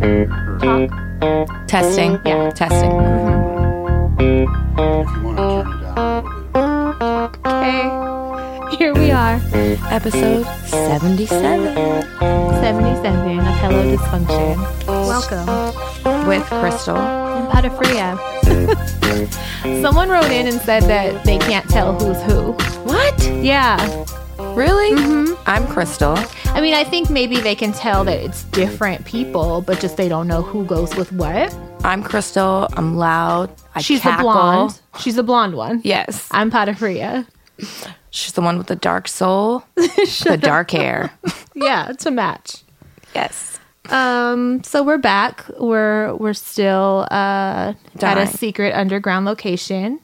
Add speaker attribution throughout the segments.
Speaker 1: Talk.
Speaker 2: Testing.
Speaker 1: Yeah.
Speaker 2: Testing.
Speaker 1: Okay. Here we are.
Speaker 2: Episode 77
Speaker 1: 77 of Hello Dysfunction. Welcome.
Speaker 2: with Crystal.
Speaker 1: I'm Patafria. Someone wrote in and said that they can't tell who's who.
Speaker 2: What?
Speaker 1: Yeah.
Speaker 2: Really?
Speaker 1: Mm-hmm.
Speaker 2: I'm Crystal.
Speaker 1: I mean, I think maybe they can tell that it's different people, but just they don't know who goes with what.
Speaker 2: I'm Crystal. I'm loud. I
Speaker 1: She's
Speaker 2: cackle.
Speaker 1: the blonde. She's the blonde one.
Speaker 2: Yes.
Speaker 1: I'm Patafria.
Speaker 2: She's the one with the dark soul, the dark hair.
Speaker 1: Yeah, to match.
Speaker 2: Yes.
Speaker 1: Um, so we're back. We're we're still uh, at a
Speaker 2: Dying.
Speaker 1: secret underground location.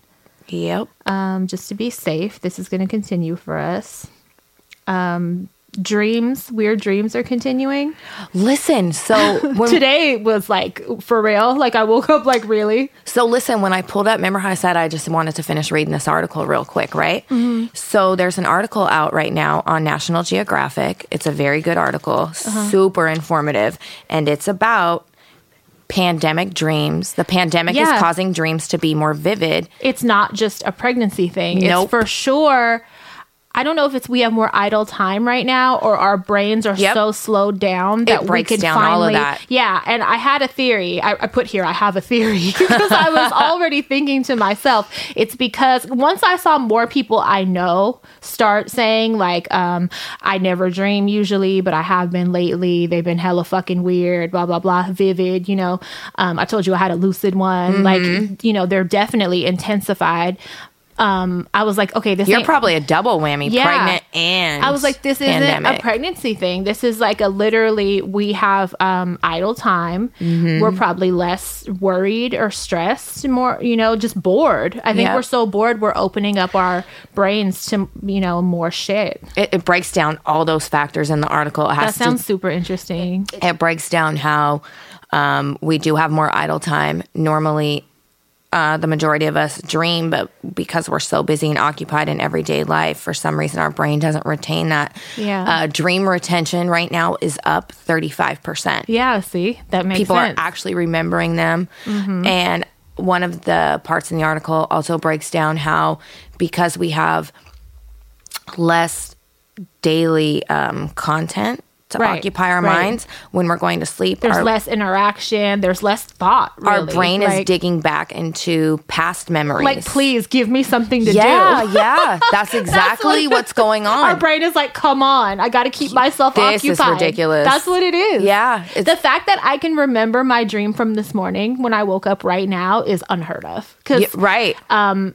Speaker 2: Yep.
Speaker 1: Um, just to be safe, this is going to continue for us. Um, dreams, weird dreams are continuing.
Speaker 2: Listen, so when,
Speaker 1: Today was like for real. Like I woke up like really.
Speaker 2: So listen, when I pulled up, remember how I said I just wanted to finish reading this article real quick, right?
Speaker 1: Mm-hmm.
Speaker 2: So there's an article out right now on National Geographic. It's a very good article,
Speaker 1: Uh-huh.
Speaker 2: super informative, and it's about pandemic dreams. The pandemic
Speaker 1: Yeah.
Speaker 2: is causing dreams to be more vivid.
Speaker 1: It's not just a pregnancy thing.
Speaker 2: Nope.
Speaker 1: It's for sure. I don't know if it's we have more idle time right now or our brains are
Speaker 2: Yep.
Speaker 1: so slowed down that
Speaker 2: breaks
Speaker 1: we could
Speaker 2: down all
Speaker 1: finally,
Speaker 2: of that.
Speaker 1: Yeah, and I had a theory. I, I put here I have a theory because I was already thinking to myself, it's because once I saw more people I know start saying like, um, I never dream usually, but I have been lately. They've been hella fucking weird, blah blah blah, vivid. You know, um, I told you I had a lucid one.
Speaker 2: Mm-hmm.
Speaker 1: Like, you know, they're definitely intensified. Um, I was like, okay, this
Speaker 2: You're
Speaker 1: ain't-
Speaker 2: probably a double whammy,
Speaker 1: Yeah.
Speaker 2: pregnant and
Speaker 1: I was like, this isn't a
Speaker 2: pandemic.
Speaker 1: pregnancy thing. This is like a literally, we have um, idle time.
Speaker 2: Mm-hmm.
Speaker 1: We're probably less worried or stressed, more, you know, just bored. I think
Speaker 2: Yeah.
Speaker 1: we're so bored, we're opening up our brains to, you know, more shit.
Speaker 2: it, it breaks down all those factors in the article. It
Speaker 1: That
Speaker 2: has to
Speaker 1: sounds super interesting.
Speaker 2: it breaks down how um, we do have more idle time. Normally, uh, the majority of us dream, but because we're so busy and occupied in everyday life, for some reason our brain doesn't retain that.
Speaker 1: Yeah.
Speaker 2: Uh, dream retention right now is up 35%.
Speaker 1: Yeah, see, that makes
Speaker 2: People
Speaker 1: sense. Mm-hmm.
Speaker 2: are actually remembering them. And one of the parts in the article also breaks down how because we have less daily um, content to
Speaker 1: Right,
Speaker 2: occupy our
Speaker 1: right.
Speaker 2: minds when we're going to sleep,
Speaker 1: there's
Speaker 2: our,
Speaker 1: less interaction, there's less thought.
Speaker 2: our
Speaker 1: really.
Speaker 2: brain is
Speaker 1: Like-
Speaker 2: digging back into past memories.
Speaker 1: Like, please give me something to
Speaker 2: Yeah,
Speaker 1: do.
Speaker 2: yeah. That's exactly what's going
Speaker 1: Our
Speaker 2: on.
Speaker 1: brain is like, come on, I got to keep myself
Speaker 2: This is
Speaker 1: occupied.
Speaker 2: ridiculous.
Speaker 1: That's what it is.
Speaker 2: Yeah, it's-
Speaker 1: the fact that I can remember my dream from this morning when I woke up right now is unheard of. Because
Speaker 2: Yeah, right.
Speaker 1: Uh,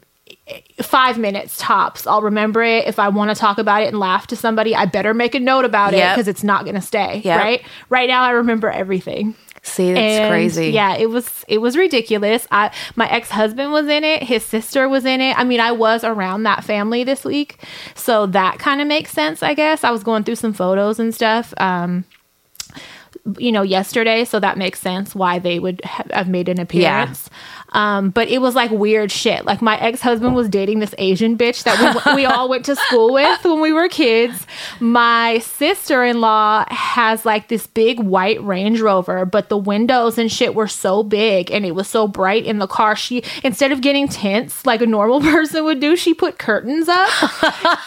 Speaker 1: five minutes tops, I'll remember it. If I want to talk about it and laugh to somebody, I better make a note about it
Speaker 2: Yep.
Speaker 1: because it's not going to stay.
Speaker 2: Yep.
Speaker 1: Right. Right now, I remember everything.
Speaker 2: See, it's
Speaker 1: And,
Speaker 2: crazy.
Speaker 1: Yeah, it was it was ridiculous. I my ex husband was in it. His sister was in it. I mean, I was around that family this week, so that kind of makes sense, I guess. I was going through some photos and stuff. Um, you know, yesterday, so that makes sense why they would ha- have made an appearance. Um, but it was like weird shit. Like my ex husband was dating this Asian bitch that we, we all went to school with when we were kids. My sister in law has like this big white Range Rover, but the windows and shit were so big and it was so bright in the car. She instead of getting tints like a normal person would do, she put curtains up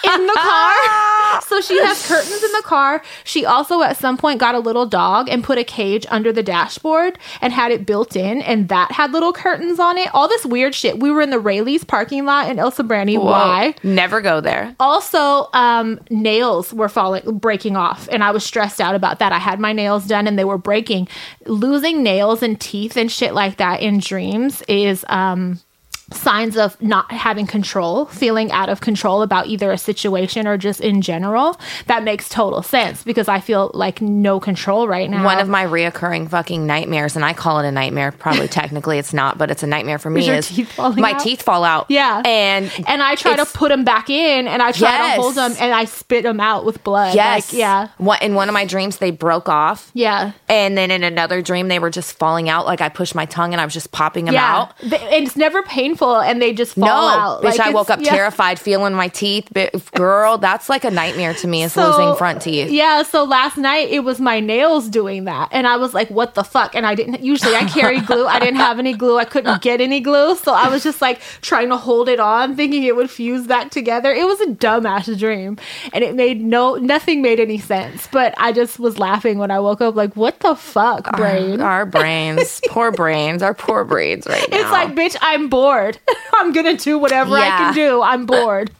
Speaker 1: in the car. so she has curtains in the car. She also at some point got a little dog and put a cage under the dashboard and had it built in, and that had little curtains on it. All this weird shit. We were in the Rayleigh's parking lot in El Sobrani.
Speaker 2: Whoa.
Speaker 1: Why?
Speaker 2: Never go there.
Speaker 1: Also, um, nails were falling, breaking off, and I was stressed out about that. I had my nails done, and they were breaking. Losing nails and teeth and shit like that in dreams is um, signs of not having control, feeling out of control about either a situation or just in general. That makes total sense because I feel like no control right now.
Speaker 2: One of my reoccurring fucking nightmares, and I call it a nightmare. Probably technically it's not, but it's a nightmare for me.
Speaker 1: your
Speaker 2: is
Speaker 1: teeth falling
Speaker 2: my
Speaker 1: out?
Speaker 2: teeth fall out?
Speaker 1: Yeah.
Speaker 2: and
Speaker 1: and I try to
Speaker 2: it's-
Speaker 1: put them back in, and I try
Speaker 2: Yes.
Speaker 1: to hold them, and I spit them out with blood.
Speaker 2: yes,
Speaker 1: Like, yeah,
Speaker 2: One, in one of my dreams, they broke off.
Speaker 1: yeah.
Speaker 2: And then in another dream, they were just falling out. Like I pushed my tongue and I was just popping them out.
Speaker 1: Th- and it's never painful. painful and they just fall
Speaker 2: No,
Speaker 1: out.
Speaker 2: bitch,
Speaker 1: Like,
Speaker 2: I
Speaker 1: it's-
Speaker 2: woke up
Speaker 1: yeah.
Speaker 2: terrified, feeling my teeth. Bi- Girl, that's like a nightmare to me. Is losing front teeth.
Speaker 1: Yeah, so last night it was my nails doing that, and I was like, "What the fuck?" And I didn't. Usually, I carry glue. I didn't have any glue. I couldn't get any glue, so I was just like trying to hold it on, thinking it would fuse back together. It was a dumbass dream, and it made no nothing made any sense. But I just was laughing when I woke up, like, "What the fuck,
Speaker 2: Ah.
Speaker 1: brain?"
Speaker 2: Our brains, poor brains, our poor brains right now.
Speaker 1: It's like, bitch, I'm bored. I'm gonna do whatever I
Speaker 2: Yeah.
Speaker 1: can do. I'm bored.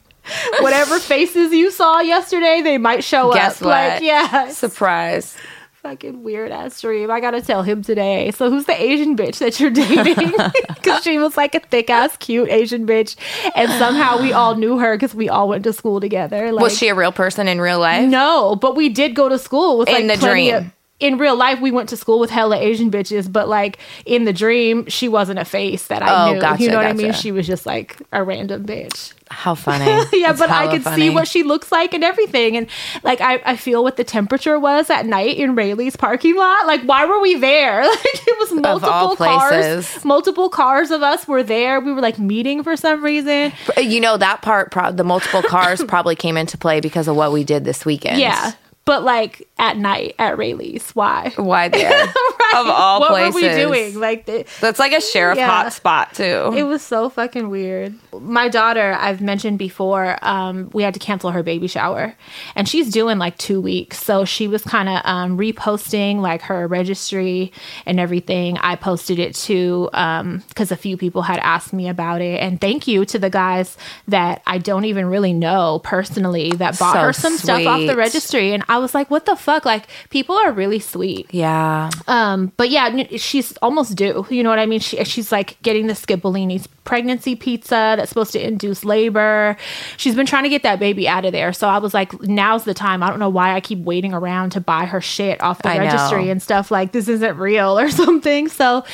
Speaker 1: Whatever faces you saw yesterday, they might show
Speaker 2: guess
Speaker 1: up.
Speaker 2: what?
Speaker 1: Like, yeah.
Speaker 2: surprise.
Speaker 1: Fucking weird ass dream. I gotta tell him today. So who's the Asian bitch that you're dating? Because she was like a thick ass, cute Asian bitch, and somehow we all knew her because we all went to school together. Like,
Speaker 2: Was she a real person in real life?
Speaker 1: No, but we did go to school with
Speaker 2: In
Speaker 1: like
Speaker 2: the
Speaker 1: plenty
Speaker 2: dream.
Speaker 1: Of, in real life, we went to school with hella Asian bitches, but like in the dream, she wasn't a face that I
Speaker 2: Oh,
Speaker 1: knew.
Speaker 2: gotcha,
Speaker 1: you know what I
Speaker 2: gotcha.
Speaker 1: mean? She was just like a random bitch.
Speaker 2: How funny.
Speaker 1: yeah,
Speaker 2: That's
Speaker 1: but I
Speaker 2: hella
Speaker 1: could see
Speaker 2: funny.
Speaker 1: what she looks like and everything. And like, I, I feel what the temperature was at night in Rayleigh's parking lot. Like, why were we there? Like, it was multiple
Speaker 2: all places.
Speaker 1: cars. Multiple cars of us were there. We were like meeting for some reason.
Speaker 2: You know that part. Pro- the multiple cars probably came into play because of what we did this weekend.
Speaker 1: Yeah. But like at night at Rayleigh's, why?
Speaker 2: Why there? Of all
Speaker 1: what
Speaker 2: places.
Speaker 1: were we doing? Like, th-
Speaker 2: That's like a sheriff
Speaker 1: Yeah.
Speaker 2: hot spot too.
Speaker 1: it was so fucking weird. My daughter, I've mentioned before, um, we had to cancel her baby shower, and she's doing like two weeks. So she was kind of um, reposting like her registry and everything. I posted it too because a few people had asked me about it, and thank you to the guys that I don't even really know personally that bought
Speaker 2: So
Speaker 1: her some stuff off
Speaker 2: sweet.
Speaker 1: the registry. And I was like, what the fuck? Like people are really sweet.
Speaker 2: yeah.
Speaker 1: Um, but yeah, n- she's almost due. You know what I mean? She, she's like getting the Scipolini's pregnancy pizza that's supposed to induce labor. She's been trying to get that baby out of there. So I was like, now's the time. I don't know why I keep waiting around to buy her shit off the
Speaker 2: I know.
Speaker 1: registry and stuff. Like this isn't real or something. So,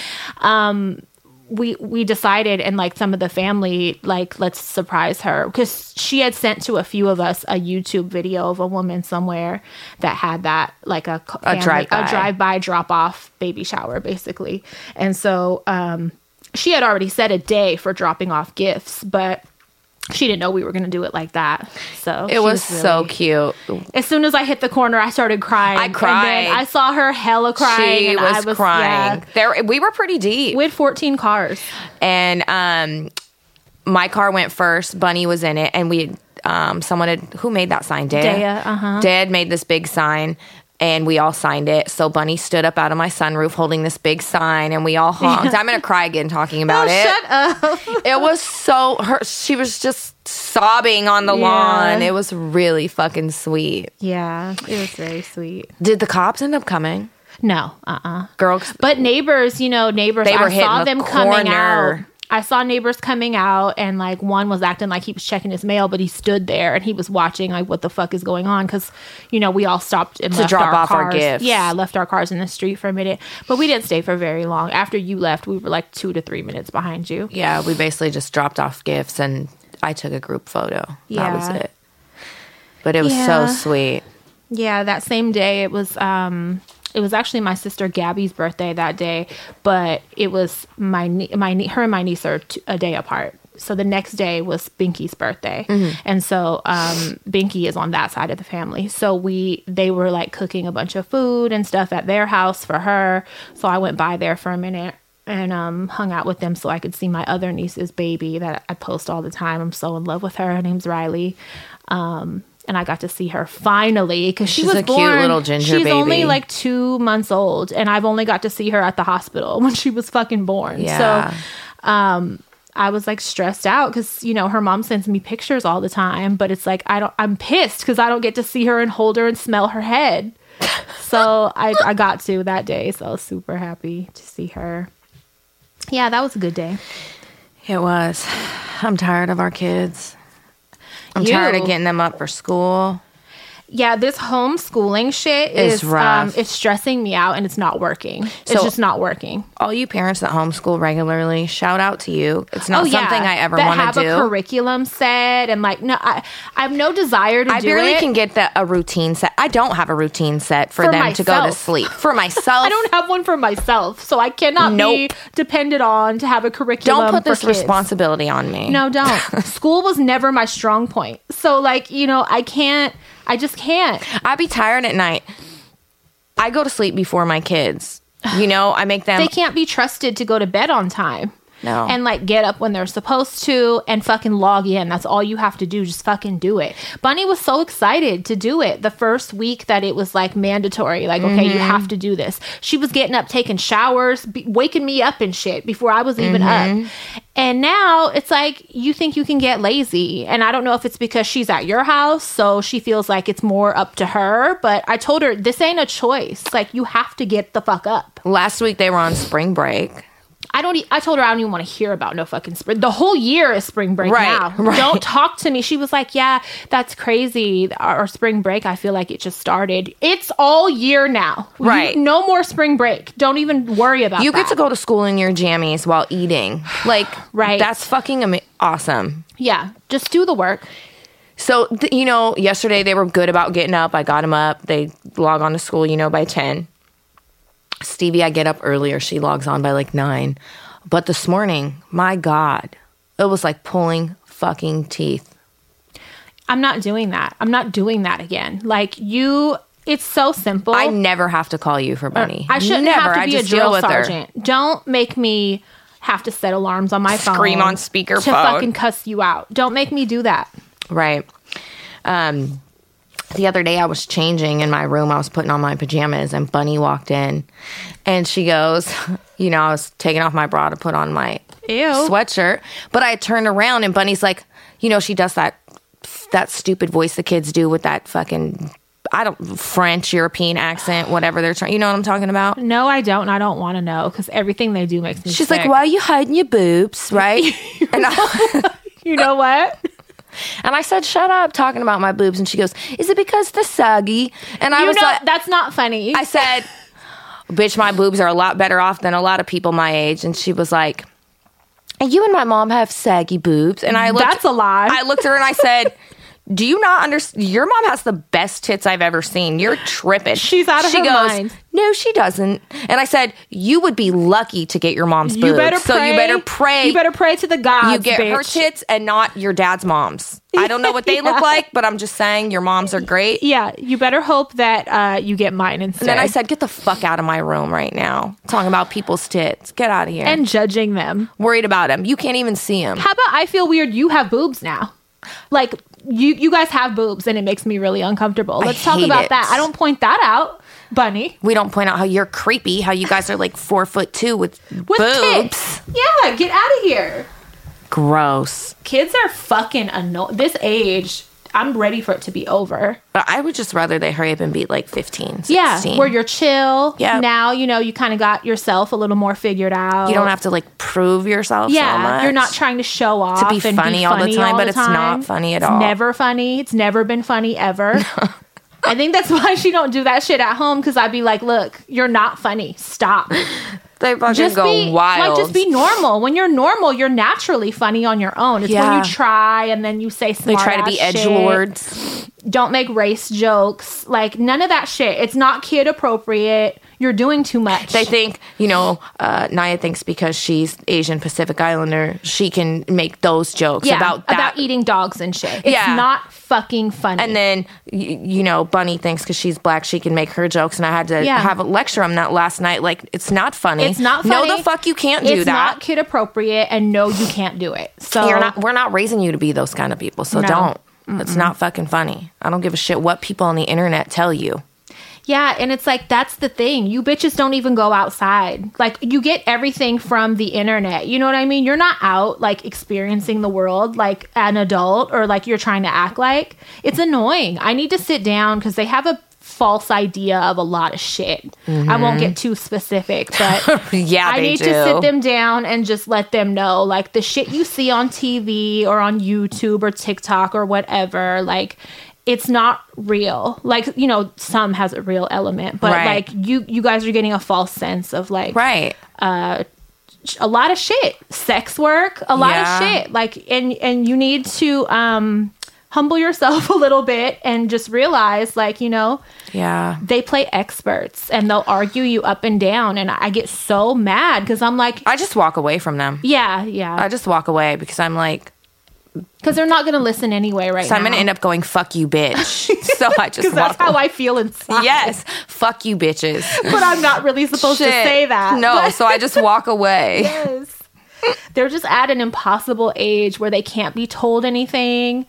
Speaker 1: we we decided and like some of the family like let's surprise her because she had sent to a few of us a YouTube video of a woman somewhere that had that like a co- family-
Speaker 2: drive-by.
Speaker 1: a drive by drop off baby shower basically and so um she had already set a day for dropping off gifts but she didn't know we were gonna do it like that so she
Speaker 2: It was, so
Speaker 1: really-
Speaker 2: cute.
Speaker 1: as soon as I hit the corner I started crying
Speaker 2: I
Speaker 1: and
Speaker 2: cried.
Speaker 1: then I saw her hella crying
Speaker 2: She
Speaker 1: and
Speaker 2: was,
Speaker 1: I was
Speaker 2: crying.
Speaker 1: yeah.
Speaker 2: There, we were pretty deep,
Speaker 1: we had 14 cars
Speaker 2: and um, my car went first. Bunny was in it, and we had, um, someone had who made that sign. Dad.
Speaker 1: Dea, uh-huh.
Speaker 2: Dad made this big sign. And we all signed it. So Bunny stood up out of my sunroof holding this big sign, and we all honked. I'm gonna cry again talking about it.
Speaker 1: shut up
Speaker 2: It was so her. She was just sobbing on the
Speaker 1: Yeah.
Speaker 2: lawn. It was really fucking sweet.
Speaker 1: Yeah, it was very sweet.
Speaker 2: Did the cops end up coming?
Speaker 1: No, uh uh
Speaker 2: Girl,
Speaker 1: But neighbors, you know, neighbors,
Speaker 2: They were
Speaker 1: I saw
Speaker 2: hitting
Speaker 1: them
Speaker 2: the
Speaker 1: coming out.
Speaker 2: corner.
Speaker 1: I saw neighbors coming out, and like one was acting like he was checking his mail, but he stood there and he was watching, like, what the fuck is going on? Because, you know, we all stopped and left
Speaker 2: drop
Speaker 1: our
Speaker 2: off our
Speaker 1: cars.
Speaker 2: gifts.
Speaker 1: Yeah, left our cars in the street for a minute, but we didn't stay for very long. After you left, we were like two to three minutes behind you.
Speaker 2: yeah, we basically just dropped off gifts and I took a group photo. That was
Speaker 1: Yeah.
Speaker 2: it. But it was
Speaker 1: Yeah.
Speaker 2: so sweet.
Speaker 1: Yeah, that same day it was um it was actually my sister Gabby's birthday that day, but it was my nie- my nie- her and my niece are t- a day apart. So the next day was Binky's birthday.
Speaker 2: Mm-hmm.
Speaker 1: And so um Binky is on that side of the family. So we they were like cooking a bunch of food and stuff at their house for her. So I went by there for a minute and um, hung out with them so I could see my other niece's baby that I post all the time. I'm so in love with her. Her name's Riley. Um, and I got to see her finally because she
Speaker 2: She's a
Speaker 1: was
Speaker 2: cute
Speaker 1: born,
Speaker 2: little ginger
Speaker 1: She's only
Speaker 2: baby.
Speaker 1: like two months old, and I've only got to see her at the hospital when she was fucking born.
Speaker 2: Yeah.
Speaker 1: So I was like stressed out because you know her mom sends me pictures all the time, but it's like I don't. I'm pissed because I don't get to see her and hold her and smell her head. so I, I got to that day. So I was super happy to see her. Yeah, that was a good day.
Speaker 2: It was. I'm tired of our kids. I'm
Speaker 1: You.
Speaker 2: tired of getting them up for school.
Speaker 1: yeah, this homeschooling shit
Speaker 2: It's
Speaker 1: is um,
Speaker 2: rough.
Speaker 1: it's stressing me out and it's not working. It's
Speaker 2: So-
Speaker 1: just not working.
Speaker 2: All you parents that homeschool regularly, shout out to you. It's not something I ever
Speaker 1: Oh, that
Speaker 2: want
Speaker 1: have
Speaker 2: to do.
Speaker 1: a curriculum set and like no, I, I have no desire to
Speaker 2: I
Speaker 1: do
Speaker 2: barely
Speaker 1: it.
Speaker 2: can get the, a routine set. I don't have a routine set for,
Speaker 1: For
Speaker 2: them to go to
Speaker 1: myself.
Speaker 2: sleep. For myself,
Speaker 1: I don't have one for myself, so I cannot be
Speaker 2: Nope.
Speaker 1: depended on to have a curriculum.
Speaker 2: don't put this
Speaker 1: for kids.
Speaker 2: responsibility on me.
Speaker 1: No, don't. School was never my strong point. So like you know, I can't. I just can't.
Speaker 2: I be tired at night. I go to sleep before my kids. You know, I make them.
Speaker 1: They can't be trusted to go to bed on time.
Speaker 2: No.
Speaker 1: And like get up when they're supposed to and fucking log in. That's all you have to do. Just fucking do it. Bunny was so excited to do it the first week that it was like mandatory. Like, okay,
Speaker 2: Mm-hmm.
Speaker 1: you have to do this. She was getting up, taking showers, be- waking me up and shit before I was even
Speaker 2: Mm-hmm.
Speaker 1: up. And now it's like you think you can get lazy. And I don't know if it's because she's at your house, so she feels like it's more up to her. But I told her this ain't a choice. Like, you have to get the fuck up.
Speaker 2: last week they were on spring break.
Speaker 1: I don't. E- I told her I don't even want to hear about no fucking spring. The whole year is spring break
Speaker 2: Right,
Speaker 1: now.
Speaker 2: right.
Speaker 1: Don't talk to me. She was like, "Yeah, that's crazy." Our, our spring break. I feel like it just started. It's all year now. You-
Speaker 2: Right.
Speaker 1: no more spring break. Don't even worry about.
Speaker 2: You
Speaker 1: that.
Speaker 2: get to go to school in your jammies while eating. Like,
Speaker 1: Right.
Speaker 2: That's fucking ama- awesome.
Speaker 1: Yeah, just do the work.
Speaker 2: So, th- you know, yesterday they were good about getting up. I got them up. They log on to school, you know, by 10. Stevie, I get up earlier. She logs on by like 9. But this morning, my God, it was like pulling fucking teeth.
Speaker 1: I'm not doing that. I'm not doing that again. Like you, it's so simple.
Speaker 2: I never have to call you for money.
Speaker 1: uh, I shouldn't
Speaker 2: never.
Speaker 1: have to
Speaker 2: I
Speaker 1: be a
Speaker 2: just deal
Speaker 1: drill
Speaker 2: with her.
Speaker 1: sergeant. Don't make me have to set alarms on my phone.
Speaker 2: Scream on speakerphone.
Speaker 1: to fucking cuss you out. Don't make me do that.
Speaker 2: Right. Um, the other day I was changing in my room. I was putting on my pajamas and Bunny walked in and she goes, you know, I was taking off my bra to put on my
Speaker 1: Ew.
Speaker 2: sweatshirt, but I turned around and Bunny's like, you know, she does that that stupid voice the kids do with that fucking I don't French European accent, whatever they're trying. You know what I'm talking about?
Speaker 1: No, I don't. And I don't want to know because everything they do makes me.
Speaker 2: She's
Speaker 1: sick.
Speaker 2: like, "Why are you hiding your boobs?" Right? and I
Speaker 1: You know what?
Speaker 2: And I said, "Shut up, talking about my boobs." And she goes, "Is it because the saggy?" And I
Speaker 1: you
Speaker 2: was
Speaker 1: know
Speaker 2: like,
Speaker 1: that's not funny.
Speaker 2: "I said, bitch, my boobs are a lot better off than a lot of people my age." And she was like, "You and my mom have saggy boobs." And I looked,
Speaker 1: That's a lie.
Speaker 2: I looked at her and I said. Do you not understand? Your mom has the best tits I've ever seen. You're tripping.
Speaker 1: She's out of
Speaker 2: she
Speaker 1: her
Speaker 2: goes,
Speaker 1: mind.
Speaker 2: No, she doesn't. And I said, you would be lucky to get your mom's boobs.
Speaker 1: you better
Speaker 2: so
Speaker 1: pray.
Speaker 2: you better pray.
Speaker 1: You better pray to the gods.
Speaker 2: You get her
Speaker 1: bitch.
Speaker 2: tits and not your dad's mom's. I don't know what they
Speaker 1: Yeah.
Speaker 2: look like, but I'm just saying your moms are great.
Speaker 1: Yeah, you better hope that uh, you get mine
Speaker 2: And
Speaker 1: instead.
Speaker 2: then I said, get the fuck out of my room right now. Talking about people's tits. Get out of here.
Speaker 1: and judging them.
Speaker 2: worried about them. You can't even see them.
Speaker 1: How about I feel weird? You have boobs now. Like you, you guys have boobs, and it makes me really uncomfortable. Let's talk
Speaker 2: hate
Speaker 1: about
Speaker 2: it.
Speaker 1: that. I don't point that out, Bunny.
Speaker 2: We don't point out how you're creepy, how you guys are like four foot two with,
Speaker 1: With
Speaker 2: boobs.
Speaker 1: tits. Yeah, get out of here.
Speaker 2: Gross.
Speaker 1: Kids are fucking annoying. This age, I'm ready for it to be over.
Speaker 2: But I would just rather they hurry up and be like 15, 16.
Speaker 1: Yeah, where you're chill.
Speaker 2: Yep.
Speaker 1: Now you know you kind of got yourself a little more figured out.
Speaker 2: you don't have to like prove yourself so
Speaker 1: Yeah,
Speaker 2: much.
Speaker 1: you're not trying to show off
Speaker 2: be
Speaker 1: and
Speaker 2: funny all the time, but it's not
Speaker 1: time.
Speaker 2: funny at
Speaker 1: It's
Speaker 2: all.
Speaker 1: Never funny. It's never been funny ever. I think that's why she don't do that shit at home because I'd be like, look, you're not funny. Stop.
Speaker 2: They fucking
Speaker 1: Just
Speaker 2: go
Speaker 1: be
Speaker 2: wild.
Speaker 1: like, just be normal. When you're normal, you're naturally funny on your own. It's
Speaker 2: Yeah.
Speaker 1: when you try and then you say smart.
Speaker 2: they try to be edge lords.
Speaker 1: Don't make race jokes. Like none of that shit. It's not kid appropriate. You're doing too much.
Speaker 2: They think, you know, uh, Naya thinks because she's Asian Pacific Islander, she can make those jokes
Speaker 1: yeah,
Speaker 2: about that.
Speaker 1: eating dogs and shit. It's
Speaker 2: Yeah.
Speaker 1: not fucking funny.
Speaker 2: and then, y- you know, Bunny thinks because she's black, she can make her jokes. And I had to
Speaker 1: Yeah.
Speaker 2: have a lecture on that last night. Like, it's not funny.
Speaker 1: It's not
Speaker 2: No,
Speaker 1: funny.
Speaker 2: the fuck, you can't do
Speaker 1: it's not
Speaker 2: that.
Speaker 1: kid appropriate, and no, you can't do it. So
Speaker 2: You're not. We're not raising you to be those kind of people. So
Speaker 1: No.
Speaker 2: don't. It's not fucking funny. I don't give a shit what people on the internet tell you.
Speaker 1: Yeah, and it's like that's the thing. You bitches don't even go outside. Like you get everything from the internet. You know what I mean? You're not out like experiencing the world like an adult or like you're trying to act like. It's annoying. I need to sit down cuz they have a false idea of a lot of shit. I won't get too specific, but
Speaker 2: Yeah,
Speaker 1: I
Speaker 2: they
Speaker 1: need
Speaker 2: do.
Speaker 1: to sit them down and just let them know like the shit you see on TV or on YouTube or TikTok or whatever, like it's not real. Like, you know, some has a real element, but
Speaker 2: Right.
Speaker 1: like you you guys are getting a false sense of like
Speaker 2: Right.
Speaker 1: a lot of shit sex work a lot
Speaker 2: Yeah.
Speaker 1: of shit like and and you need to um humble yourself a little bit and just realize like you know
Speaker 2: Yeah.
Speaker 1: they play experts and they'll argue you up and down and i get so mad because i'm like
Speaker 2: I just walk away from them.
Speaker 1: yeah
Speaker 2: I
Speaker 1: yeah
Speaker 2: just walk away because I'm like,
Speaker 1: because they're not gonna listen anyway right
Speaker 2: so I'm
Speaker 1: now
Speaker 2: going to end up going, fuck you, bitch. so I just
Speaker 1: because
Speaker 2: walk
Speaker 1: that's how
Speaker 2: away.
Speaker 1: i feel inside
Speaker 2: yes. Fuck you, bitches.
Speaker 1: but i'm not really supposed to
Speaker 2: Shit.
Speaker 1: say that
Speaker 2: No.
Speaker 1: but-
Speaker 2: So I just walk away.
Speaker 1: Yes. They're just at an impossible age where they can't be told anything.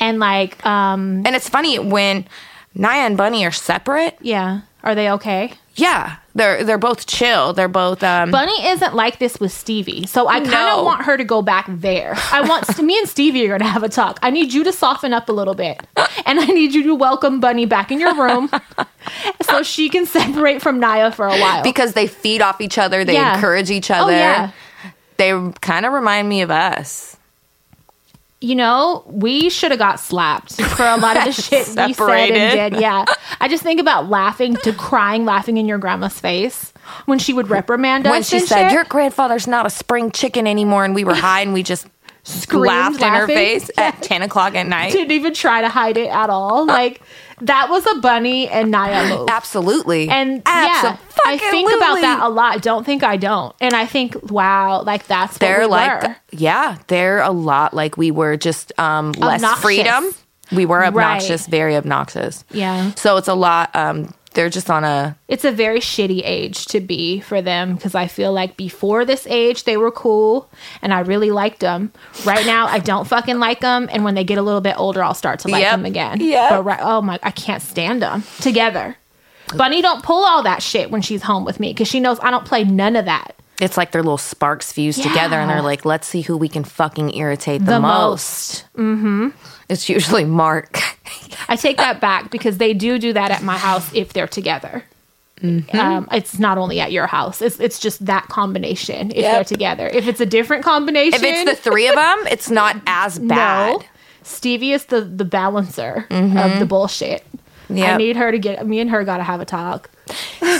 Speaker 1: And like, um,
Speaker 2: And it's funny when Naya and Bunny are separate.
Speaker 1: yeah. Are they okay?
Speaker 2: Yeah. They're, they're both chill. They're both, um,
Speaker 1: Bunny isn't like this with Stevie. So I kind of
Speaker 2: No.
Speaker 1: want her to go back there. I want me and Stevie are going to have a talk. I need you to soften up a little bit. And I need you to welcome Bunny back in your room so she can separate from Naya for a while.
Speaker 2: because they feed off each other. They
Speaker 1: Yeah.
Speaker 2: encourage each
Speaker 1: Oh,
Speaker 2: other.
Speaker 1: yeah.
Speaker 2: They kind of remind me of us.
Speaker 1: you know, we should have got slapped for a lot of the shit we said
Speaker 2: Separated.
Speaker 1: and did. Yeah. I just think about laughing to crying, laughing in your grandma's face when she would reprimand us.
Speaker 2: when she
Speaker 1: and
Speaker 2: said,
Speaker 1: shit.
Speaker 2: "Your grandfather's not a spring chicken anymore," and we were high and we just laughed in her
Speaker 1: laughing.
Speaker 2: face at ten o'clock at night.
Speaker 1: didn't even try to hide it at all.
Speaker 2: Uh.
Speaker 1: Like, that was a bunny and Naya move.
Speaker 2: Absolutely,
Speaker 1: And yeah, I
Speaker 2: Abso-fucking-lutely.
Speaker 1: think about that a lot. Don't think I don't. And I think, wow, like that's what
Speaker 2: They're
Speaker 1: we
Speaker 2: like,
Speaker 1: were.
Speaker 2: yeah, they're a lot like we were just um, less
Speaker 1: Obnoxious.
Speaker 2: freedom. We were obnoxious, very obnoxious.
Speaker 1: Yeah.
Speaker 2: So it's a lot. Um, they're just on a
Speaker 1: it's a very shitty age to be for them because I feel like before this age they were cool and I really liked them. Right now I don't fucking like them, and when they get a little bit older, I'll start to like
Speaker 2: Yep.
Speaker 1: them again.
Speaker 2: Yep.
Speaker 1: but right, oh my, I can't stand them together. Bunny don't pull all that shit when she's home with me because she knows I don't play none of that
Speaker 2: it's like their little sparks fused together, and
Speaker 1: Yeah.
Speaker 2: they're like, let's see who we can fucking irritate the,
Speaker 1: the
Speaker 2: most.
Speaker 1: most. Mm-hmm.
Speaker 2: It's usually Mark.
Speaker 1: I take that back because they do do that at my house if they're together.
Speaker 2: Mm-hmm.
Speaker 1: Um, it's not only at your house. It's it's just that combination. If
Speaker 2: Yep.
Speaker 1: they're together, if it's a different combination,
Speaker 2: if it's the three of them, it's not as bad. Mm-hmm.
Speaker 1: No. Stevie is the the balancer of the bullshit. I
Speaker 2: Yep.
Speaker 1: need her to get me and her gotta have a talk.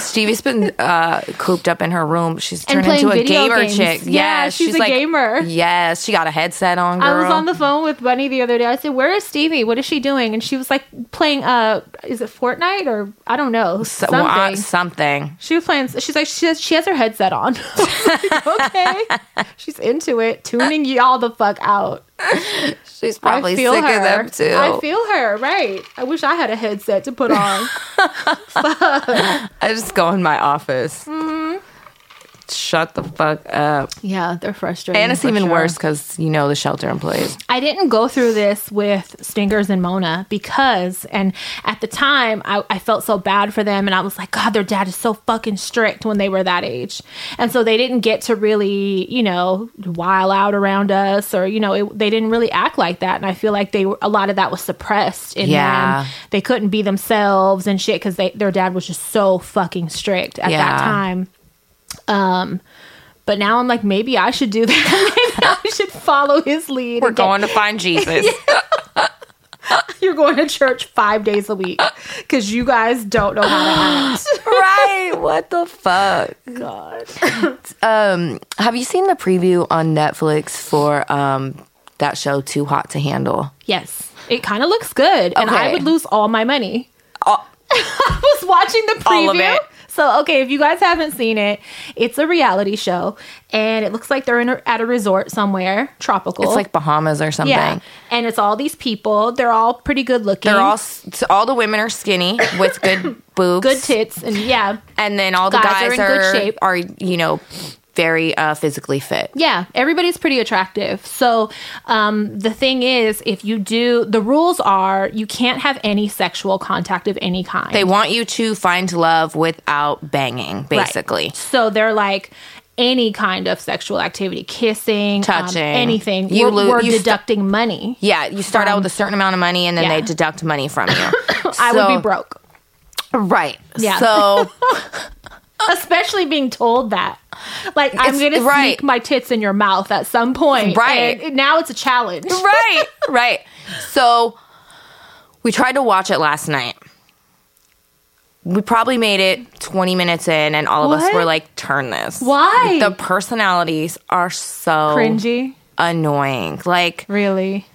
Speaker 2: Stevie's been uh, cooped up in her room. She's turned
Speaker 1: playing
Speaker 2: into a
Speaker 1: video
Speaker 2: gamer
Speaker 1: games.
Speaker 2: chick.
Speaker 1: Yeah,
Speaker 2: Yes,
Speaker 1: she's a gamer.
Speaker 2: Yes, she got a headset on. Girl.
Speaker 1: I was on the phone with Bunny the other day. I said, "Where is Stevie? What is she doing?" And she was like playing uh is it Fortnite or I don't know,
Speaker 2: So-
Speaker 1: something.
Speaker 2: well, I- something.
Speaker 1: she was playing she's like she has, she has her headset on. I was like, okay. she's into it, tuning y'all the fuck out.
Speaker 2: She's probably
Speaker 1: I feel
Speaker 2: sick
Speaker 1: her.
Speaker 2: of them too.
Speaker 1: I feel her, right. I wish I had a headset to put on.
Speaker 2: I just go in my office.
Speaker 1: Mm-hmm.
Speaker 2: Shut the fuck up.
Speaker 1: yeah, they're frustrating.
Speaker 2: And it's
Speaker 1: for
Speaker 2: even
Speaker 1: sure.
Speaker 2: worse because you know the shelter in place.
Speaker 1: I didn't go through this with Stingers and Mona because, and at the time, I, I felt so bad for them. And I was like, God, their dad is so fucking strict when they were that age. And so they didn't get to really, you know, while out around us or, you know, it, they didn't really act like that. And I feel like they were, a lot of that was suppressed in
Speaker 2: Yeah.
Speaker 1: them. They couldn't be themselves and shit because their dad was just so fucking strict at
Speaker 2: Yeah.
Speaker 1: that time. Um, but now I'm like, maybe I should do that. maybe I should follow his lead.
Speaker 2: We're
Speaker 1: and get-
Speaker 2: going to find Jesus.
Speaker 1: you're going to church five days a week because you guys don't know how to act. Oh
Speaker 2: right? What the fuck?
Speaker 1: God.
Speaker 2: Um, have you seen the preview on Netflix for um that show Too Hot to Handle?
Speaker 1: Yes. It kind of looks good, and I
Speaker 2: Okay.
Speaker 1: would lose all my money.
Speaker 2: Oh,
Speaker 1: I was watching the preview.
Speaker 2: All of it.
Speaker 1: So, okay, if you guys haven't seen it, it's a reality show, and it looks like they're in a, at a resort somewhere, tropical.
Speaker 2: it's like Bahamas or something.
Speaker 1: Oh. yeah, and it's all these people. They're all pretty good looking.
Speaker 2: They're all s- so all the women are skinny with good boobs,
Speaker 1: good tits, and yeah,
Speaker 2: and then all the
Speaker 1: Guys
Speaker 2: guys,
Speaker 1: are in
Speaker 2: are,
Speaker 1: good shape.
Speaker 2: are you know very uh, physically fit.
Speaker 1: Yeah, everybody's pretty attractive. So um, the thing is, if you do, the rules are you can't have any sexual contact of any kind.
Speaker 2: They want you to find love without banging,
Speaker 1: Right.
Speaker 2: basically.
Speaker 1: So they're like any kind of sexual activity, kissing, um,
Speaker 2: Touching.
Speaker 1: anything.
Speaker 2: You
Speaker 1: we're,
Speaker 2: lo-
Speaker 1: we're
Speaker 2: you st-
Speaker 1: deducting money.
Speaker 2: Yeah, you start out with a certain amount of money, and then
Speaker 1: Um, yeah.
Speaker 2: they deduct money from you.
Speaker 1: I would
Speaker 2: So-
Speaker 1: be broke,
Speaker 2: right?
Speaker 1: Yeah.
Speaker 2: So
Speaker 1: especially being told that. Like I'm
Speaker 2: It's-
Speaker 1: going to
Speaker 2: right.
Speaker 1: sneak my tits in your mouth at some point.
Speaker 2: Right.
Speaker 1: And now it's a challenge.
Speaker 2: right, right. So We tried to watch it last night. We probably made it 20 minutes in, and all of us
Speaker 1: What?
Speaker 2: were like, turn this.
Speaker 1: Why?
Speaker 2: The personalities are so
Speaker 1: Cringy.
Speaker 2: annoying. Like,
Speaker 1: Really?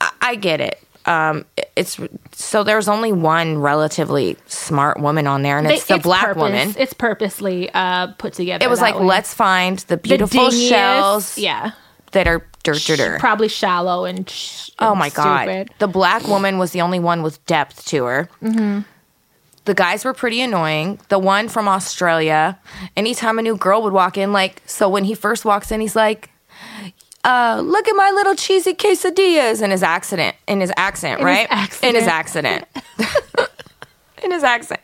Speaker 2: I, I get it. Um, it- it's so there's only one relatively smart woman on there, and it's the black
Speaker 1: purpose-
Speaker 2: woman.
Speaker 1: It's purposely uh, put together.
Speaker 2: It was
Speaker 1: that
Speaker 2: like,
Speaker 1: way.
Speaker 2: let's find the
Speaker 1: The
Speaker 2: beautiful
Speaker 1: dingiest-
Speaker 2: shells
Speaker 1: Yeah.
Speaker 2: that are dirt, dirt, dirt.
Speaker 1: Probably shallow and. Sh-
Speaker 2: Oh my
Speaker 1: Stupid.
Speaker 2: god! The black woman was the only one with depth to her.
Speaker 1: Mm-hmm.
Speaker 2: The guys were pretty annoying. The one from Australia, anytime a new girl would walk in, like so when he first walks in, he's like, uh, "Look at my little cheesy quesadillas," in his accident, in his accent,
Speaker 1: his
Speaker 2: right? In his accident. in his accent.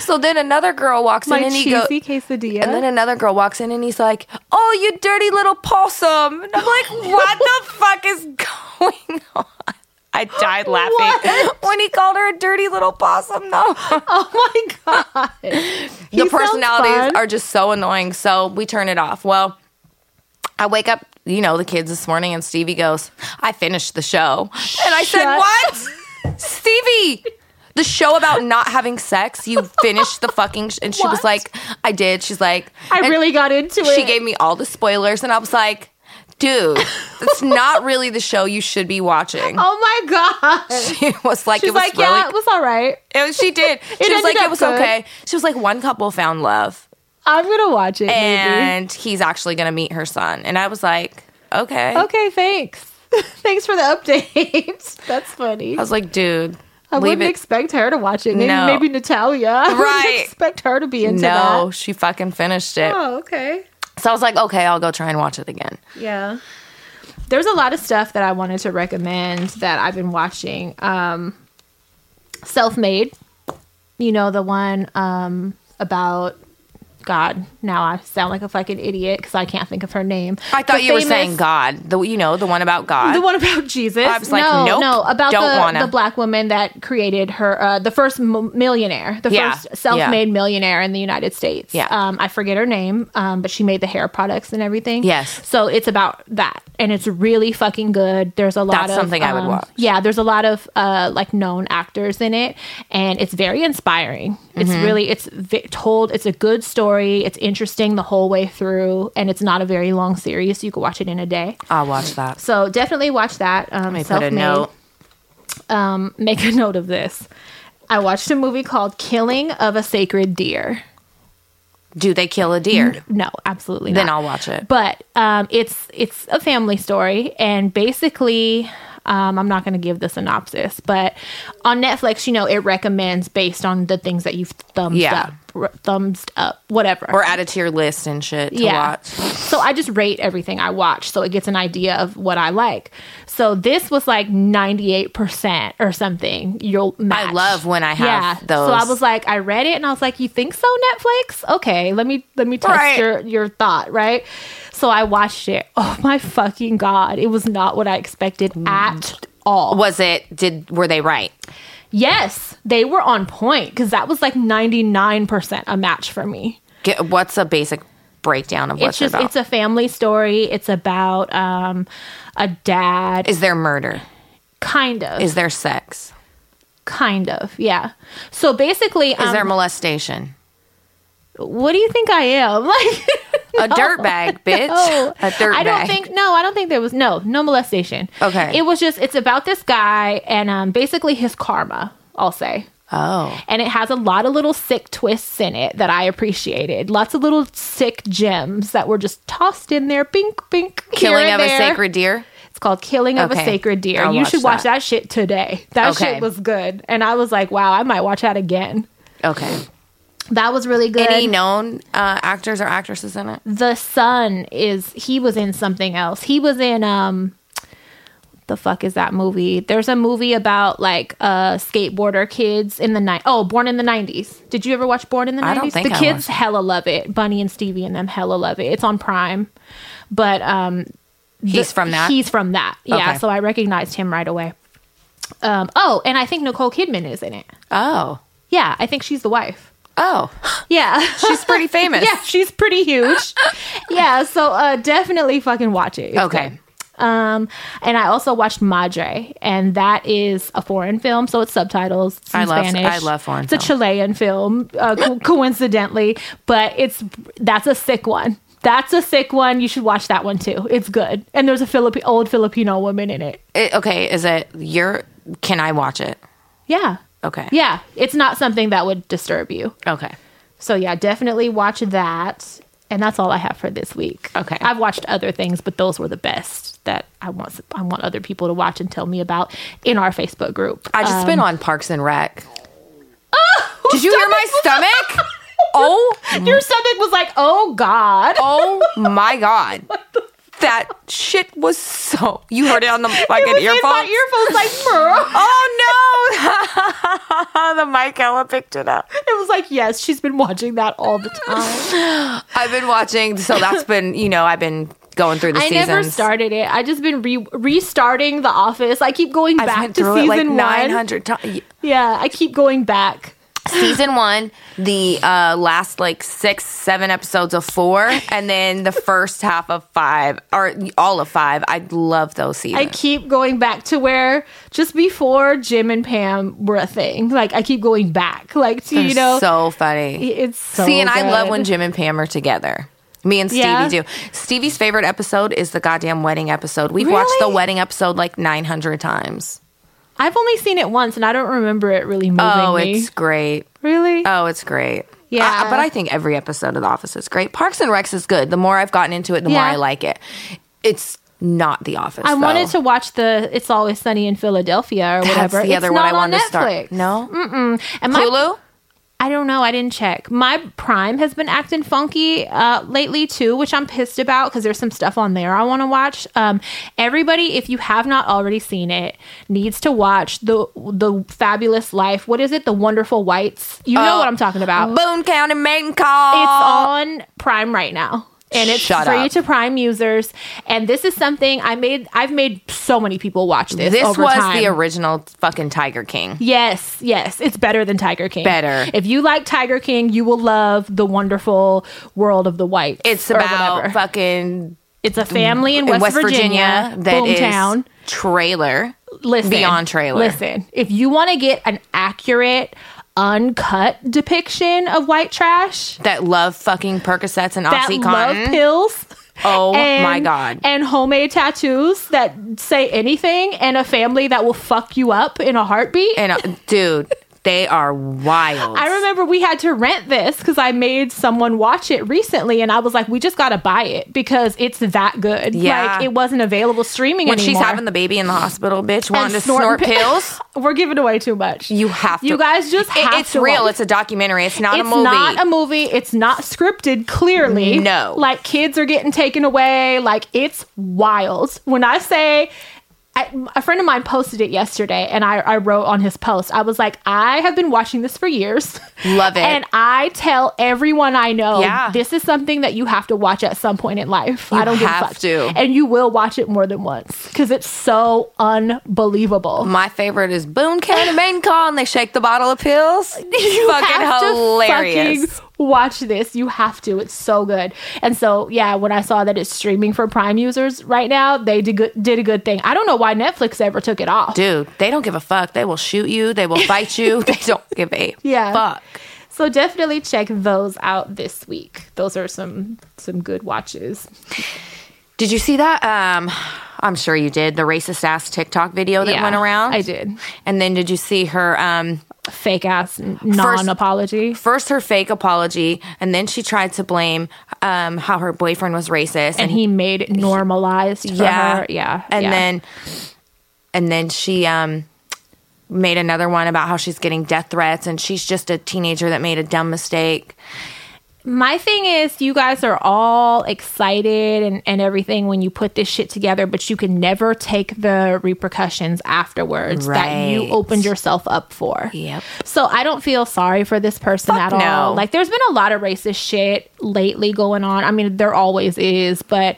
Speaker 2: So then another girl walks
Speaker 1: My
Speaker 2: in and he
Speaker 1: cheesy
Speaker 2: goes.
Speaker 1: quesadilla.
Speaker 2: And then another girl walks in and he's like, "Oh, you dirty little possum!" And I'm like, "What the fuck is going on?" I died laughing
Speaker 1: What?
Speaker 2: when he called her a dirty little possum. No,
Speaker 1: oh my god. He
Speaker 2: the
Speaker 1: sounds
Speaker 2: personalities
Speaker 1: fun.
Speaker 2: are just so annoying. So we turn it off. Well, I wake up, you know, the kids this morning, and Stevie goes, "I finished the show," and I said,
Speaker 1: Shut-
Speaker 2: "What, Stevie?" The show about not having sex, you finished the fucking. Sh-. And she was
Speaker 1: What?
Speaker 2: like, I did. She's like,
Speaker 1: I
Speaker 2: and-
Speaker 1: really got into it.
Speaker 2: she gave me all the spoilers, and I was like, dude, that's not really the show you should be watching.
Speaker 1: Oh my god.
Speaker 2: She was like,
Speaker 1: She's
Speaker 2: it was
Speaker 1: like,
Speaker 2: really.
Speaker 1: yeah, it was all right.
Speaker 2: it was- she did. She was
Speaker 1: ended
Speaker 2: like, it
Speaker 1: up
Speaker 2: was
Speaker 1: good.
Speaker 2: okay. She was like, one couple found love,
Speaker 1: I'm gonna watch it. maybe.
Speaker 2: and he's actually going to meet her son. And I was like, okay.
Speaker 1: Okay, thanks. thanks for the update. That's funny.
Speaker 2: I was like, dude,
Speaker 1: I
Speaker 2: leave
Speaker 1: wouldn't
Speaker 2: it.
Speaker 1: expect her to watch it. Maybe,
Speaker 2: No.
Speaker 1: maybe Natalia. I wouldn't
Speaker 2: Right.
Speaker 1: expect her to be into
Speaker 2: no,
Speaker 1: that.
Speaker 2: she fucking finished it.
Speaker 1: Oh, okay.
Speaker 2: So I was like, okay, I'll go try and watch it again.
Speaker 1: Yeah. There's a lot of stuff that I wanted to recommend that I've been watching. Um, Self Made, you know, the one um, about God. Now I sound like a fucking idiot because I can't think of her name.
Speaker 2: I thought
Speaker 1: The
Speaker 2: you were
Speaker 1: famous-
Speaker 2: saying God, the you know the one about God.
Speaker 1: The one about Jesus.
Speaker 2: I was like,
Speaker 1: no,
Speaker 2: nope,
Speaker 1: no, about
Speaker 2: don't
Speaker 1: the,
Speaker 2: wanna.
Speaker 1: the black woman that created her, uh, the first m- millionaire, the
Speaker 2: Yeah,
Speaker 1: first self-made millionaire in the United States.
Speaker 2: Yeah.
Speaker 1: um, I forget her name, um, but she made the hair products and everything.
Speaker 2: Yes.
Speaker 1: so it's about that, and it's really fucking good. There's a lot
Speaker 2: That's
Speaker 1: of
Speaker 2: something I would
Speaker 1: um,
Speaker 2: watch.
Speaker 1: Yeah, there's a lot of uh, like known actors in it, and it's very inspiring. It's
Speaker 2: Mm-hmm.
Speaker 1: really it's vi- told. It's a good story. It's interesting the whole way through, and it's not a very long series. You could watch it in a day.
Speaker 2: I'll watch that.
Speaker 1: So definitely watch that. Um,
Speaker 2: Let me put a
Speaker 1: self-made.
Speaker 2: note.
Speaker 1: Um, make a note of this. I watched a movie called Killing of a Sacred Deer.
Speaker 2: Do they kill a deer?
Speaker 1: No, absolutely not.
Speaker 2: Then I'll watch it.
Speaker 1: But um, it's it's a family story, and basically, um, I'm not going to give the synopsis, but on Netflix, you know, it recommends based on the things that you've thumbs
Speaker 2: Yeah.
Speaker 1: up, r- thumbs up, whatever.
Speaker 2: or add it to your list and shit to watch.
Speaker 1: So I just rate everything I watch so it gets an idea of what I like. So this was like 98% or something. You'll match.
Speaker 2: love when I have those.
Speaker 1: So I was like I read it and I was like you think so Netflix? Okay, let me let me test
Speaker 2: Right.
Speaker 1: your your thought, right? So I watched it. Oh my fucking god. It was not what I expected
Speaker 2: Mm.
Speaker 1: at all.
Speaker 2: Was it did were they right?
Speaker 1: Yes, they were on point cuz that was like 99% a match for me.
Speaker 2: Get, what's a basic breakdown of
Speaker 1: It's
Speaker 2: what's
Speaker 1: just
Speaker 2: about?
Speaker 1: it's a family story. It's about um a dad
Speaker 2: is there murder?
Speaker 1: Kind of.
Speaker 2: Is there sex?
Speaker 1: kind of. Yeah. So basically,
Speaker 2: Is
Speaker 1: um,
Speaker 2: there molestation?
Speaker 1: what do you think I am? Like,
Speaker 2: A dirt bag, bitch.
Speaker 1: no.
Speaker 2: A dirt
Speaker 1: I don't
Speaker 2: bag.
Speaker 1: think. No, I don't think there was. No, no molestation.
Speaker 2: Okay.
Speaker 1: It was just. It's about this guy and um, basically his karma. I'll say.
Speaker 2: Oh.
Speaker 1: And it has a lot of little sick twists in it that I appreciated. Lots of little sick gems that were just tossed in there, bink, bink. here
Speaker 2: Killing
Speaker 1: and
Speaker 2: of a
Speaker 1: there.
Speaker 2: sacred deer?
Speaker 1: It's called Killing of a
Speaker 2: Okay.
Speaker 1: Sacred Deer.
Speaker 2: I'll
Speaker 1: you
Speaker 2: watch
Speaker 1: should watch
Speaker 2: that.
Speaker 1: that. shit today. That
Speaker 2: Okay.
Speaker 1: shit was good. And I was like, wow, I might watch that again.
Speaker 2: Okay.
Speaker 1: That was really good.
Speaker 2: Any known uh, actors or actresses in it?
Speaker 1: the son is he was in something else. He was in um the fuck is that movie? There's a movie about like uh skateboarder kids in the night. Oh, Born in the 90s. Did you ever watch Born in the 90s?
Speaker 2: I don't think
Speaker 1: the
Speaker 2: I
Speaker 1: kids
Speaker 2: watched it.
Speaker 1: hella love it. Bunny and Stevie and them hella love it. It's on Prime. But um
Speaker 2: He's
Speaker 1: the-
Speaker 2: from that.
Speaker 1: He's from that. Yeah,
Speaker 2: Okay.
Speaker 1: so I recognized him right away. Um oh, and I think Nicole Kidman is in it.
Speaker 2: oh.
Speaker 1: Yeah, I think she's the wife.
Speaker 2: Oh.
Speaker 1: Yeah.
Speaker 2: She's pretty famous.
Speaker 1: Yeah, she's pretty huge. yeah, so uh, definitely fucking watch it. It's
Speaker 2: Okay.
Speaker 1: good. Um, and I also watched Madre, and that is a foreign film, so it's subtitles. It's in
Speaker 2: I love-
Speaker 1: Spanish.
Speaker 2: I love foreign
Speaker 1: It's a
Speaker 2: film.
Speaker 1: Chilean film, uh, co- coincidentally, but it's that's a sick one. That's a sick one. You should watch that one too. It's good, and there's a Philippi old Filipino woman in it.
Speaker 2: It- okay, is it your? Can I watch it?
Speaker 1: Yeah,
Speaker 2: Okay.
Speaker 1: yeah. It's not something that would disturb you.
Speaker 2: Okay.
Speaker 1: So yeah, definitely watch that. And that's all I have for this week.
Speaker 2: Okay.
Speaker 1: I've watched other things, but those were the best that I want I want other people to watch and tell me about in our Facebook group.
Speaker 2: I just been on Parks and Rec.
Speaker 1: Oh,
Speaker 2: Did you hear my stomach? oh,
Speaker 1: Your stomach was like, "Oh god."
Speaker 2: oh my god. That shit was so. You heard it on the fucking
Speaker 1: It was in
Speaker 2: earphone.
Speaker 1: my earphones like, "Bro."
Speaker 2: oh no! the mic Ella picked it up.
Speaker 1: It was like, "Yes, she's been watching that all the time."
Speaker 2: I've been watching, so that's been you know I've been going through the
Speaker 1: I
Speaker 2: seasons.
Speaker 1: never started it. I just been re- restarting The Office. I keep going
Speaker 2: I've
Speaker 1: back
Speaker 2: went
Speaker 1: to
Speaker 2: through it
Speaker 1: season
Speaker 2: like
Speaker 1: 1.
Speaker 2: 900 times.
Speaker 1: Yeah, I keep going back.
Speaker 2: season one, the uh, last like six, seven episodes of four, and then the first half of five, or all of five. I love those
Speaker 1: I
Speaker 2: seasons.
Speaker 1: keep going back to where just before Jim and Pam were a thing. Like I keep going back, like to you know,
Speaker 2: so funny.
Speaker 1: it's so
Speaker 2: See, and I love
Speaker 1: good.
Speaker 2: when Jim and Pam are together. Me and Stevie
Speaker 1: Yeah.
Speaker 2: do. Stevie's favorite episode is the goddamn wedding episode. We've watched the
Speaker 1: Really?
Speaker 2: wedding episode like 900 times.
Speaker 1: I've only seen it once, and I don't remember it really moving
Speaker 2: Oh,
Speaker 1: me.
Speaker 2: it's great.
Speaker 1: really
Speaker 2: Oh, it's great.
Speaker 1: Yeah.
Speaker 2: I- but I think every episode of The Office is great. Parks and Recs is good. The more I've gotten into it, the more
Speaker 1: Yeah.
Speaker 2: I like it. It's not The Office.
Speaker 1: I wanted
Speaker 2: though.
Speaker 1: to watch the "It's Always Sunny in Philadelphia" or
Speaker 2: That's
Speaker 1: whatever.
Speaker 2: the other
Speaker 1: it's
Speaker 2: one
Speaker 1: not
Speaker 2: I wanted
Speaker 1: on
Speaker 2: to start.
Speaker 1: Netflix.
Speaker 2: No,
Speaker 1: and my
Speaker 2: Hulu.
Speaker 1: I don't know. I didn't check. My Prime has been acting funky uh, lately too, which I'm pissed about because there's some stuff on there I want to watch. Um, everybody, if you have not already seen it, needs to watch the the Fabulous Life. What is it? The Wonderful Whites. You know
Speaker 2: Oh.
Speaker 1: what I'm talking about.
Speaker 2: Boone County Maiden
Speaker 1: It's
Speaker 2: Call.
Speaker 1: on Prime right now. And it's
Speaker 2: Shut
Speaker 1: free
Speaker 2: up.
Speaker 1: to Prime users. And this is something I made I've made so many people watch this.
Speaker 2: this
Speaker 1: over
Speaker 2: was
Speaker 1: time.
Speaker 2: the original fucking Tiger King.
Speaker 1: Yes, yes. It's better than Tiger King.
Speaker 2: Better.
Speaker 1: If you like Tiger King, you will love the wonderful world of the white.
Speaker 2: It's about fucking
Speaker 1: it's a family in West, Virginia,
Speaker 2: that is
Speaker 1: boomtown.
Speaker 2: trailer.
Speaker 1: listen,
Speaker 2: beyond trailer.
Speaker 1: Listen, if you want to get an accurate, uncut depiction of white trash
Speaker 2: That love fucking Percocets and
Speaker 1: that love
Speaker 2: OxyContin.
Speaker 1: pills.
Speaker 2: Oh
Speaker 1: and-
Speaker 2: my god!
Speaker 1: And homemade tattoos that say anything, and a family that will fuck you up in a heartbeat.
Speaker 2: And uh, dude, they are wild.
Speaker 1: I remember we had to rent this because I made someone watch it recently, and I was like, "We just got to buy it because it's that good."
Speaker 2: Yeah.
Speaker 1: like it wasn't available streaming
Speaker 2: when
Speaker 1: anymore.
Speaker 2: she's having the baby in the hospital, bitch,
Speaker 1: And
Speaker 2: wanting to snort
Speaker 1: snorting pi-
Speaker 2: pills.
Speaker 1: We're giving away too much.
Speaker 2: You have to.
Speaker 1: You guys just
Speaker 2: It-
Speaker 1: have
Speaker 2: it's
Speaker 1: to
Speaker 2: real.
Speaker 1: watch.
Speaker 2: It's a documentary. It's not
Speaker 1: it's
Speaker 2: a movie.
Speaker 1: not a movie. It's not scripted. Clearly,
Speaker 2: No.
Speaker 1: Like kids are getting taken away. Like it's wild. When I say. I, a friend of mine posted it yesterday, and I, I wrote on his post. I was like, I have been watching this for years.
Speaker 2: Love it.
Speaker 1: And I tell everyone I know,
Speaker 2: Yeah.
Speaker 1: this is something that you have to watch at some point in life.
Speaker 2: You
Speaker 1: I don't give
Speaker 2: have
Speaker 1: a fuck.
Speaker 2: to.
Speaker 1: And you will watch it more than once because it's so unbelievable.
Speaker 2: My favorite is Boone County Main Call, and they shake the bottle of pills.
Speaker 1: You
Speaker 2: fucking
Speaker 1: have to
Speaker 2: hilarious.
Speaker 1: fucking watch this. You have to. It's so good. And so, yeah, when I saw that it's streaming for Prime users right now, they did, good, did a good thing. I don't know why Netflix ever took it off.
Speaker 2: Dude, they don't give a fuck. They will shoot you. They will fight you. they don't give a
Speaker 1: Yeah.
Speaker 2: fuck.
Speaker 1: So definitely check those out this week. Those are some some good watches.
Speaker 2: Did you see that? Um, I'm sure you did. The racist ass TikTok video that
Speaker 1: Yeah,
Speaker 2: went around.
Speaker 1: I did.
Speaker 2: And then did you see her? Um,
Speaker 1: Fake ass non apology.
Speaker 2: first her fake apology, and then she tried to blame um, how her boyfriend was racist,
Speaker 1: and he made it normalized for her. Yeah.
Speaker 2: and
Speaker 1: yeah.
Speaker 2: then and then she um made another one about how she's getting death threats and she's just a teenager that made a dumb mistake
Speaker 1: my thing is you guys are all excited and, and everything when you put this shit together, but you can never take the repercussions afterwards that you
Speaker 2: Right.
Speaker 1: opened yourself up for.
Speaker 2: Yep.
Speaker 1: So I don't feel sorry for this person
Speaker 2: Fuck
Speaker 1: at all.
Speaker 2: no.
Speaker 1: Like there's been a lot of racist shit lately going on. I mean, there always is, but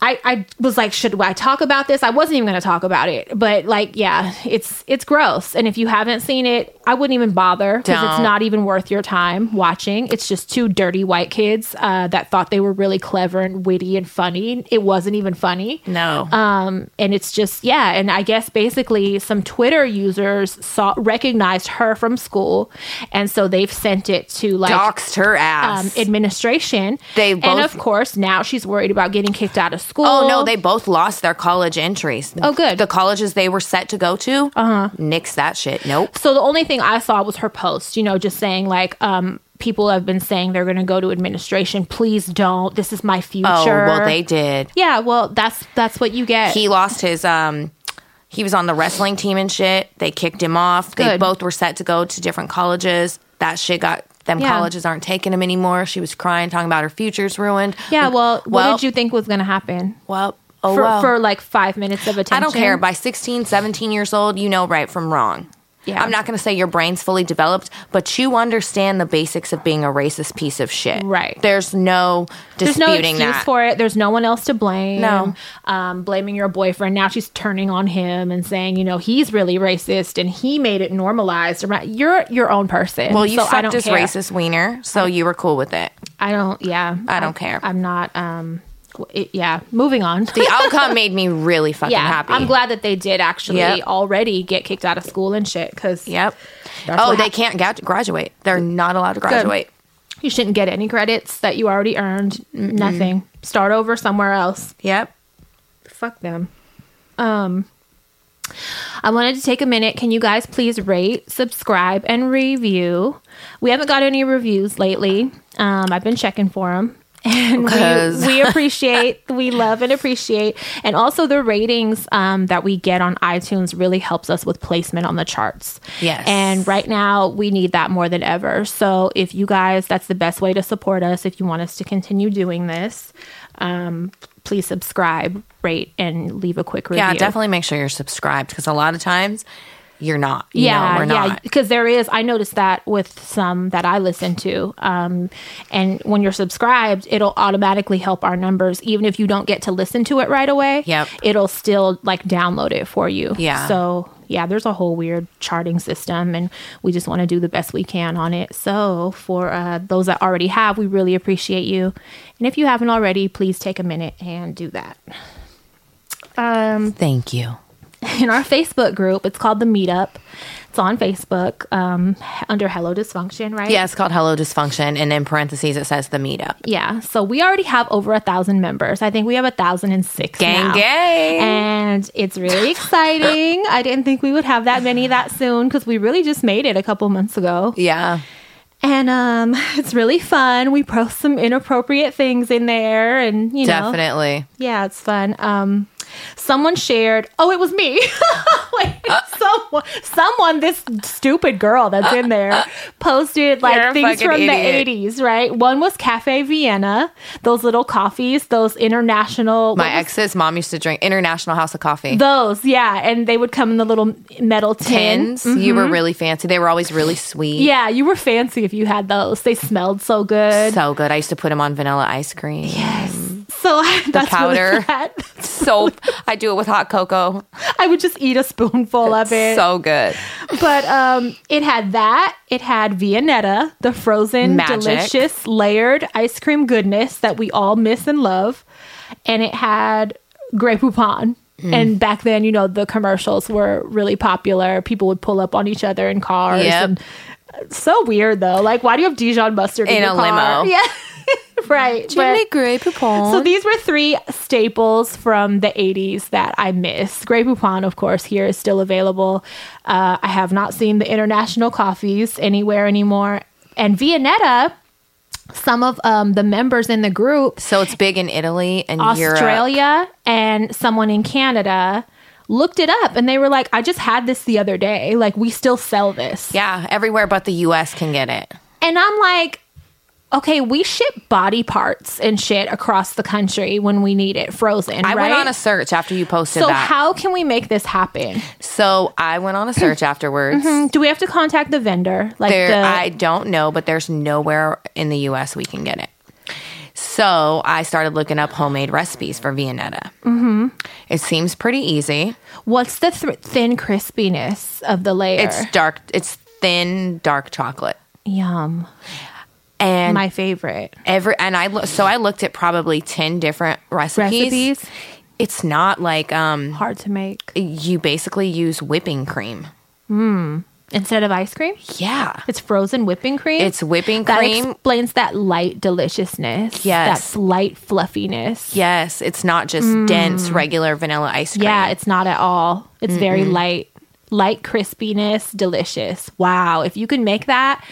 Speaker 1: I, I was like, should I talk about this? I wasn't even going to talk about it, but like, yeah, it's it's gross. And if you haven't seen it, I wouldn't even bother because it's
Speaker 2: Don't.
Speaker 1: not even worth your time watching. It's just two dirty white kids uh, that thought they were really clever and witty and funny. It wasn't even funny.
Speaker 2: No.
Speaker 1: Um, and it's just yeah, and I guess basically some Twitter users saw recognized her from school, and so they've sent it to like
Speaker 2: Doxed her ass.
Speaker 1: um, administration.
Speaker 2: They
Speaker 1: and
Speaker 2: both-
Speaker 1: of course now she's worried about getting kicked out of school.
Speaker 2: Oh no, they both lost their college entries.
Speaker 1: Oh, good.
Speaker 2: The colleges they were set to go to, uh-huh. nix that shit. Nope.
Speaker 1: So the only thing I saw was her post, you know, just saying like, um, people have been saying they're going to go to administration. Please don't. This is my future.
Speaker 2: Oh well, they did.
Speaker 1: Yeah, well, that's that's what you get.
Speaker 2: He lost his um. He was on the wrestling team and shit. They kicked him off. They
Speaker 1: Good.
Speaker 2: both were set to go to different colleges. That shit got them.
Speaker 1: Yeah.
Speaker 2: Colleges aren't taking him anymore. She was crying, talking about her future's ruined.
Speaker 1: yeah, well,
Speaker 2: well,
Speaker 1: what did you think was going to happen?
Speaker 2: Well, oh
Speaker 1: for,
Speaker 2: well.
Speaker 1: for like five minutes of attention.
Speaker 2: I don't care. By 16, 17 years old, you know right from wrong.
Speaker 1: Yeah.
Speaker 2: I'm not going to say your brain's fully developed, but you understand the basics of being a racist piece of shit.
Speaker 1: Right.
Speaker 2: There's no
Speaker 1: There's no
Speaker 2: disputing
Speaker 1: excuse
Speaker 2: that.
Speaker 1: for it. There's no one else to blame.
Speaker 2: No.
Speaker 1: Um, blaming your boyfriend. Now she's turning on him and saying, you know, he's really racist and he made it normalized. around- You're your own person.
Speaker 2: well, you
Speaker 1: so I
Speaker 2: sucked
Speaker 1: don't
Speaker 2: his
Speaker 1: care.
Speaker 2: racist wiener, so you were cool with it.
Speaker 1: I don't, yeah.
Speaker 2: I don't care.
Speaker 1: I'm not, um, w- it, yeah. Moving on.
Speaker 2: The outcome made me really fucking
Speaker 1: yeah.
Speaker 2: happy.
Speaker 1: I'm glad that they did actually
Speaker 2: Yep.
Speaker 1: already get kicked out of school and shit because
Speaker 2: Yep.
Speaker 1: That's
Speaker 2: oh,
Speaker 1: what
Speaker 2: they
Speaker 1: hap-
Speaker 2: can't gra- graduate. They're not allowed to graduate.
Speaker 1: you shouldn't get any credits that you already earned. Nothing. Start over somewhere else.
Speaker 2: Yep.
Speaker 1: fuck them. Um, I wanted to take a minute. Can you guys please rate, subscribe, and review? We haven't got any reviews lately. Um, I've been checking for them. And we,
Speaker 2: Because-
Speaker 1: we appreciate, we love and appreciate. And also, the ratings um, that we get on iTunes really helps us with placement on the charts.
Speaker 2: Yes.
Speaker 1: And right now, we need that more than ever. So, if you guys, that's the best way to support us if you want us to continue doing this um, please subscribe, rate, and leave a quick review.
Speaker 2: Yeah, definitely make sure you're subscribed because a lot of times you're not. You
Speaker 1: Yeah,
Speaker 2: know, we're
Speaker 1: yeah,
Speaker 2: not.
Speaker 1: because there is. I noticed that with some that I listen to, um, and when you're subscribed, it'll automatically help our numbers, even if you don't get to listen to it right away.
Speaker 2: Yep.
Speaker 1: it'll still like download it for you.
Speaker 2: Yeah.
Speaker 1: So yeah, there's a whole weird charting system, and we just want to do the best we can on it. So for uh, those that already have, we really appreciate you, and if you haven't already, please take a minute and do that.
Speaker 2: Thank you.
Speaker 1: in our Facebook group. It's called the Meetup. It's on Facebook um, under Hello Dysfunction, right?
Speaker 2: Yeah, it's called Hello Dysfunction, and in parentheses it says the meetup.
Speaker 1: Yeah. So we already have over a thousand members. I think we have a thousand and six.
Speaker 2: Gang,
Speaker 1: now.
Speaker 2: gang.
Speaker 1: And it's really exciting. I didn't think we would have that many that soon because we really just made it a couple months ago.
Speaker 2: Yeah.
Speaker 1: And um, it's really fun. We post some inappropriate things in there and you know
Speaker 2: Definitely.
Speaker 1: Yeah, it's fun. Um, someone shared. Oh, it was me. Wait,
Speaker 2: Uh,
Speaker 1: someone, someone, this stupid girl that's in there posted like
Speaker 2: uh, You're a
Speaker 1: things
Speaker 2: fucking
Speaker 1: from
Speaker 2: idiot.
Speaker 1: the '80s. Right? One was Cafe Vienna, those little coffees, those international.
Speaker 2: My
Speaker 1: what was-
Speaker 2: ex's mom used to drink International House of Coffee.
Speaker 1: Those, yeah, and they would come in the little metal tin.
Speaker 2: Pins. You
Speaker 1: Mm-hmm.
Speaker 2: were really fancy. They were always really sweet.
Speaker 1: Yeah, you were fancy if you had those. They smelled so good.
Speaker 2: So good. I used to put them on vanilla ice cream.
Speaker 1: So I, that's
Speaker 2: powder.
Speaker 1: Really bad.
Speaker 2: So I do it with hot cocoa.
Speaker 1: I would just eat a spoonful of it.
Speaker 2: So good.
Speaker 1: but um, it had that. It had Viennetta, the frozen,
Speaker 2: Magic.
Speaker 1: delicious, layered ice cream goodness that we all miss and love. And it had Grey Poupon.
Speaker 2: Mm.
Speaker 1: And back then, you know, the commercials were really popular. People would pull up on each other in cars.
Speaker 2: Yep.
Speaker 1: And uh, so weird, though. Like, why do you have Dijon mustard in,
Speaker 2: In
Speaker 1: your
Speaker 2: a
Speaker 1: car?
Speaker 2: limo.
Speaker 1: Yeah. right. but-
Speaker 2: Grey
Speaker 1: so
Speaker 2: Poupon.
Speaker 1: these were three staples from the 80s that I missed. Grey Poupon, of course, here is still available. Uh, I have not seen the international coffees anywhere anymore. And Viennetta, some of um, the members in the group,
Speaker 2: So it's big in Italy and Europe.
Speaker 1: Australia and someone in Canada, looked it up and they were like, I just had this the other day. Like, we still sell this.
Speaker 2: Yeah, everywhere but the US can get it.
Speaker 1: And I'm like, okay, we ship body parts and shit across the country when we need it frozen.
Speaker 2: I
Speaker 1: right?
Speaker 2: went on a search after you posted
Speaker 1: So
Speaker 2: that.
Speaker 1: how can we make this happen?
Speaker 2: so I went on a search afterwards.
Speaker 1: Do we have to contact the vendor? Mm-hmm. Like
Speaker 2: There,
Speaker 1: the
Speaker 2: I don't know, but there's nowhere in the U.S. we can get it. So I started looking up homemade recipes for Viennetta. Mm-hmm. It seems pretty easy.
Speaker 1: what's the thr thin crispiness of the layer?
Speaker 2: It's dark. It's thin dark chocolate.
Speaker 1: Yum.
Speaker 2: And
Speaker 1: My favorite.
Speaker 2: every and I lo- so I looked at probably 10 different recipes.
Speaker 1: Recipes?
Speaker 2: It's not like um
Speaker 1: Hard to make.
Speaker 2: you basically use whipping cream.
Speaker 1: Instead of ice cream,
Speaker 2: Yeah.
Speaker 1: it's frozen whipping cream.
Speaker 2: It's whipping
Speaker 1: that
Speaker 2: cream.
Speaker 1: explains that light deliciousness.
Speaker 2: Yes.
Speaker 1: That light fluffiness.
Speaker 2: yes, it's not just dense regular vanilla ice cream.
Speaker 1: Mm. Yeah, it's not at all. It's very light, light crispiness, delicious. Wow, if you could make that,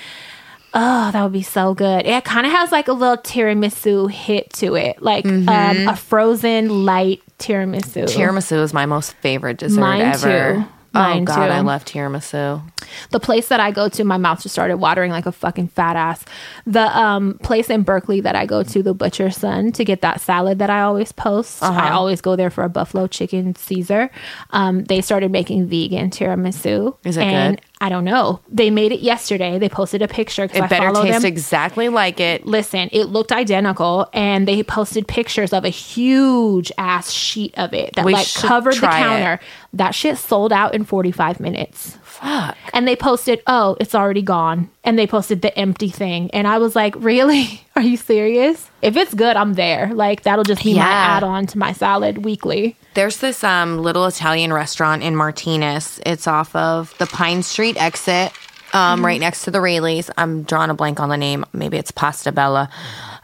Speaker 1: oh, that would be so good. It kind of has like a little tiramisu hit to it, like
Speaker 2: Mm-hmm.
Speaker 1: um, a frozen light tiramisu.
Speaker 2: Tiramisu is my most favorite dessert
Speaker 1: Mine
Speaker 2: ever.
Speaker 1: too.
Speaker 2: oh
Speaker 1: Mine
Speaker 2: god,
Speaker 1: too.
Speaker 2: I love tiramisu.
Speaker 1: the place that I go to, my mouth just started watering like a fucking fat ass. The um place in Berkeley that I go to, the Butcher Son, to get that salad that I always post.
Speaker 2: Uh-huh.
Speaker 1: I always go there for a buffalo chicken Caesar. Um, they started making vegan tiramisu.
Speaker 2: Is it
Speaker 1: and
Speaker 2: good?
Speaker 1: I don't know. They made it yesterday. They posted a picture because
Speaker 2: It
Speaker 1: I
Speaker 2: better
Speaker 1: follow
Speaker 2: taste
Speaker 1: them.
Speaker 2: exactly like it.
Speaker 1: Listen, it looked identical, and they posted pictures of a huge ass sheet of it that
Speaker 2: We
Speaker 1: like
Speaker 2: should
Speaker 1: covered the
Speaker 2: try it.
Speaker 1: counter. That shit sold out in 45 minutes
Speaker 2: Fuck.
Speaker 1: and they posted, "Oh, it's already gone." And they posted the empty thing, and I was like, "Really? Are you serious? If it's good, I'm there. Like that'll just be my
Speaker 2: Yeah.
Speaker 1: add-on to my salad weekly."
Speaker 2: There's this um, little Italian restaurant in Martinez. It's off of the Pine Street exit, um,
Speaker 1: Mm-hmm.
Speaker 2: right next to the Rayleighs. I'm drawing a blank on the name. Maybe it's Pasta Bella.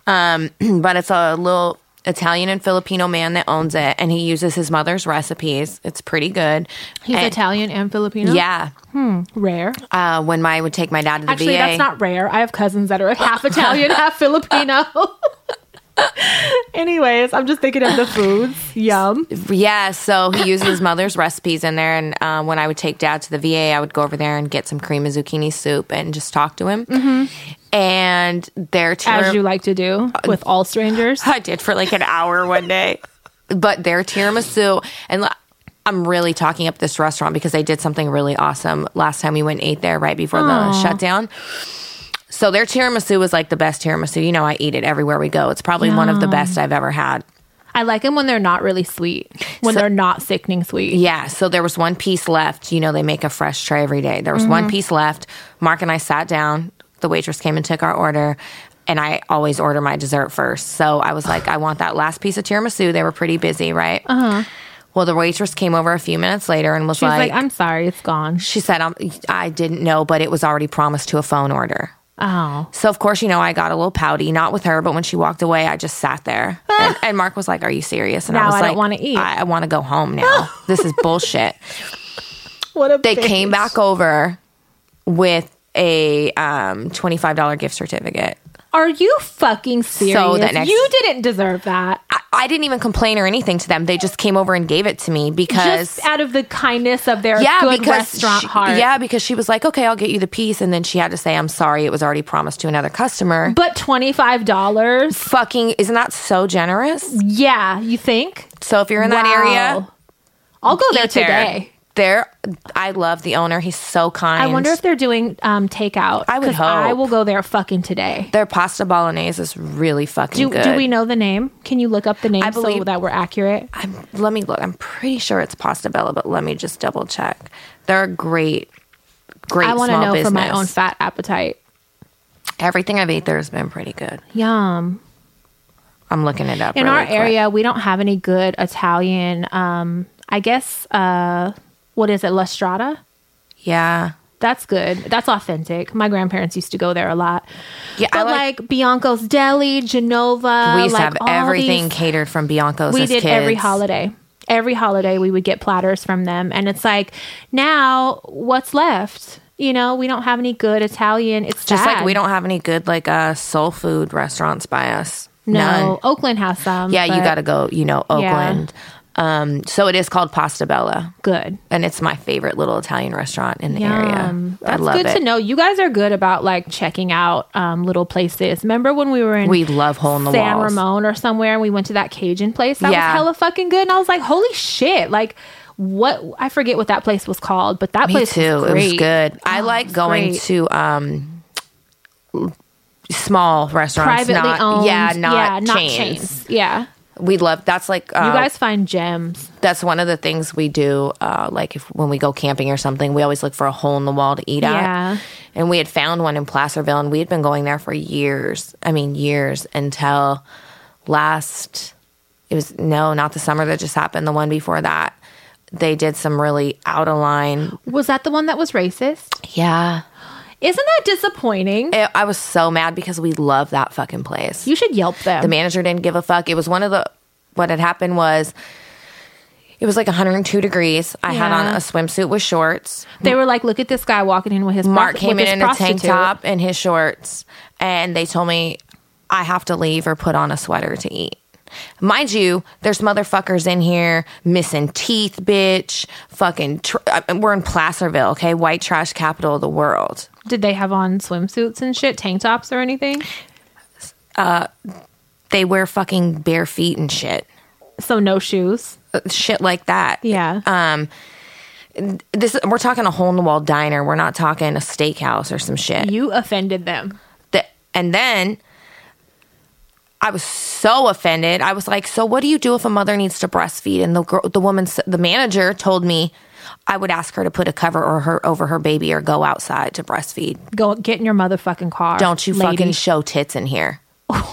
Speaker 2: Um, but it's a little Italian and Filipino man that owns it, and he uses his mother's recipes. It's pretty good.
Speaker 1: He's
Speaker 2: And-
Speaker 1: Italian and Filipino.
Speaker 2: Yeah.
Speaker 1: rare.
Speaker 2: Uh, when my would take my dad to the
Speaker 1: Actually,
Speaker 2: VA.
Speaker 1: that's not rare. I have cousins that are half Italian, half Filipino. Anyways, I'm just thinking of the foods. Yum.
Speaker 2: Yeah, so he uses his mother's recipes in there. And um, when I would take dad to the VA, I would go over there and get some cream and zucchini soup and just talk to him. Mm-hmm. And their tiram-
Speaker 1: As you like to do with all strangers.
Speaker 2: I did for like an hour one day, but their tiramisu and. l- I'm really talking up this restaurant because they did something really awesome last time we went and ate there right before the shutdown. So their tiramisu was like the best tiramisu. You know, I eat it everywhere we go. It's probably one of the best I've ever had.
Speaker 1: I like them when they're not really sweet, when they're not sickening sweet.
Speaker 2: Yeah, so there was one piece left. You know, they make a fresh tray every day. There was
Speaker 1: Mm-hmm.
Speaker 2: one piece left. Mark and I sat down. The waitress came and took our order, and I always order my dessert first. So I was like, I want that last piece of tiramisu. They were pretty busy, right? Uh huh. Well, the waitress came over a few minutes later and was
Speaker 1: Uh-huh. She's like,
Speaker 2: like,
Speaker 1: I'm sorry, it's gone.
Speaker 2: she said, I'm, I didn't know, but it was already promised to a phone order.
Speaker 1: Oh.
Speaker 2: So of course, you know, I got a little pouty, not with her, but when she walked away, I just sat there. and, and Mark was like, "Are you serious?" And
Speaker 1: Ah. Now
Speaker 2: I was
Speaker 1: I
Speaker 2: like,
Speaker 1: don't wanna eat.
Speaker 2: I, I want to go home now. this is bullshit."
Speaker 1: What a
Speaker 2: they came back over with a um, $25 gift certificate.
Speaker 1: Are you fucking serious?
Speaker 2: that next-
Speaker 1: you didn't deserve that.
Speaker 2: I, I didn't even complain or anything to them. They just came over and gave it to me because.
Speaker 1: Just out of the kindness of their
Speaker 2: yeah,
Speaker 1: good
Speaker 2: because
Speaker 1: restaurant
Speaker 2: she,
Speaker 1: heart.
Speaker 2: yeah, because she was like, "Okay, I'll get you the piece," and then she had to say, "I'm sorry, it was already promised to another customer."
Speaker 1: But twenty five dollars?
Speaker 2: Fucking, isn't that so generous?
Speaker 1: Yeah, you think?
Speaker 2: So if you're in that area,
Speaker 1: Wow. I'll go there
Speaker 2: eat there.
Speaker 1: today.
Speaker 2: There, I love the owner. He's so kind.
Speaker 1: I wonder if they're doing um, takeout.
Speaker 2: I would
Speaker 1: 'cause I
Speaker 2: hope.
Speaker 1: will go there fucking today.
Speaker 2: their pasta bolognese is really fucking
Speaker 1: Do,
Speaker 2: good.
Speaker 1: do we know the name? Can you look up the name so
Speaker 2: believe-
Speaker 1: that we're accurate?
Speaker 2: I'm, let me look. I'm pretty sure it's Pasta Bella, but let me just double check. They're a great, great
Speaker 1: I
Speaker 2: small
Speaker 1: want to know
Speaker 2: business.
Speaker 1: for my own fat appetite.
Speaker 2: Everything I've ate there has been pretty good.
Speaker 1: Yum.
Speaker 2: I'm looking it up.
Speaker 1: in
Speaker 2: really
Speaker 1: our
Speaker 2: quick.
Speaker 1: area we don't have any good italian um i guess uh what is it la strada
Speaker 2: yeah,
Speaker 1: that's good that's authentic my grandparents used to go there a lot
Speaker 2: yeah. I
Speaker 1: but
Speaker 2: like,
Speaker 1: like, bianco's deli genova
Speaker 2: we used
Speaker 1: like
Speaker 2: to have
Speaker 1: all
Speaker 2: everything
Speaker 1: these-
Speaker 2: catered from Bianco's.
Speaker 1: we
Speaker 2: as
Speaker 1: did every
Speaker 2: kids.
Speaker 1: holiday every holiday we would get platters from them and it's like now what's left you know we don't have any good italian it's
Speaker 2: Just
Speaker 1: sad.
Speaker 2: like we don't have any good like uh, soul food restaurants by us.
Speaker 1: no
Speaker 2: None.
Speaker 1: oakland has some
Speaker 2: Yeah, you
Speaker 1: but
Speaker 2: got to go. You know, Oakland. Um, so it is called Pasta Bella,
Speaker 1: good
Speaker 2: and it's my favorite little Italian restaurant in the
Speaker 1: Um,
Speaker 2: area. I
Speaker 1: that's
Speaker 2: love
Speaker 1: good
Speaker 2: it.
Speaker 1: to know. You guys are good about like checking out um, little places. Remember when we were in
Speaker 2: We love hole in the
Speaker 1: San
Speaker 2: walls.
Speaker 1: Ramon or somewhere and we went to that Cajun place? That
Speaker 2: Yeah.
Speaker 1: was hella fucking good. And I was like, holy shit! Like, what? I forget what that place was called, but that
Speaker 2: Me
Speaker 1: place
Speaker 2: too.
Speaker 1: was
Speaker 2: It was
Speaker 1: great. Oh,
Speaker 2: good. I like going
Speaker 1: great.
Speaker 2: to um small restaurants,
Speaker 1: Privately
Speaker 2: not
Speaker 1: owned,
Speaker 2: yeah, not,
Speaker 1: yeah,
Speaker 2: chains.
Speaker 1: Yeah,
Speaker 2: We love that's like uh,
Speaker 1: You guys find gems.
Speaker 2: that's one of the things we do. Uh, like if when we go camping or something, we always look for a hole in the wall to eat
Speaker 1: Yeah.
Speaker 2: at. And we had found one in Placerville, and we had been going there for years. I mean, years until last. It was no, not the summer that just happened. The one before that, they did some really out of line.
Speaker 1: Was that the one that was racist?
Speaker 2: Yeah,
Speaker 1: Isn't that disappointing?
Speaker 2: I I was so mad because we love that fucking place.
Speaker 1: You should Yelp them.
Speaker 2: The manager didn't give a fuck. It was one of the what had happened was it was like 102 degrees. I had
Speaker 1: Yeah.
Speaker 2: on a swimsuit with shorts.
Speaker 1: they were like, look at this guy walking in with his
Speaker 2: Mark
Speaker 1: prosti-
Speaker 2: came in
Speaker 1: with his
Speaker 2: in a tank
Speaker 1: prostitute.
Speaker 2: top and his shorts, and they told me I have to leave or put on a sweater to eat. Mind you, there's motherfuckers in here missing teeth, bitch. Fucking, tr- I- we're in Placerville, okay? White trash capital of the world.
Speaker 1: Did they have on swimsuits and shit, tank tops or anything?
Speaker 2: They wear fucking bare feet and shit.
Speaker 1: So no shoes.
Speaker 2: Uh, Shit like that.
Speaker 1: Yeah.
Speaker 2: um this we're talking a hole in the wall diner we're not talking a steakhouse or some shit
Speaker 1: you offended them.
Speaker 2: Th- and then i was so offended i was like so what do you do if a mother needs to breastfeed and the girl the woman s- the manager told me i would ask her to put a cover or her over her baby or go outside to breastfeed
Speaker 1: Go get in your motherfucking car.
Speaker 2: don't you
Speaker 1: lady.
Speaker 2: fucking show tits in here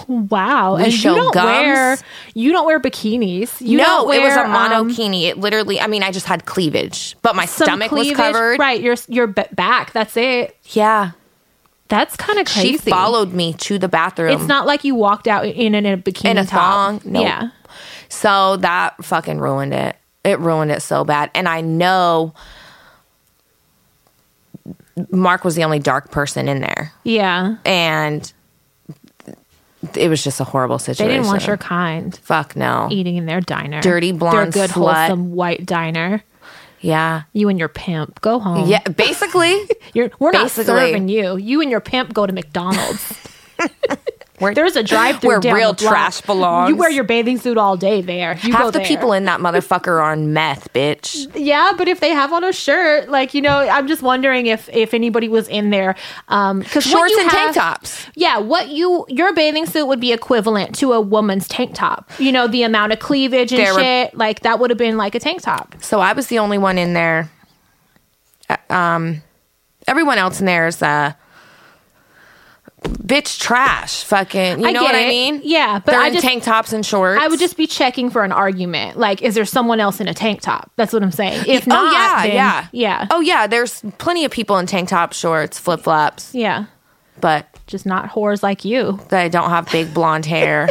Speaker 1: Wow. and
Speaker 2: show
Speaker 1: you don't
Speaker 2: gums?
Speaker 1: wear you don't wear bikinis. You
Speaker 2: no
Speaker 1: don't wear,
Speaker 2: it was a
Speaker 1: um,
Speaker 2: monokini it literally i mean i just had cleavage but my
Speaker 1: some
Speaker 2: stomach
Speaker 1: cleavage.
Speaker 2: was covered
Speaker 1: Right, your your b- back. That's it.
Speaker 2: yeah
Speaker 1: That's kind of crazy.
Speaker 2: she followed me to the bathroom
Speaker 1: It's not like you walked out in in a bikini
Speaker 2: In a thong?
Speaker 1: top.
Speaker 2: Nope.
Speaker 1: Yeah.
Speaker 2: So that fucking ruined it. It ruined it so bad. And I know Mark was the only dark person in there.
Speaker 1: Yeah.
Speaker 2: And it was just a horrible
Speaker 1: They
Speaker 2: situation.
Speaker 1: didn't want your E- kind
Speaker 2: Fuck no.
Speaker 1: eating in their diner.
Speaker 2: Dirty blonde
Speaker 1: Their good
Speaker 2: slut.
Speaker 1: wholesome white diner.
Speaker 2: Yeah.
Speaker 1: You and your pimp go home.
Speaker 2: Yeah. Basically,
Speaker 1: You're, we're
Speaker 2: Basically.
Speaker 1: not serving you. You and your pimp go to McDonald's.
Speaker 2: we're,
Speaker 1: There's a drive-through
Speaker 2: Where
Speaker 1: down
Speaker 2: real
Speaker 1: the block.
Speaker 2: trash belongs.
Speaker 1: You wear your bathing suit all day there. You go
Speaker 2: half the
Speaker 1: there.
Speaker 2: people in that motherfucker are on meth, bitch.
Speaker 1: Yeah, but if they have on a shirt, like you know, I'm just wondering if if anybody was in there. Um, because
Speaker 2: Shorts and tank tops.
Speaker 1: Yeah, what you your bathing suit would be equivalent to a woman's tank top. You know, the amount of cleavage and
Speaker 2: There were-
Speaker 1: shit like that would have been like a tank top.
Speaker 2: So I was the only one in there. Uh, Um, everyone else in there is uh, bitch trash. Fucking, you
Speaker 1: I
Speaker 2: know
Speaker 1: get
Speaker 2: what I
Speaker 1: it.
Speaker 2: mean?
Speaker 1: Yeah, but
Speaker 2: They're
Speaker 1: I
Speaker 2: in
Speaker 1: just-
Speaker 2: tank tops and shorts.
Speaker 1: I would just be checking for an argument. Like, is there someone else in a tank top? That's what I'm saying. If not,
Speaker 2: oh yeah,
Speaker 1: then-
Speaker 2: yeah,
Speaker 1: yeah,
Speaker 2: Oh yeah, there's plenty of people in tank top shorts, flip flops,
Speaker 1: yeah.
Speaker 2: but
Speaker 1: Just not whores like you.
Speaker 2: they don't have big blonde hair.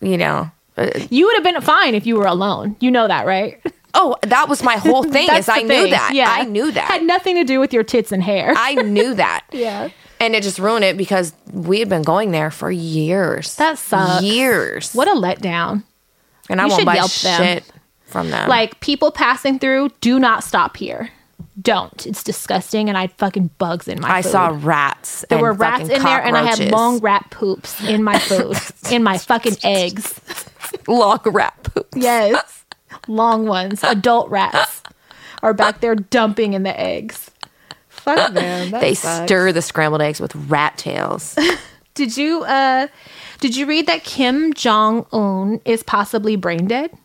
Speaker 2: you know. Uh,
Speaker 1: You would have been fine if you were alone. You know that, right?
Speaker 2: Oh, that was my whole thing. is
Speaker 1: That's
Speaker 2: I
Speaker 1: the
Speaker 2: knew
Speaker 1: thing.
Speaker 2: that. I knew
Speaker 1: Had
Speaker 2: that.
Speaker 1: nothing to do with your tits and hair.
Speaker 2: I knew that.
Speaker 1: yeah.
Speaker 2: And it just ruined it because we had been going there for years.
Speaker 1: That sucks.
Speaker 2: Years.
Speaker 1: What a letdown.
Speaker 2: And I
Speaker 1: You
Speaker 2: won't
Speaker 1: should
Speaker 2: buy
Speaker 1: Yelp them.
Speaker 2: shit from them.
Speaker 1: Like people passing through, do not stop here. Don't. It's disgusting and I had fucking bugs in my
Speaker 2: I
Speaker 1: food.
Speaker 2: saw rats.
Speaker 1: there were rats in there and I had long rat poops in my food. in my fucking eggs.
Speaker 2: long rat poops.
Speaker 1: Yes. Long ones. Adult rats are back there dumping in the eggs. Fuck them. That
Speaker 2: They
Speaker 1: sucks.
Speaker 2: stir the scrambled eggs with rat tails.
Speaker 1: Did you uh did you read that Kim Jong Un is possibly brain dead?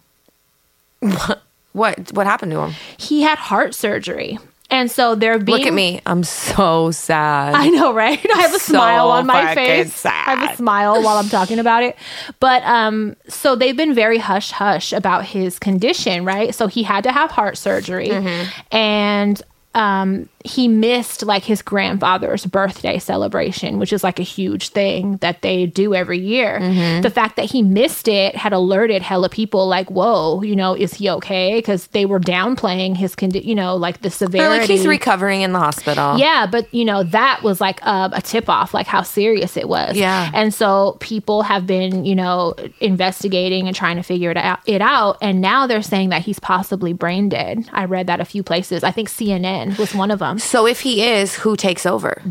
Speaker 2: what what happened to them?
Speaker 1: He had heart surgery. And so they're being
Speaker 2: Look at me. I'm so sad.
Speaker 1: I know, right? I have a
Speaker 2: So
Speaker 1: smile on my
Speaker 2: fucking
Speaker 1: face. I have a
Speaker 2: sad.
Speaker 1: smile while I'm talking about it. But um so they've been very hush hush about his condition, right? So he had to have heart surgery
Speaker 2: Mm-hmm.
Speaker 1: and um he missed like his grandfather's birthday celebration, which is like a huge thing that they do every year.
Speaker 2: Mm-hmm.
Speaker 1: The fact that he missed it had alerted hella people like, "Whoa, you know, is he okay?" cuz they were downplaying his condi- you know, like the
Speaker 2: They're
Speaker 1: severity.
Speaker 2: like he's recovering in the hospital.
Speaker 1: Yeah, but you know that was like uh, a tip off, like how serious it was.
Speaker 2: Yeah.
Speaker 1: and so people have been you know investigating and trying to figure it out. It out, and now they're saying that he's possibly brain dead. I read that a few places. I think CNN was one of them.
Speaker 2: So if he is, who takes over?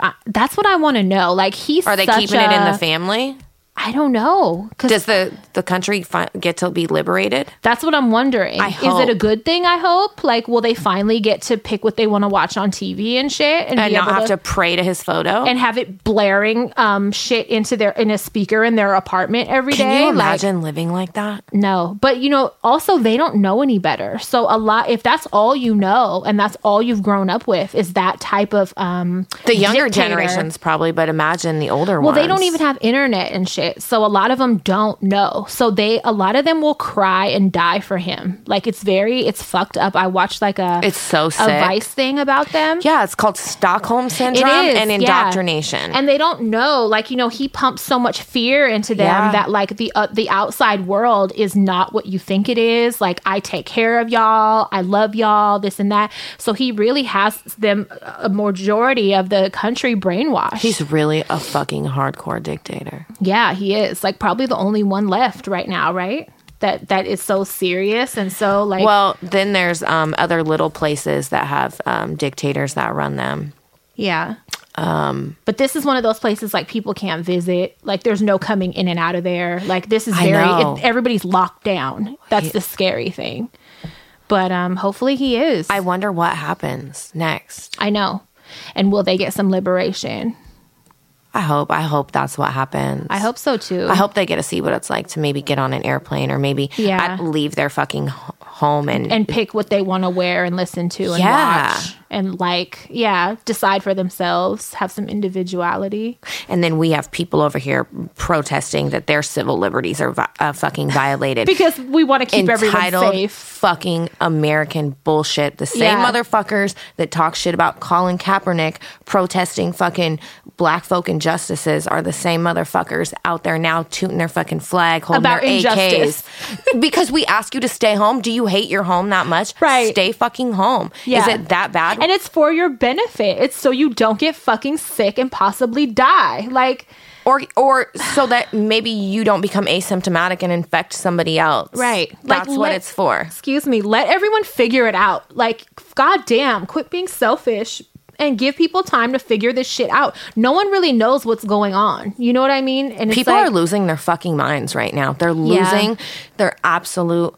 Speaker 1: I- That's what I want to know. Like he's
Speaker 2: Are they
Speaker 1: such
Speaker 2: keeping it in
Speaker 1: a-
Speaker 2: the family?
Speaker 1: I don't know. Cause
Speaker 2: Does the the country fi- get to be liberated?
Speaker 1: that's what I'm wondering.
Speaker 2: I
Speaker 1: Is it a
Speaker 2: hope.
Speaker 1: good thing? I hope. Like, will they finally get to pick what they want to watch on TV and shit,
Speaker 2: And
Speaker 1: be
Speaker 2: not
Speaker 1: able
Speaker 2: have to pray to his photo.
Speaker 1: and have it blaring um shit into their in a speaker in their apartment every day.
Speaker 2: Can you
Speaker 1: Like,
Speaker 2: imagine living like that?
Speaker 1: No, but you know, also they don't know any better. So a lot, if that's all you know and that's all you've grown up with, is that type of um
Speaker 2: The younger
Speaker 1: dictator.
Speaker 2: generations probably, but imagine the older
Speaker 1: Well,
Speaker 2: ones.
Speaker 1: they don't even have internet and shit, so a lot of them don't know. So they, a lot of them will cry and die for him. Like it's very, it's fucked up. I watched like a
Speaker 2: It's so sick.
Speaker 1: a Vice thing about them.
Speaker 2: Yeah, it's called Stockholm syndrome
Speaker 1: is,
Speaker 2: and
Speaker 1: yeah.
Speaker 2: indoctrination.
Speaker 1: and they don't know like you know he pumps so much fear into them
Speaker 2: Yeah.
Speaker 1: that like the uh, the outside world is not what you think it is like i take care of y'all i love y'all this and that so he really has them a majority of the country brainwashed
Speaker 2: He's really a fucking hardcore dictator.
Speaker 1: yeah he is like probably the only one left right now right that that is so serious and so like
Speaker 2: Well, then there's um, other little places that have um, dictators that run them.
Speaker 1: yeah um but this is one of those places like people can't visit like there's no coming in and out of there like this is
Speaker 2: I
Speaker 1: very
Speaker 2: know.
Speaker 1: it, everybody's locked down that's the scary thing but um hopefully he is
Speaker 2: I
Speaker 1: i
Speaker 2: wonder what happens next.
Speaker 1: i know and will they get some liberation
Speaker 2: I hope. I hope that's what happens.
Speaker 1: i hope so too
Speaker 2: I hope they get to see what it's like to maybe get on an airplane or maybe
Speaker 1: Yeah.
Speaker 2: uh, leave their fucking h- home and,
Speaker 1: and pick what they want to wear and listen to and
Speaker 2: Yeah.
Speaker 1: watch and like yeah decide for themselves have some individuality
Speaker 2: and then we have people over here protesting that their civil liberties are vi- uh, fucking violated.
Speaker 1: because we want to keep everyone
Speaker 2: entitled
Speaker 1: safe
Speaker 2: fucking American bullshit. The same
Speaker 1: Yeah.
Speaker 2: motherfuckers that talk shit about Colin Kaepernick protesting fucking black folk injustices are the same motherfuckers out there now tooting their fucking flag, holding
Speaker 1: About
Speaker 2: their
Speaker 1: injustice.
Speaker 2: AKs. because we ask you to stay home. Do you hate your home that much?
Speaker 1: Right.
Speaker 2: Stay fucking home.
Speaker 1: Yeah.
Speaker 2: Is it that bad?
Speaker 1: and it's for your benefit. It's so you don't get fucking sick and possibly die. Like,
Speaker 2: or or so that maybe you don't become asymptomatic and infect somebody else.
Speaker 1: Right. Like,
Speaker 2: That's what
Speaker 1: let-
Speaker 2: it's for.
Speaker 1: excuse me, let everyone figure it out. Like, goddamn, quit being selfish and give people time to figure this shit out. No one really knows what's going on. You know what I mean? And
Speaker 2: People
Speaker 1: it's like,
Speaker 2: are losing their fucking minds right now. They're
Speaker 1: Yeah.
Speaker 2: losing their absolute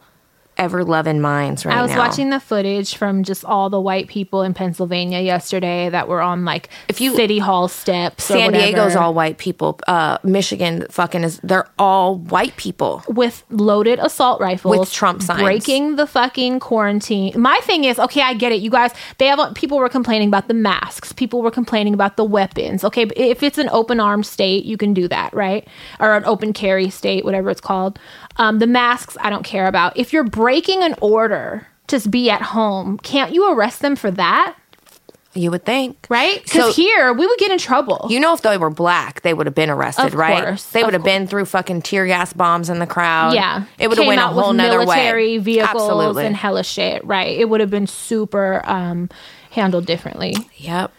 Speaker 2: ever loving minds right now.
Speaker 1: I was watching the footage from just all the white people in Pennsylvania yesterday that were on like
Speaker 2: If you-
Speaker 1: city hall steps. or
Speaker 2: San Diego's
Speaker 1: whatever.
Speaker 2: all white people. Uh, Michigan fucking is they're all white people.
Speaker 1: with loaded assault rifles
Speaker 2: With Trump signs.
Speaker 1: breaking the fucking quarantine my thing is okay i get it you guys they have people were complaining about the masks people were complaining about the weapons okay but if it's an open arm state you can do that right or an open carry state whatever it's called um, the masks i don't care about if you're breaking an order to be at home can't you arrest them for that
Speaker 2: You would think,
Speaker 1: right because
Speaker 2: So
Speaker 1: here we would get in trouble
Speaker 2: you know, if they were black, they would have been arrested,
Speaker 1: Of
Speaker 2: right?
Speaker 1: course,
Speaker 2: they
Speaker 1: of
Speaker 2: would have been through fucking tear gas bombs in the crowd.
Speaker 1: Yeah,
Speaker 2: it would have
Speaker 1: Came
Speaker 2: went a
Speaker 1: out with
Speaker 2: whole nother
Speaker 1: military
Speaker 2: way.
Speaker 1: vehicles
Speaker 2: Absolutely.
Speaker 1: and hella shit. Right, it would have been super um, handled differently.
Speaker 2: yep.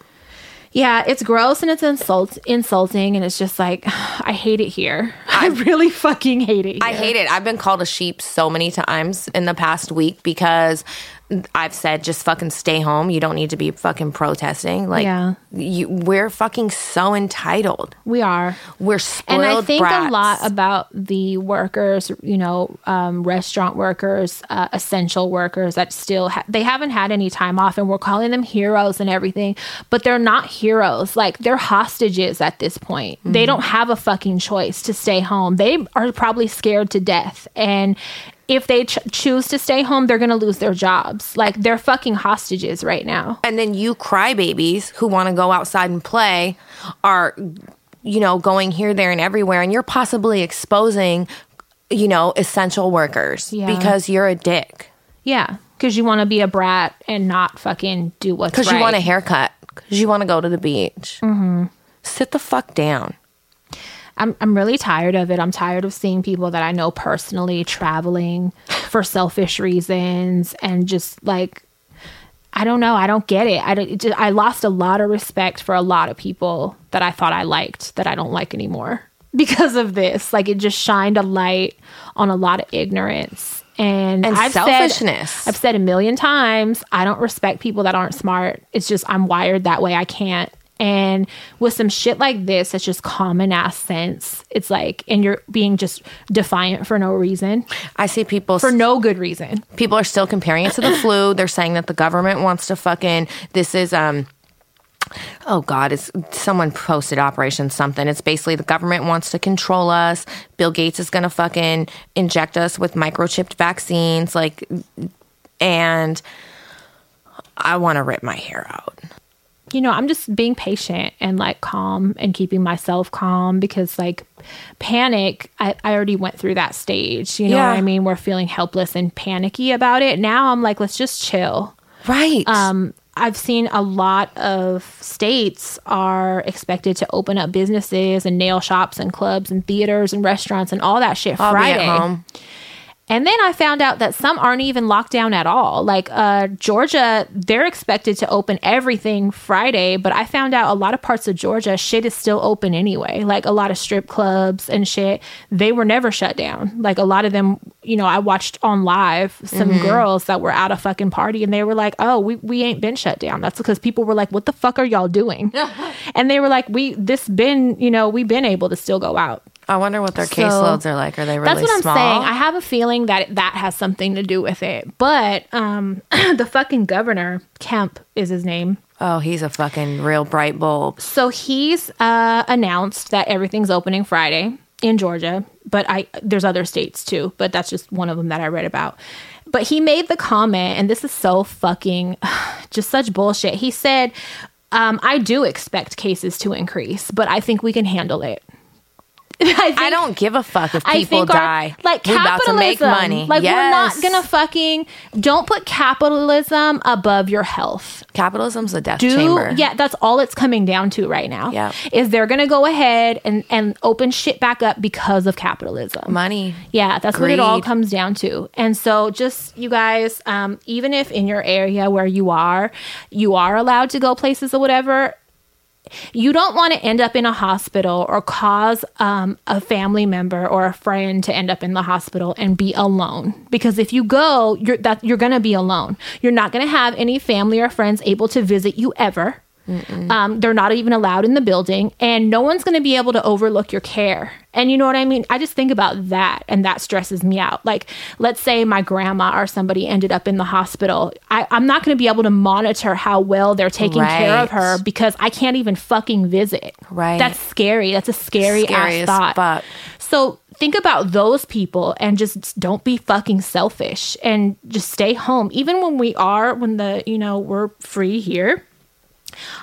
Speaker 1: Yeah, it's gross and it's insult insulting, and it's just like I hate it here. I really fucking hate it.
Speaker 2: I
Speaker 1: here.
Speaker 2: hate it. I've been called a sheep so many times in the past week because I've said just fucking stay home. You don't need to be fucking protesting. Like
Speaker 1: Yeah.
Speaker 2: you, we're fucking so entitled.
Speaker 1: We are.
Speaker 2: We're spoiled
Speaker 1: and I think
Speaker 2: brats.
Speaker 1: a lot about the workers, you know, um, restaurant workers, uh, essential workers that still ha- they haven't had any time off, and we're calling them heroes and everything, but they're not heroes. Like they're hostages at this point.
Speaker 2: Mm-hmm.
Speaker 1: They don't have a fucking choice to stay home. They are probably scared to death, and if they ch- choose to stay home, they're gonna lose their jobs. Like they're fucking hostages right now.
Speaker 2: and then you crybabies who want to go outside and play are, you know, going here, there, and everywhere, and you're possibly exposing, you know, essential workers
Speaker 1: Yeah.
Speaker 2: because you're a dick
Speaker 1: Yeah, because you want to be a brat and not fucking do what's
Speaker 2: because
Speaker 1: right.
Speaker 2: you want a haircut because you want to go to the beach. Mm-hmm. Sit the fuck down.
Speaker 1: I'm I'm really tired of it. I'm tired of seeing people that I know personally traveling for selfish reasons and just like I don't know. I don't get it. I don't, it just, I lost a lot of respect for a lot of people that I thought I liked that I don't like anymore because of this. Like it just shined a light on a lot of ignorance and,
Speaker 2: And
Speaker 1: I've
Speaker 2: selfishness.
Speaker 1: Said, I've said a million times I don't respect people that aren't smart. It's just I'm wired that way. I can't. And with some shit like this, that's just common ass sense. It's like, and you're being just defiant for no reason,
Speaker 2: I see people
Speaker 1: for no good reason.
Speaker 2: people are still comparing it to the flu. They're saying that the government wants to fucking this is um oh god, it's someone posted operation something. It's basically the government wants to control us. Bill Gates is going to fucking inject us with microchipped vaccines like and I want to rip my hair out.
Speaker 1: you know, I'm just being patient and like calm and keeping myself calm because like panic, I, I already went through that stage. You know
Speaker 2: Yeah.
Speaker 1: what I mean? We're feeling helpless and panicky about it. Now I'm like, let's just chill.
Speaker 2: Right.
Speaker 1: Um, I've seen a lot of states are expected to open up businesses and nail shops and clubs and theaters and restaurants and all that shit
Speaker 2: I'll
Speaker 1: Friday.
Speaker 2: be at home.
Speaker 1: And then I found out that some aren't even locked down at all. Like uh, Georgia, they're expected to open everything Friday, but I found out a lot of parts of Georgia, shit is still open anyway. Like a lot of strip clubs and shit, they were never shut down. Like a lot of them, you know, I watched on live some girls that were out of fucking party and they were like, oh, we, we ain't been shut down. That's because people were like, what the fuck are y'all doing? and they were like, we, this been, you know, we been able to still go out.
Speaker 2: I wonder what their caseloads are like. Are they really
Speaker 1: That's what I'm
Speaker 2: small?
Speaker 1: saying. I have a feeling that that has something to do with it. But um, the fucking governor, Kemp is his name.
Speaker 2: oh, he's a fucking real bright bulb.
Speaker 1: So he's uh, announced that everything's opening Friday in Georgia, but I there's other states too, but that's just one of them that I read about. But he made the comment, and this is so fucking just such bullshit. He said, um, "I do expect cases to increase, but I think we can handle it." I
Speaker 2: I
Speaker 1: think-
Speaker 2: don't give a fuck if people
Speaker 1: I think
Speaker 2: die.
Speaker 1: Our, like
Speaker 2: We're
Speaker 1: capitalism,
Speaker 2: about to make money.
Speaker 1: Like
Speaker 2: Yes.
Speaker 1: we're not gonna fucking don't put capitalism above your health.
Speaker 2: Capitalism's a death
Speaker 1: Do
Speaker 2: chamber.
Speaker 1: yeah, that's all it's coming down to right now.
Speaker 2: Yeah.
Speaker 1: is they're gonna go ahead and and open shit back up because of capitalism.
Speaker 2: Money.
Speaker 1: Yeah, that's what it all
Speaker 2: Greed.
Speaker 1: comes down to. And so, just you guys, um, even if in your area where you are, you are allowed to go places or whatever, you don't want to end up in a hospital or cause um, a family member or a friend to end up in the hospital and be alone. Because if you go, you're that you're gonna be alone. You're not gonna have any family or friends able to visit you ever.
Speaker 2: Mm.
Speaker 1: Um, they're not even allowed in the building, and no one's going to be able to overlook your care. And you know what I mean? I just think about that, and that stresses me out. Like, let's say my grandma or somebody ended up in the hospital. I, I'm not going to be able to monitor how well they're taking care of
Speaker 2: Right.
Speaker 1: her because I can't even fucking visit.
Speaker 2: Right.
Speaker 1: That's scary. That's a scary,
Speaker 2: Scary
Speaker 1: ass
Speaker 2: as
Speaker 1: thought.
Speaker 2: fuck.
Speaker 1: So think about those people and just don't be fucking selfish and just stay home. Even when we are, when the, you know, we're free here.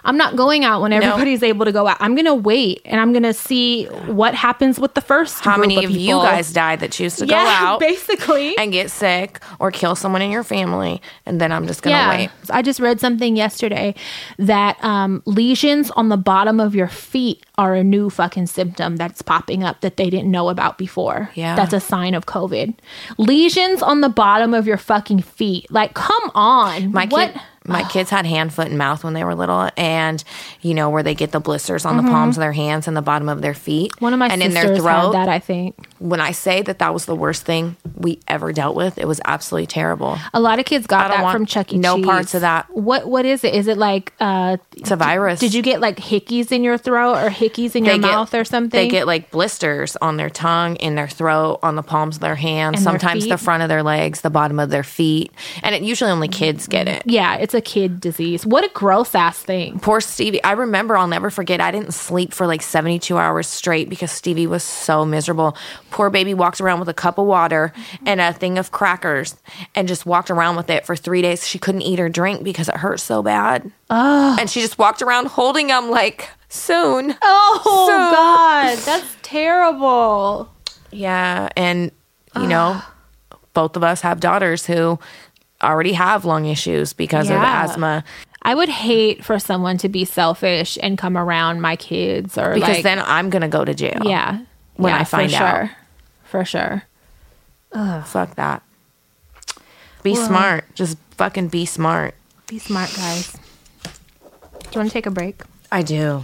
Speaker 1: I'm not going out when everybody's able to go out. I'm gonna wait and I'm gonna see what happens with the first.
Speaker 2: How
Speaker 1: group
Speaker 2: many of you
Speaker 1: people.
Speaker 2: guys died that choose to
Speaker 1: Yeah,
Speaker 2: go out
Speaker 1: basically.
Speaker 2: and get sick or kill someone in your family? And then I'm just gonna
Speaker 1: yeah,
Speaker 2: wait.
Speaker 1: I just read something yesterday that um, lesions on the bottom of your feet are a new fucking symptom that's popping up that they didn't know about before.
Speaker 2: Yeah.
Speaker 1: that's a sign of COVID. Lesions on the bottom of your fucking feet. Like, come on,
Speaker 2: My
Speaker 1: what?
Speaker 2: kid, my kids had hand, foot, and mouth when they were little, and you know where they get the blisters on the palms of their hands and the bottom of their feet,
Speaker 1: Mm-hmm. One of my
Speaker 2: and in
Speaker 1: sisters
Speaker 2: their
Speaker 1: had
Speaker 2: throat.
Speaker 1: that. I think
Speaker 2: When I say that that was the worst thing we ever dealt with, it was absolutely terrible.
Speaker 1: a lot of kids got
Speaker 2: don't
Speaker 1: that
Speaker 2: want
Speaker 1: from Chuck E.
Speaker 2: no
Speaker 1: Cheese.
Speaker 2: parts of that.
Speaker 1: What? What is it? Is it like? uh
Speaker 2: It's a virus.
Speaker 1: Did you get like hickeys in your throat or hickeys in your mouth or something?
Speaker 2: They get like blisters on their tongue, in their throat, on the palms of their hands,
Speaker 1: And their
Speaker 2: sometimes the
Speaker 1: feet.
Speaker 2: front of their legs, the bottom of their feet. And it usually only kids get it.
Speaker 1: yeah, it's a kid disease. What a gross ass thing.
Speaker 2: Poor Stevie. I remember, I'll never forget, I didn't sleep for like 72 hours straight because Stevie was so miserable. Poor baby walked around with a cup of water and a thing of crackers and just walked around with it for three days. She couldn't eat or drink because it hurt so bad. Oh. And she just walked around holding them like, soon.
Speaker 1: Oh
Speaker 2: So-
Speaker 1: god, that's terrible.
Speaker 2: Yeah, and you know,
Speaker 1: Ah.
Speaker 2: both of us have daughters who already have lung issues because
Speaker 1: Yeah.
Speaker 2: of asthma.
Speaker 1: I would hate for someone to be selfish and come around my kids or
Speaker 2: Because
Speaker 1: like,
Speaker 2: then I'm gonna go to jail.
Speaker 1: yeah,
Speaker 2: when
Speaker 1: Yeah,
Speaker 2: I find
Speaker 1: for
Speaker 2: out.
Speaker 1: sure. for sure.
Speaker 2: fuck that. Be smart. Just fucking be smart.
Speaker 1: Be smart, guys. Do you want to take a break?
Speaker 2: I do.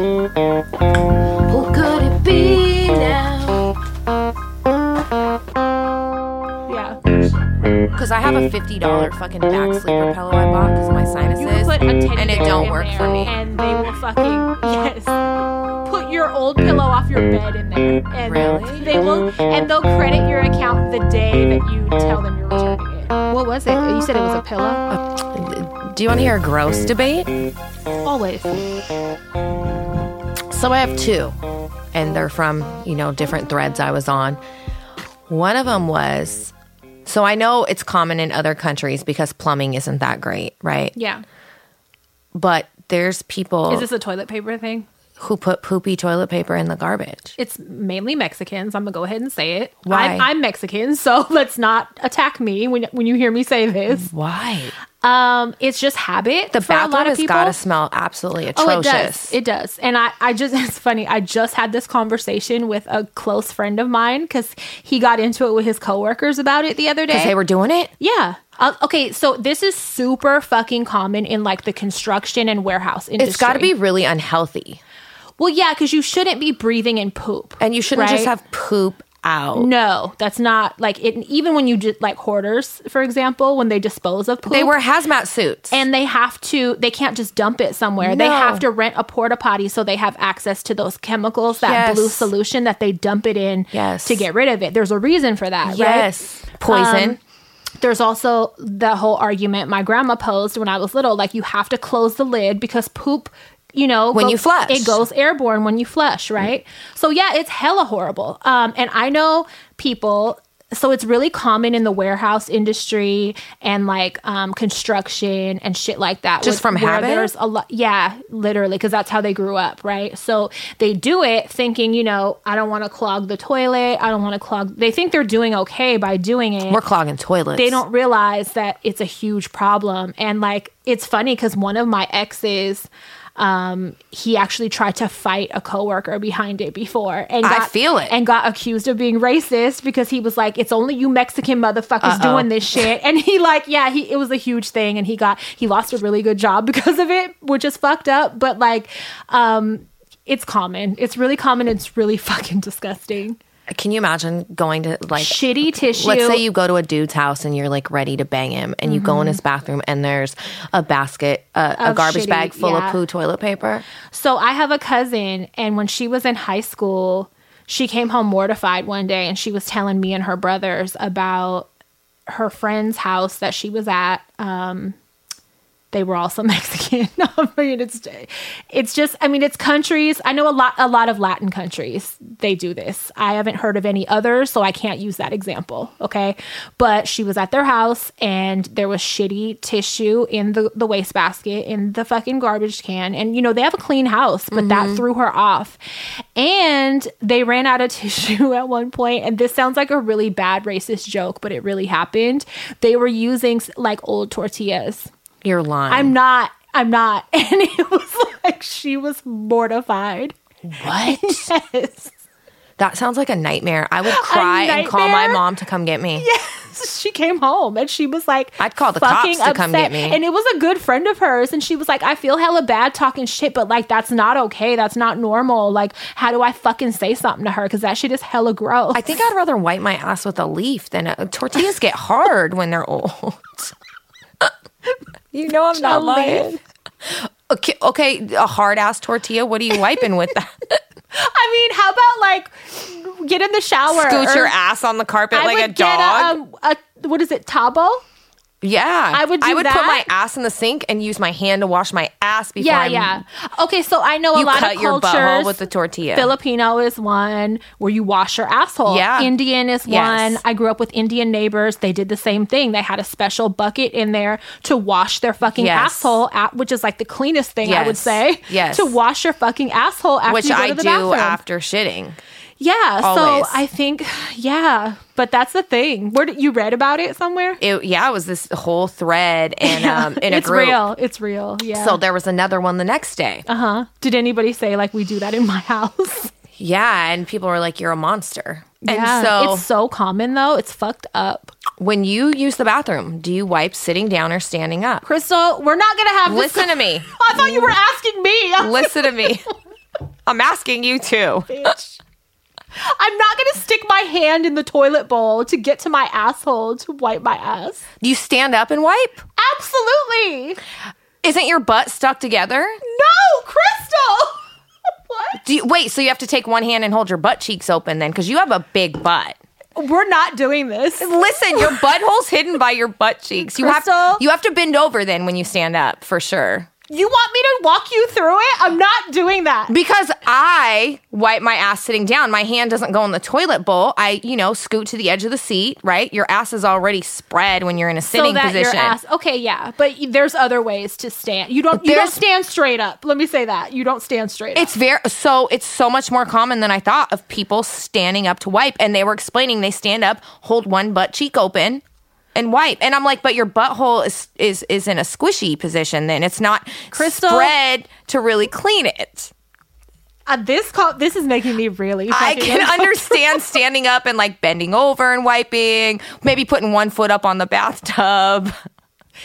Speaker 2: Who could it be now?
Speaker 1: Yeah.
Speaker 2: because I have a fifty dollar fucking back sleeper pillow I bought because my
Speaker 1: You can
Speaker 2: sinuses.
Speaker 1: put a teddy
Speaker 2: and it
Speaker 1: bear
Speaker 2: don't
Speaker 1: in
Speaker 2: work
Speaker 1: there,
Speaker 2: for me.
Speaker 1: And they will fucking yes. Put your old pillow off your bed in there, and
Speaker 2: Really?
Speaker 1: they will, and they'll credit your account the day that you tell them you're returning it. What was it? You said it was a pillow.
Speaker 2: Do you want to hear a gross debate?
Speaker 1: Always.
Speaker 2: So I have two, and they're from, you know, different threads I was on. One of them was so I know it's common in other countries because plumbing isn't that great, right?
Speaker 1: Yeah.
Speaker 2: But there's people
Speaker 1: Is this a toilet paper thing?
Speaker 2: who put poopy toilet paper in the garbage.
Speaker 1: It's mainly Mexicans. I'm gonna go ahead and say it.
Speaker 2: Why?
Speaker 1: I'm, I'm Mexican, so let's not attack me when when you hear me say this.
Speaker 2: Why?
Speaker 1: Um, it's just habit.
Speaker 2: The
Speaker 1: for a lot
Speaker 2: bathroom
Speaker 1: of
Speaker 2: has
Speaker 1: people.
Speaker 2: got to smell absolutely
Speaker 1: Oh,
Speaker 2: atrocious.
Speaker 1: it does. It does. And I, I just, it's funny. I just had this conversation with a close friend of mine because he got into it with his coworkers about it the other day.
Speaker 2: Because they were doing it?
Speaker 1: yeah. Uh, okay. So this is super fucking common in like the construction and warehouse industry.
Speaker 2: It's got to be really unhealthy.
Speaker 1: Well, yeah, because you shouldn't be breathing in poop.
Speaker 2: And you shouldn't just
Speaker 1: right?
Speaker 2: have poop out.
Speaker 1: No, that's not like it. Even when you just like hoarders, for example, when they dispose of poop,
Speaker 2: They wear hazmat suits.
Speaker 1: and they have to they can't just dump it somewhere they
Speaker 2: No.
Speaker 1: have to rent a porta potty so they have access to those chemicals that
Speaker 2: Yes.
Speaker 1: blue solution that they dump it in
Speaker 2: Yes.
Speaker 1: to get rid of it there's a reason for that right
Speaker 2: yes. Poison.
Speaker 1: Um, there's also the whole argument my grandma posed when i was little like you have to close the lid because poop you know
Speaker 2: When
Speaker 1: go-
Speaker 2: you flush.
Speaker 1: it goes airborne when you flush right so yeah it's hella horrible um and i know people so it's really common in the warehouse industry and like um, construction and shit like that.
Speaker 2: Just from
Speaker 1: where
Speaker 2: habit?
Speaker 1: there's a lot, yeah, literally, because that's how they grew up, right? So they do it thinking, you know, I don't want to clog the toilet. I don't want to clog. They think they're doing okay by doing it
Speaker 2: we're clogging toilets.
Speaker 1: they don't realize that it's a huge problem. And like, it's funny because one of my exes, um, he actually tried to fight a coworker behind it before, and
Speaker 2: I
Speaker 1: got,
Speaker 2: feel it.
Speaker 1: and got accused of being racist because he was like, "It's only you Mexican motherfuckers doing this shit." And he like, yeah, he it was a huge thing, and he got he lost a really good job because of it, which is fucked up. But like, um, it's common. It's really common. It's really fucking disgusting.
Speaker 2: Can you imagine going to like
Speaker 1: Shitty tissue.
Speaker 2: Let's say you go to a dude's house and you're like ready to bang him, and you go in his bathroom and there's a basket, a, a
Speaker 1: Mm-hmm. Of
Speaker 2: garbage
Speaker 1: shitty-
Speaker 2: bag full
Speaker 1: yeah.
Speaker 2: of poo toilet paper.
Speaker 1: So I have a cousin, and when she was in high school, she came home mortified one day and she was telling me and her brothers about her friend's house that she was at. Um, they were also Mexican. I mean, it's it's just I mean, it's countries. I know a lot a lot of Latin countries they do this. I haven't heard of any others, so I can't use that example. Okay, but she was at their house and there was shitty tissue in the the wastebasket in the fucking garbage can, and you know they have a clean house, but that threw her off, and they ran out of tissue at one point. And this sounds like a really bad racist joke, but it really happened. They were using like old tortillas.
Speaker 2: You're lying.
Speaker 1: I'm not. I'm not. And it was like she was mortified.
Speaker 2: what?
Speaker 1: Yes.
Speaker 2: That sounds like a nightmare. I would cry and call my
Speaker 1: nightmare?
Speaker 2: mom to come get me.
Speaker 1: She came home and she was like,
Speaker 2: I'd call the
Speaker 1: fucking
Speaker 2: cops to come get
Speaker 1: upset.
Speaker 2: me.
Speaker 1: And it was a good friend of hers. And she was like, I feel hella bad talking shit, but like, that's not okay. That's not normal. Like, how do I fucking say something to her? Cause that shit is hella gross.
Speaker 2: I think I'd rather wipe my ass with a leaf than a, tortillas get hard when they're old. you know I'm not
Speaker 1: A
Speaker 2: lying. Okay, okay, a hard ass tortilla. What are you wiping with that?
Speaker 1: I mean, how about like get in the shower?
Speaker 2: Scoot
Speaker 1: or-
Speaker 2: your ass on the carpet
Speaker 1: I
Speaker 2: like
Speaker 1: would
Speaker 2: a dog.
Speaker 1: get um, a- what is it, Tabo?
Speaker 2: Yeah.
Speaker 1: I would
Speaker 2: I
Speaker 1: do
Speaker 2: would put
Speaker 1: that.
Speaker 2: my ass in the sink and use my hand to wash my ass before
Speaker 1: Yeah,
Speaker 2: I'm,
Speaker 1: yeah. Okay, so I know a
Speaker 2: You
Speaker 1: lot
Speaker 2: cut
Speaker 1: of
Speaker 2: your
Speaker 1: cultures
Speaker 2: butthole with the tortilla.
Speaker 1: Filipino is one where you wash your asshole.
Speaker 2: Yeah.
Speaker 1: Indian is
Speaker 2: Yes.
Speaker 1: one. I grew up with Indian neighbors. They did the same thing. They had a special bucket in there to wash their fucking
Speaker 2: Yes.
Speaker 1: asshole, at, which is like the cleanest thing I would
Speaker 2: Yes.
Speaker 1: say.
Speaker 2: Yes.
Speaker 1: To wash your fucking asshole after
Speaker 2: Which
Speaker 1: you go
Speaker 2: I
Speaker 1: to the
Speaker 2: do
Speaker 1: bathroom.
Speaker 2: after shitting.
Speaker 1: yeah.
Speaker 2: Always.
Speaker 1: So I think, yeah, but that's the thing. Where did you read about it somewhere?
Speaker 2: It, yeah, it was this whole thread and um, in a
Speaker 1: it's
Speaker 2: group.
Speaker 1: real. It's real. Yeah.
Speaker 2: So there was another one the next day.
Speaker 1: uh huh. Did anybody say like we do that in my house?
Speaker 2: Yeah, and people were like, "You're a monster."
Speaker 1: Yeah,
Speaker 2: And so,
Speaker 1: it's so common though. It's fucked up.
Speaker 2: when you use the bathroom, do you wipe sitting down or standing up?
Speaker 1: Crystal, we're not gonna have
Speaker 2: Listen
Speaker 1: This-
Speaker 2: to me.
Speaker 1: I thought you were asking me.
Speaker 2: Listen to me. I'm asking you too.
Speaker 1: Bitch. I'm not going to stick my hand in the toilet bowl to get to my asshole to wipe my ass.
Speaker 2: You stand up and wipe?
Speaker 1: Absolutely.
Speaker 2: Isn't your butt stuck together?
Speaker 1: No, Crystal. what?
Speaker 2: Do you, wait, so you have to take one hand and hold your butt cheeks open then because you have a big butt.
Speaker 1: We're not doing this.
Speaker 2: Listen, your butthole's hidden by your butt cheeks. You have
Speaker 1: Crystal?
Speaker 2: you have to bend over then when you stand up for sure.
Speaker 1: You want me to walk you through it? I'm not doing that.
Speaker 2: Because I wipe my ass sitting down. My hand doesn't go in the toilet bowl. I, you know, scoot to the edge of the seat, right? Your ass is already spread when you're in a sitting
Speaker 1: so that
Speaker 2: position.
Speaker 1: your ass. Okay, yeah, but y- there's other ways to stand. You don't. You don't
Speaker 2: There's-
Speaker 1: stand straight up. Let me say that. You don't stand straight up.
Speaker 2: It's very so it's so much more common than I thought of people standing up to wipe and they were explaining they stand up, hold one butt cheek open and wipe. And I'm like, but your butthole is is is in a squishy position then. It's not
Speaker 1: Crystal?
Speaker 2: spread to really clean it.
Speaker 1: Uh, this call. This is making me really.
Speaker 2: I
Speaker 1: fucking
Speaker 2: can
Speaker 1: uncomfortable.
Speaker 2: understand standing up and like bending over and wiping, maybe putting one foot up on the bathtub.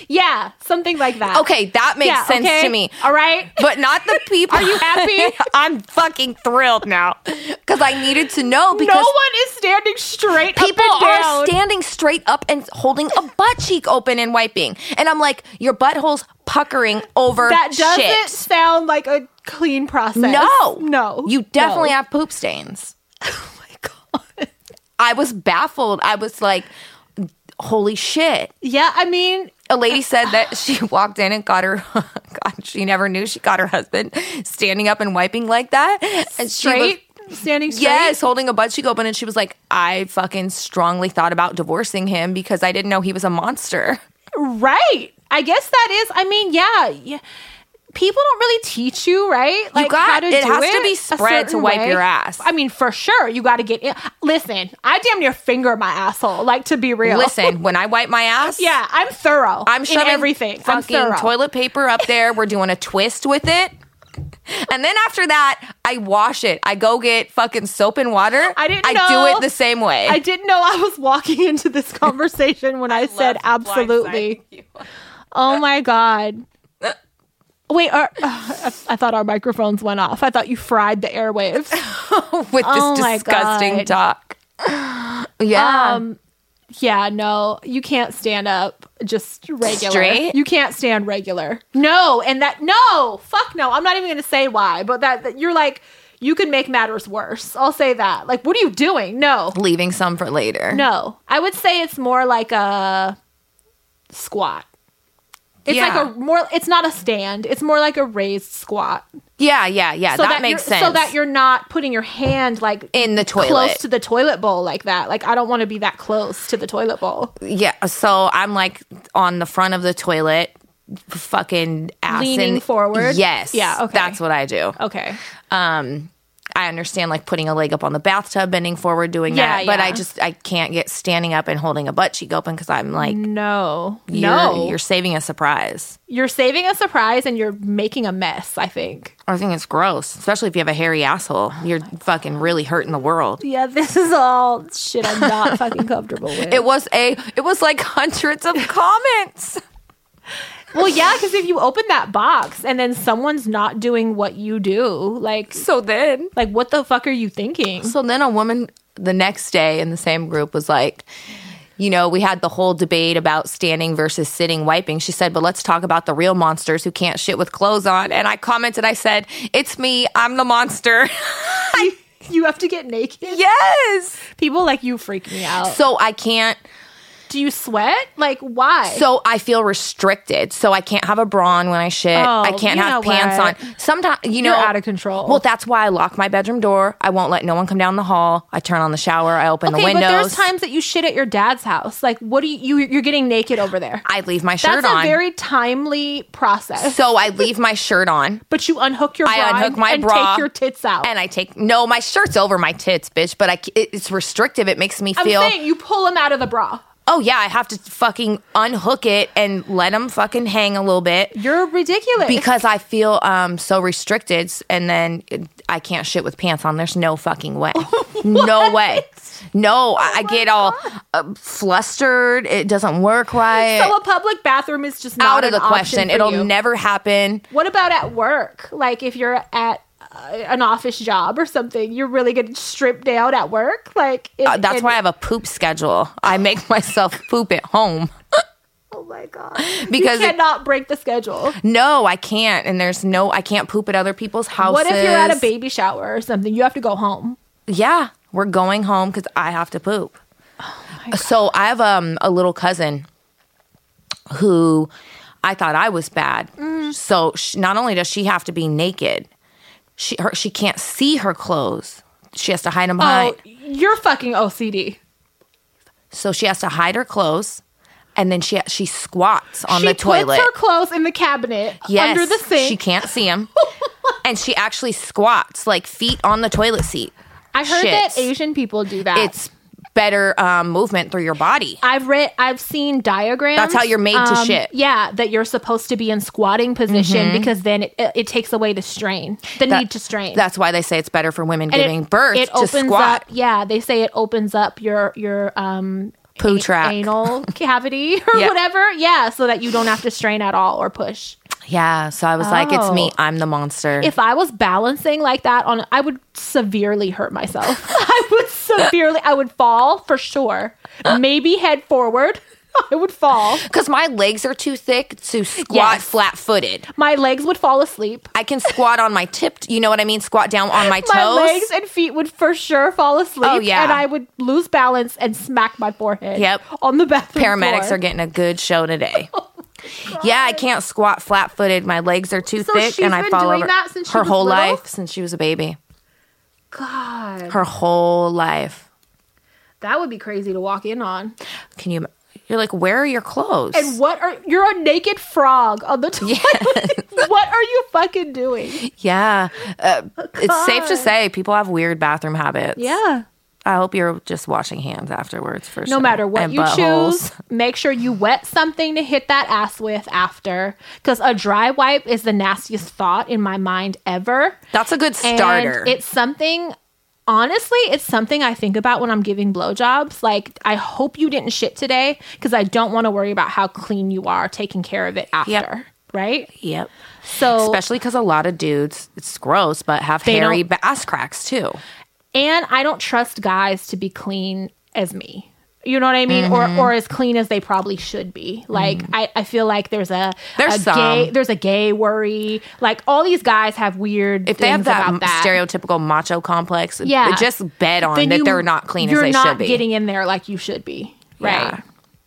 Speaker 1: Yeah, something like that.
Speaker 2: Okay, that makes
Speaker 1: Yeah,
Speaker 2: sense
Speaker 1: okay?
Speaker 2: to me.
Speaker 1: All right.
Speaker 2: but not the people. Are
Speaker 1: you happy?
Speaker 2: I'm fucking thrilled now because I needed to know
Speaker 1: No
Speaker 2: because
Speaker 1: one is standing straight.
Speaker 2: people
Speaker 1: up and down.
Speaker 2: are standing straight up and holding a butt cheek open and wiping, and I'm like, your butthole's puckering over
Speaker 1: That doesn't
Speaker 2: shit.
Speaker 1: sound like a clean process.
Speaker 2: No,
Speaker 1: no,
Speaker 2: you definitely
Speaker 1: no.
Speaker 2: have poop stains. Oh my god, I was baffled. I was like, holy shit.
Speaker 1: Yeah, I mean,
Speaker 2: a lady said that she walked in and got her God, she never knew she got her husband standing up and wiping like that. And she was-
Speaker 1: straight standing straight.
Speaker 2: yes, holding a butt cheek open and she was like, I fucking strongly thought about divorcing him because I didn't know he was a monster.
Speaker 1: Right. I guess that is. I mean, yeah, yeah. People don't really teach you, right? Like
Speaker 2: got-
Speaker 1: how to
Speaker 2: it
Speaker 1: do
Speaker 2: has to
Speaker 1: it
Speaker 2: be
Speaker 1: a
Speaker 2: spread to
Speaker 1: certain
Speaker 2: wipe
Speaker 1: way.
Speaker 2: your ass.
Speaker 1: I mean, for sure, you got to get in. Listen, I damn near finger my asshole. Like to be real.
Speaker 2: Listen, when I wipe my ass,
Speaker 1: yeah, I'm thorough.
Speaker 2: I'm shoving
Speaker 1: in everything. I'm
Speaker 2: fucking
Speaker 1: thorough.
Speaker 2: toilet paper up there. We're doing a twist with it. And then after that, I wash it. I go get fucking soap and water.
Speaker 1: I didn't
Speaker 2: I do
Speaker 1: know.
Speaker 2: it the same way.
Speaker 1: I didn't know I was walking into this conversation when I, said absolutely. Oh my god. Wait, our, uh, I thought our microphones went off. I thought you fried the airwaves.
Speaker 2: with
Speaker 1: Oh
Speaker 2: this
Speaker 1: my
Speaker 2: disgusting
Speaker 1: God.
Speaker 2: talk. Yeah.
Speaker 1: Um, yeah, no, you can't stand up just regular.
Speaker 2: Straight?
Speaker 1: You can't stand regular. No, and that no, fuck no. I'm not even gonna say why, but that, that you're like you can make matters worse. I'll say that. Like, what are you doing? No,
Speaker 2: leaving some for later.
Speaker 1: no. I would say it's more like a squat. It's
Speaker 2: Yeah.
Speaker 1: like a more. It's not a stand. It's more like a raised squat.
Speaker 2: Yeah, yeah, yeah. that,
Speaker 1: you're-
Speaker 2: makes sense.
Speaker 1: So that you're not putting your hand like
Speaker 2: in the toilet.
Speaker 1: close to the toilet bowl like that. Like I don't want to be that close to the toilet bowl.
Speaker 2: yeah. So I'm like on the front of the toilet, fucking ass
Speaker 1: Leaning
Speaker 2: in-
Speaker 1: forward?
Speaker 2: Yes.
Speaker 1: Yeah, okay.
Speaker 2: That's what I do.
Speaker 1: Okay.
Speaker 2: Um, I understand like putting a leg up on the bathtub, bending forward, doing
Speaker 1: Yeah,
Speaker 2: that. But I
Speaker 1: yeah.
Speaker 2: just I can't get standing up and holding a butt cheek open because I'm like,
Speaker 1: No.
Speaker 2: you're,
Speaker 1: no.
Speaker 2: you're
Speaker 1: You're,
Speaker 2: saving a surprise.
Speaker 1: saving a surprise and you're making a mess, I think.
Speaker 2: I think it's gross, especially if you have a hairy asshole.
Speaker 1: Oh
Speaker 2: You're fucking really hurting the world.
Speaker 1: Yeah, this is all shit I'm not fucking comfortable with.
Speaker 2: It was a it was like hundreds of comments.
Speaker 1: well, yeah, because if you open that box and then someone's not doing what you do, like,
Speaker 2: So then
Speaker 1: like what the fuck are you thinking?
Speaker 2: so then a woman the next day in the same group was like you know, we had the whole debate about standing versus sitting wiping. She said, but let's talk about the real monsters who can't shit with clothes on. And I commented, I said, it's me. I'm the monster.
Speaker 1: You have to get naked.
Speaker 2: yes.
Speaker 1: People like you freak me out.
Speaker 2: So I can't,
Speaker 1: Do you sweat? Like, why?
Speaker 2: so I feel restricted. So I can't have a bra on when I shit.
Speaker 1: Oh,
Speaker 2: I can't
Speaker 1: you
Speaker 2: have
Speaker 1: know
Speaker 2: pants
Speaker 1: what?
Speaker 2: on. Sometimes, you know,
Speaker 1: You're out of control.
Speaker 2: Well, that's why I lock my bedroom door. I won't let no one come down the hall. I turn on the shower. I open
Speaker 1: okay,
Speaker 2: the windows.
Speaker 1: but there's times that you shit at your dad's house. Like, what do you, you you're getting naked over there?
Speaker 2: I leave my shirt
Speaker 1: That's a
Speaker 2: on.
Speaker 1: very timely process.
Speaker 2: so I leave my shirt on
Speaker 1: But you unhook your
Speaker 2: I
Speaker 1: bra
Speaker 2: unhook
Speaker 1: and-
Speaker 2: my
Speaker 1: and
Speaker 2: bra
Speaker 1: take your tits out.
Speaker 2: and I take no, my shirt's over my tits, bitch. But I c- it- it's restrictive. It makes me
Speaker 1: I'm
Speaker 2: feel
Speaker 1: saying you pull them out of the bra.
Speaker 2: oh yeah, I have to fucking unhook it and let them fucking hang a little bit
Speaker 1: You're ridiculous.
Speaker 2: because I feel um so restricted, s- and then it- I can't shit with pants on. There's no fucking way, no way.
Speaker 1: Oh
Speaker 2: No, I, I get all uh, flustered. It doesn't work right.
Speaker 1: so a public bathroom is just not
Speaker 2: out of
Speaker 1: an
Speaker 2: the
Speaker 1: option
Speaker 2: question.
Speaker 1: for
Speaker 2: It'll
Speaker 1: you.
Speaker 2: never happen.
Speaker 1: What about at work? Like if you're at an office job or something, you're really getting stripped down at work. Like it-
Speaker 2: Uh, that's
Speaker 1: and-
Speaker 2: why I have a poop schedule. I make myself poop at home.
Speaker 1: Oh my god!
Speaker 2: Because-
Speaker 1: you cannot break the schedule.
Speaker 2: No, I can't. And there's no, I can't poop at other people's houses.
Speaker 1: What if you're at a baby shower or something? You have to go home.
Speaker 2: Yeah, we're going home because I have to poop.
Speaker 1: Oh
Speaker 2: so I have um, a little cousin who I thought I was bad.
Speaker 1: Mm.
Speaker 2: So sh not only does she have to be naked, she her, she can't see her clothes. She has to hide them behind.
Speaker 1: Oh, you're fucking OCD.
Speaker 2: So she has to hide her clothes, and then she she squats on
Speaker 1: she
Speaker 2: the toilet.
Speaker 1: puts her clothes in the cabinet
Speaker 2: Yes,
Speaker 1: under the
Speaker 2: She
Speaker 1: sink.
Speaker 2: can't see him, and she actually squats like feet on the toilet seat.
Speaker 1: I heard that
Speaker 2: shits.
Speaker 1: Asian people do that.
Speaker 2: It's better um, movement through your body.
Speaker 1: I've read I've seen diagrams. um,
Speaker 2: That's how you're made to shit. Mm-hmm.
Speaker 1: Yeah, that you're supposed to be in squatting position because then it, it, it takes away the strain, the
Speaker 2: That-
Speaker 1: need to strain.
Speaker 2: That's why they say it's better for women
Speaker 1: And it-
Speaker 2: giving birth
Speaker 1: it
Speaker 2: to squat.
Speaker 1: up. Yeah, they say it opens up your your um
Speaker 2: Poo
Speaker 1: a-
Speaker 2: track.
Speaker 1: anal cavity or
Speaker 2: Yeah.
Speaker 1: whatever. Yeah, so that you don't have to strain at all or push.
Speaker 2: Yeah, so I was like, it's me.
Speaker 1: Oh.
Speaker 2: I'm the monster.
Speaker 1: If I was balancing like that on, I would severely hurt myself. I would severely. I would fall for sure. Maybe head forward. I would fall.
Speaker 2: Because my legs are too thick to squat
Speaker 1: Yes.
Speaker 2: flat footed.
Speaker 1: My legs would fall asleep.
Speaker 2: I can squat on my tip. You know what I mean? Squat down on my toes.
Speaker 1: My legs and feet would for sure fall asleep.
Speaker 2: Oh, yeah.
Speaker 1: And I would lose balance and smack my forehead.
Speaker 2: Yep.
Speaker 1: On the bathroom.
Speaker 2: Paramedics
Speaker 1: floor.
Speaker 2: are getting a good show today.
Speaker 1: Oh
Speaker 2: yeah, I can't squat flat footed. My legs are too
Speaker 1: So
Speaker 2: thick,
Speaker 1: she's
Speaker 2: and I
Speaker 1: been
Speaker 2: fall
Speaker 1: doing
Speaker 2: over.
Speaker 1: that since she
Speaker 2: her
Speaker 1: was
Speaker 2: whole
Speaker 1: little?
Speaker 2: life since she was a baby.
Speaker 1: God.
Speaker 2: Her whole life.
Speaker 1: That would be crazy to walk in on.
Speaker 2: Can you? You're like, where are your clothes?
Speaker 1: And what are you're a naked frog on the toilet? what are you fucking doing?
Speaker 2: yeah, uh, it's safe to
Speaker 1: God.
Speaker 2: say people have weird bathroom habits.
Speaker 1: Yeah.
Speaker 2: I hope you're just washing hands afterwards for
Speaker 1: No
Speaker 2: sure.
Speaker 1: matter what
Speaker 2: And
Speaker 1: you
Speaker 2: buttholes.
Speaker 1: choose, make sure you wet something to hit that ass with after. Because a dry wipe is the nastiest thought in my mind ever.
Speaker 2: That's a good starter.
Speaker 1: And it's something. Honestly, it's something I think about when I'm giving blowjobs. Like, I hope you didn't shit today because I don't want to worry about how clean you are taking care of it after. Right?
Speaker 2: yep.
Speaker 1: So,
Speaker 2: Especially because a lot of dudes, it's gross, but have hairy
Speaker 1: don't-
Speaker 2: ba- ass cracks too.
Speaker 1: and I don't trust guys to be clean as me. You know what I mean?
Speaker 2: Mm-hmm.
Speaker 1: Or or as clean as they probably should be. Like I, I feel like there's a
Speaker 2: Mm. There's
Speaker 1: a
Speaker 2: some.
Speaker 1: gay there's a gay worry. Like all these guys have weird
Speaker 2: If they have
Speaker 1: things
Speaker 2: that,
Speaker 1: about that.
Speaker 2: stereotypical macho complex,
Speaker 1: Yeah.
Speaker 2: yeah. just bet on
Speaker 1: then
Speaker 2: that
Speaker 1: you-
Speaker 2: they're not clean as
Speaker 1: you're
Speaker 2: they
Speaker 1: not
Speaker 2: should be.
Speaker 1: getting in there like you should be. Right.
Speaker 2: Yeah.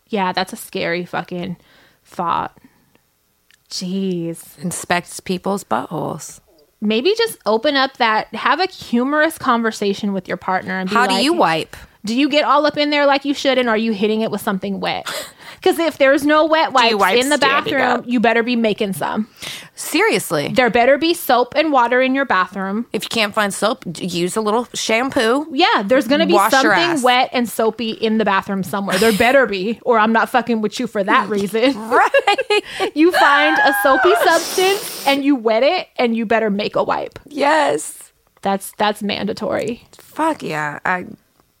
Speaker 1: Yeah. that's a scary fucking thought. Jeez.
Speaker 2: Inspects people's buttholes.
Speaker 1: Maybe just open up that have a humorous conversation with your partner and be
Speaker 2: How do
Speaker 1: like,
Speaker 2: you wipe?
Speaker 1: Do you get all up in there like you should, and are you hitting it with something wet? Because if there's no wet wipes
Speaker 2: you wipe
Speaker 1: in the
Speaker 2: standing
Speaker 1: bathroom,
Speaker 2: up?
Speaker 1: you better be making some.
Speaker 2: Seriously.
Speaker 1: There better be soap and water in your bathroom.
Speaker 2: If you can't find soap, d- use a little shampoo.
Speaker 1: Yeah, there's gonna be
Speaker 2: Wash your ass.
Speaker 1: something wet and soapy in the bathroom somewhere. There better be, or I'm not fucking with you for that reason.
Speaker 2: Right.
Speaker 1: you find a soapy substance and you wet it, and you better make a wipe.
Speaker 2: yes.
Speaker 1: That's that's mandatory.
Speaker 2: Fuck yeah. I.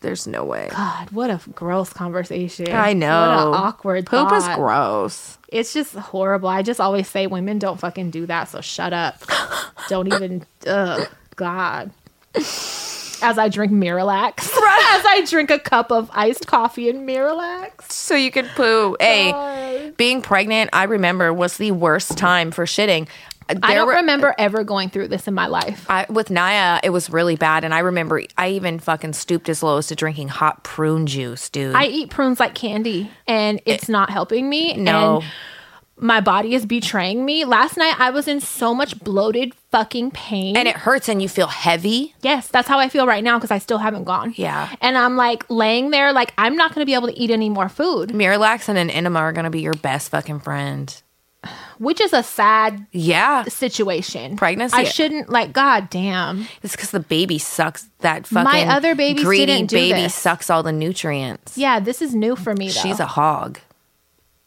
Speaker 2: There's no way.
Speaker 1: God, what a gross conversation.
Speaker 2: I know.
Speaker 1: What an awkward
Speaker 2: Poop is
Speaker 1: thought.
Speaker 2: gross.
Speaker 1: It's just horrible. I just always say women don't fucking do that, so shut up. don't even ugh God. As I drink Miralax. As I drink a cup of iced coffee and Miralax.
Speaker 2: so you could poo. Hey,
Speaker 1: God.
Speaker 2: being pregnant, I remember was the worst time for shitting. There
Speaker 1: I don't
Speaker 2: were-
Speaker 1: remember ever going through this in my life.
Speaker 2: I, with Naya, it was really bad, and I remember I even fucking stooped as low as to drinking hot prune juice, dude.
Speaker 1: I eat prunes like candy and it's not helping me.
Speaker 2: Eh, no,
Speaker 1: And my body is betraying me. Last night I was in so much bloated fucking pain.
Speaker 2: and it hurts, and you feel heavy.
Speaker 1: Yes, that's how I feel right now because I still haven't gone.
Speaker 2: Yeah.
Speaker 1: And I'm like laying there, like, I'm not going to be able to eat any more food,
Speaker 2: Miralax and an enema are gonna be your best fucking friend.
Speaker 1: which is a sad
Speaker 2: Yeah,
Speaker 1: situation.
Speaker 2: Pregnancy-
Speaker 1: I shouldn't, like, god damn.
Speaker 2: it's because the baby sucks that fucking.
Speaker 1: other babies
Speaker 2: greedy
Speaker 1: didn't do
Speaker 2: baby
Speaker 1: this.
Speaker 2: sucks all the nutrients.
Speaker 1: Yeah, this is new for me, though.
Speaker 2: She's a hog.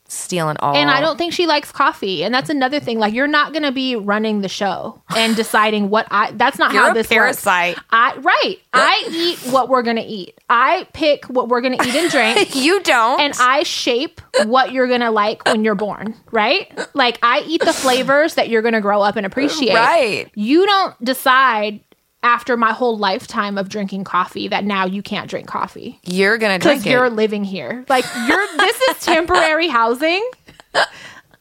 Speaker 2: stealing all.
Speaker 1: And I don't think she likes coffee. And that's another thing. Like you're not gonna be running the show and deciding what I that's not
Speaker 2: You're
Speaker 1: how
Speaker 2: a
Speaker 1: this
Speaker 2: parasite.
Speaker 1: works. I right. I eat what we're gonna eat. I pick what we're gonna eat and drink.
Speaker 2: You don't.
Speaker 1: And I shape what you're gonna like when you're born, right? Like I eat the flavors that you're gonna grow up and appreciate.
Speaker 2: Right.
Speaker 1: You don't decide after my whole lifetime of drinking coffee that now you can't drink coffee
Speaker 2: you're gonna
Speaker 1: because
Speaker 2: drink
Speaker 1: you're
Speaker 2: it.
Speaker 1: living here. Like you're this is temporary housing.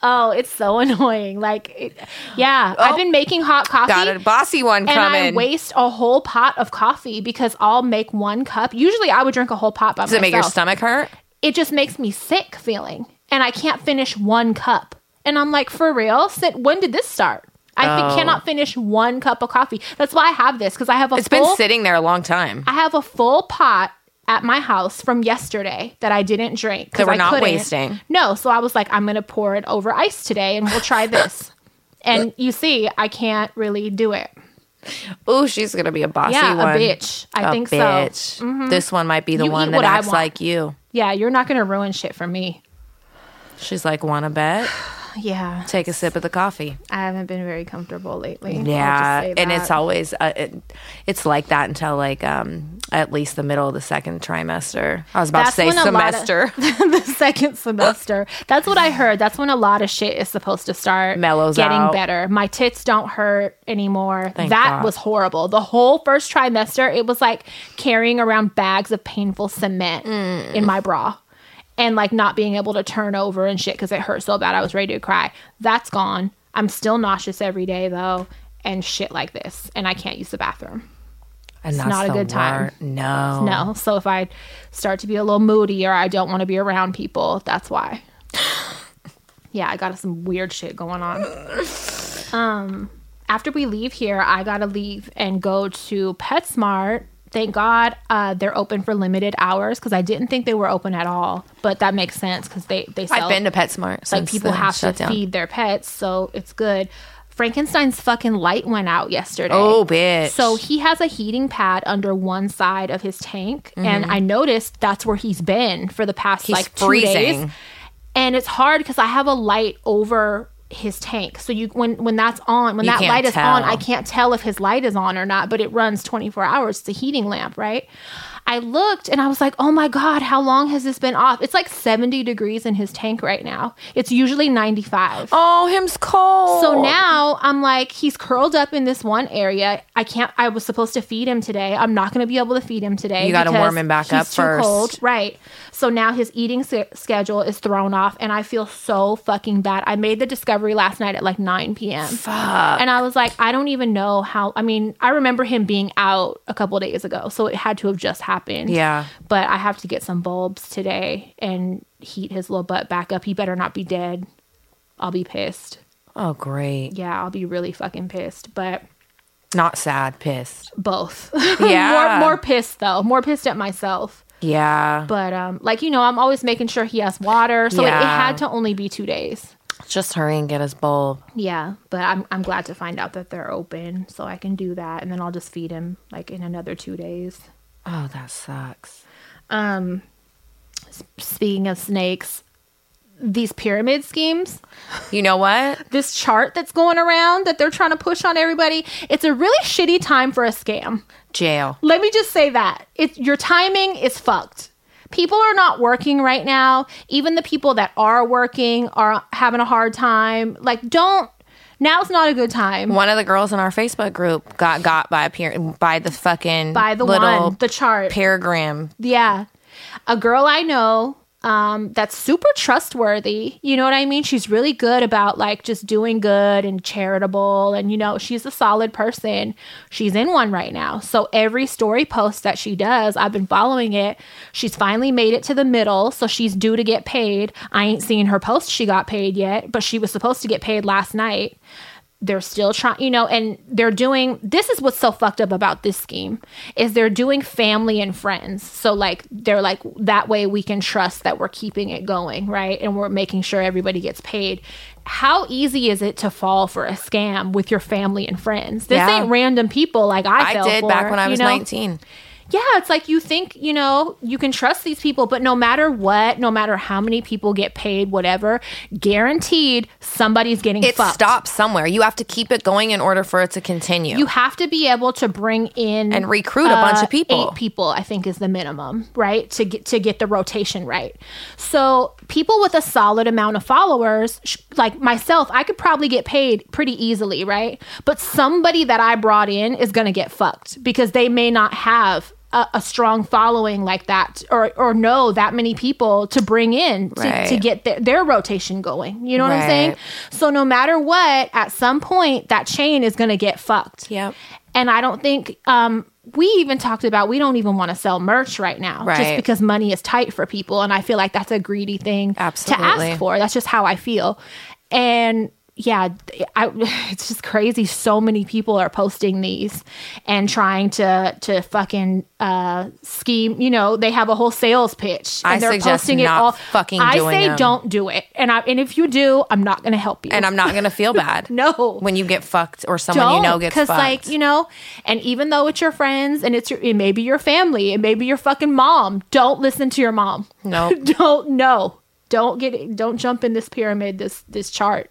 Speaker 1: Oh, it's so annoying. Like, it, yeah, I've been making hot coffee.
Speaker 2: Got a bossy one
Speaker 1: and
Speaker 2: coming.
Speaker 1: I waste a whole pot of coffee because I'll make one cup. Usually, I would drink a whole pot by
Speaker 2: Does it make your
Speaker 1: myself.
Speaker 2: stomach hurt?
Speaker 1: It just makes me sick feeling, and I can't finish one cup. And I'm like, for real? Sit- When did this start? I fi-
Speaker 2: Oh.
Speaker 1: cannot finish one cup of coffee. That's why I have this because I have a
Speaker 2: It's
Speaker 1: full
Speaker 2: been sitting there a long time.
Speaker 1: I have a full pot at my house from yesterday that I didn't drink. 'cause
Speaker 2: That we're
Speaker 1: I
Speaker 2: not
Speaker 1: couldn't.
Speaker 2: wasting.
Speaker 1: No, so I was like, I'm gonna pour it over ice today, and we'll try this. and you see, I can't really do it.
Speaker 2: Ooh, she's gonna be a bossy
Speaker 1: Yeah, a
Speaker 2: one.
Speaker 1: bitch. I
Speaker 2: A
Speaker 1: think so. Mm-hmm.
Speaker 2: bitch. This one might be the
Speaker 1: You eat
Speaker 2: one
Speaker 1: what
Speaker 2: that
Speaker 1: I
Speaker 2: acts
Speaker 1: want.
Speaker 2: like you.
Speaker 1: Yeah, you're not gonna ruin shit for me.
Speaker 2: She's like, wanna bet?
Speaker 1: Yeah,
Speaker 2: Take a sip of the coffee.
Speaker 1: I haven't been very comfortable lately. I'll just
Speaker 2: Yeah,
Speaker 1: say
Speaker 2: and
Speaker 1: that.
Speaker 2: it's always uh, it, it's like that until like um at least the middle of the second trimester. I was about
Speaker 1: That's
Speaker 2: to say
Speaker 1: when a lot of-
Speaker 2: semester
Speaker 1: the second semester. That's what I heard. That's when a lot of shit is supposed to start
Speaker 2: Mellows
Speaker 1: getting
Speaker 2: out.
Speaker 1: better. My tits don't hurt anymore.
Speaker 2: Thank
Speaker 1: that
Speaker 2: God.
Speaker 1: was horrible. The whole first trimester, it was like carrying around bags of painful cement
Speaker 2: Mm.
Speaker 1: in my bra. And like not being able to turn over and shit because it hurt so bad, I was ready to cry. That's gone. I'm still nauseous every day though, and shit like this, and I can't use the bathroom.
Speaker 2: and that's
Speaker 1: not a
Speaker 2: the
Speaker 1: good time.
Speaker 2: wor- No,
Speaker 1: No. So if I start to be a little moody or I don't want to be around people, that's why. yeah, I got some weird shit going on. Um, after we leave here, I gotta leave and go to PetSmart. Thank God uh, they're open for limited hours because I didn't think they were open at all. But that makes sense because they they sell
Speaker 2: I've been to PetSmart. Since
Speaker 1: like people
Speaker 2: the
Speaker 1: have to
Speaker 2: shutdown.
Speaker 1: feed their pets, so it's good. Frankenstein's fucking light went out yesterday.
Speaker 2: Oh, bitch.
Speaker 1: So he has a heating pad under one side of his tank, and
Speaker 2: Mm-hmm.
Speaker 1: I noticed that's where he's been for the past like two days.
Speaker 2: freezing.
Speaker 1: And it's hard because I have a light over his tank, so you when when that's on, when
Speaker 2: You
Speaker 1: that
Speaker 2: can't
Speaker 1: light is on,
Speaker 2: tell.
Speaker 1: I can't tell if his light is on or not. But it runs twenty four hours. It's a heating lamp, right? I looked and I was like, oh my god, how long has this been off? It's like seventy degrees in his tank right now. It's usually ninety five.
Speaker 2: Oh, him's cold.
Speaker 1: So now I'm like, he's curled up in this one area. I can't. I was supposed to feed him today. I'm not going to be able to feed him today.
Speaker 2: You gotta
Speaker 1: because
Speaker 2: warm him back
Speaker 1: he's
Speaker 2: up
Speaker 1: too
Speaker 2: first.
Speaker 1: right? So now his eating s- schedule is thrown off, and I feel so fucking bad. I made the discovery last night at like 9 p.m. And I was like, I don't even know how. I mean, I remember him being out a couple days ago, so it had to have just happened.
Speaker 2: Yeah.
Speaker 1: But I have to get some bulbs today and heat his little butt back up. He better not be dead. I'll be pissed
Speaker 2: Oh, great.
Speaker 1: yeah, I'll be really fucking pissed. But
Speaker 2: Not sad, pissed.
Speaker 1: both.
Speaker 2: Yeah.
Speaker 1: more more pissed though. More pissed at myself.
Speaker 2: Yeah.
Speaker 1: But um like you know, I'm always making sure he has water. So it, it
Speaker 2: Yeah.
Speaker 1: had to only be two days.
Speaker 2: Just hurry and get his bulb.
Speaker 1: Yeah. But I'm I'm glad to find out that they're open so I can do that and then I'll just feed him like in another two days.
Speaker 2: Oh, that sucks.
Speaker 1: Speaking of snakes, these pyramid schemes
Speaker 2: You know what?
Speaker 1: this chart that's going around that they're trying to push on everybody it's a really shitty time for a scam
Speaker 2: Jail.
Speaker 1: Let me just say that. It's your timing is fucked. People are not working right now. Even the people that are working are having a hard time. Like don't now's not a good time.
Speaker 2: One of the girls in our Facebook group got got by a peer, by the fucking
Speaker 1: By the
Speaker 2: little
Speaker 1: one, the chart.
Speaker 2: paragraph.
Speaker 1: Yeah. A girl I know um, that's super trustworthy. You know what I mean? She's really good about like just doing good and charitable. And, you know, she's a solid person. She's in one right now. So every story post that she does, I've been following it. She's finally made it to the middle. So she's due to get paid. I ain't seen her post. She got paid yet, but she was supposed to get paid last night they're still trying you know and they're doing this is what's so fucked up about this scheme is they're doing family and friends so like they're like that way we can trust that we're keeping it going right and we're making sure everybody gets paid how easy is it to fall for a scam with your family and friends this
Speaker 2: Yeah.
Speaker 1: ain't random people like i,
Speaker 2: I
Speaker 1: fell
Speaker 2: did
Speaker 1: for,
Speaker 2: back when I
Speaker 1: you
Speaker 2: was
Speaker 1: know?
Speaker 2: 19.
Speaker 1: yeah, it's like you think, you know, you can trust these people, but no matter what, no matter how many people get paid, whatever, guaranteed somebody's getting
Speaker 2: It
Speaker 1: fucked.
Speaker 2: stops somewhere. You have to keep it going in order for it to continue.
Speaker 1: You have to be able to bring in uh,
Speaker 2: And recruit a bunch of people.
Speaker 1: Eight people, I think, is the minimum, right? To get to get the rotation right. So people with a solid amount of followers, sh- like myself, I could probably get paid pretty easily, right? But somebody that I brought in is going to get fucked because they may not have. A, a strong following like that or or know that many people to bring in to, to
Speaker 2: Right.
Speaker 1: get their, their rotation going you know what i'm
Speaker 2: Right.
Speaker 1: saying so no matter what at some point that chain is going to get fucked
Speaker 2: Yep.
Speaker 1: and I don't think um, we even talked about we don't even want to sell merch right now, just
Speaker 2: Right.
Speaker 1: because money is tight for people, and I feel like that's a greedy thing to
Speaker 2: Absolutely.
Speaker 1: ask for. That's just how I feel, and yeah, I, it's just crazy. So many people are posting these and trying to to fucking uh, scheme. You know, they have a whole sales pitch, and
Speaker 2: I
Speaker 1: they're
Speaker 2: suggest
Speaker 1: posting
Speaker 2: not
Speaker 1: it all.
Speaker 2: fucking
Speaker 1: I
Speaker 2: doing
Speaker 1: say
Speaker 2: them.
Speaker 1: don't do it, and I and if you do, I'm not going to help you.
Speaker 2: and I'm not going to feel bad.
Speaker 1: No.
Speaker 2: When you get fucked or someone you know gets fucked.
Speaker 1: like you know, and even though it's your friends and it's your, it may be your family, it may be your fucking mom. Don't listen to your mom.
Speaker 2: Nope.
Speaker 1: don't no. Don't get don't jump in this pyramid, this this chart.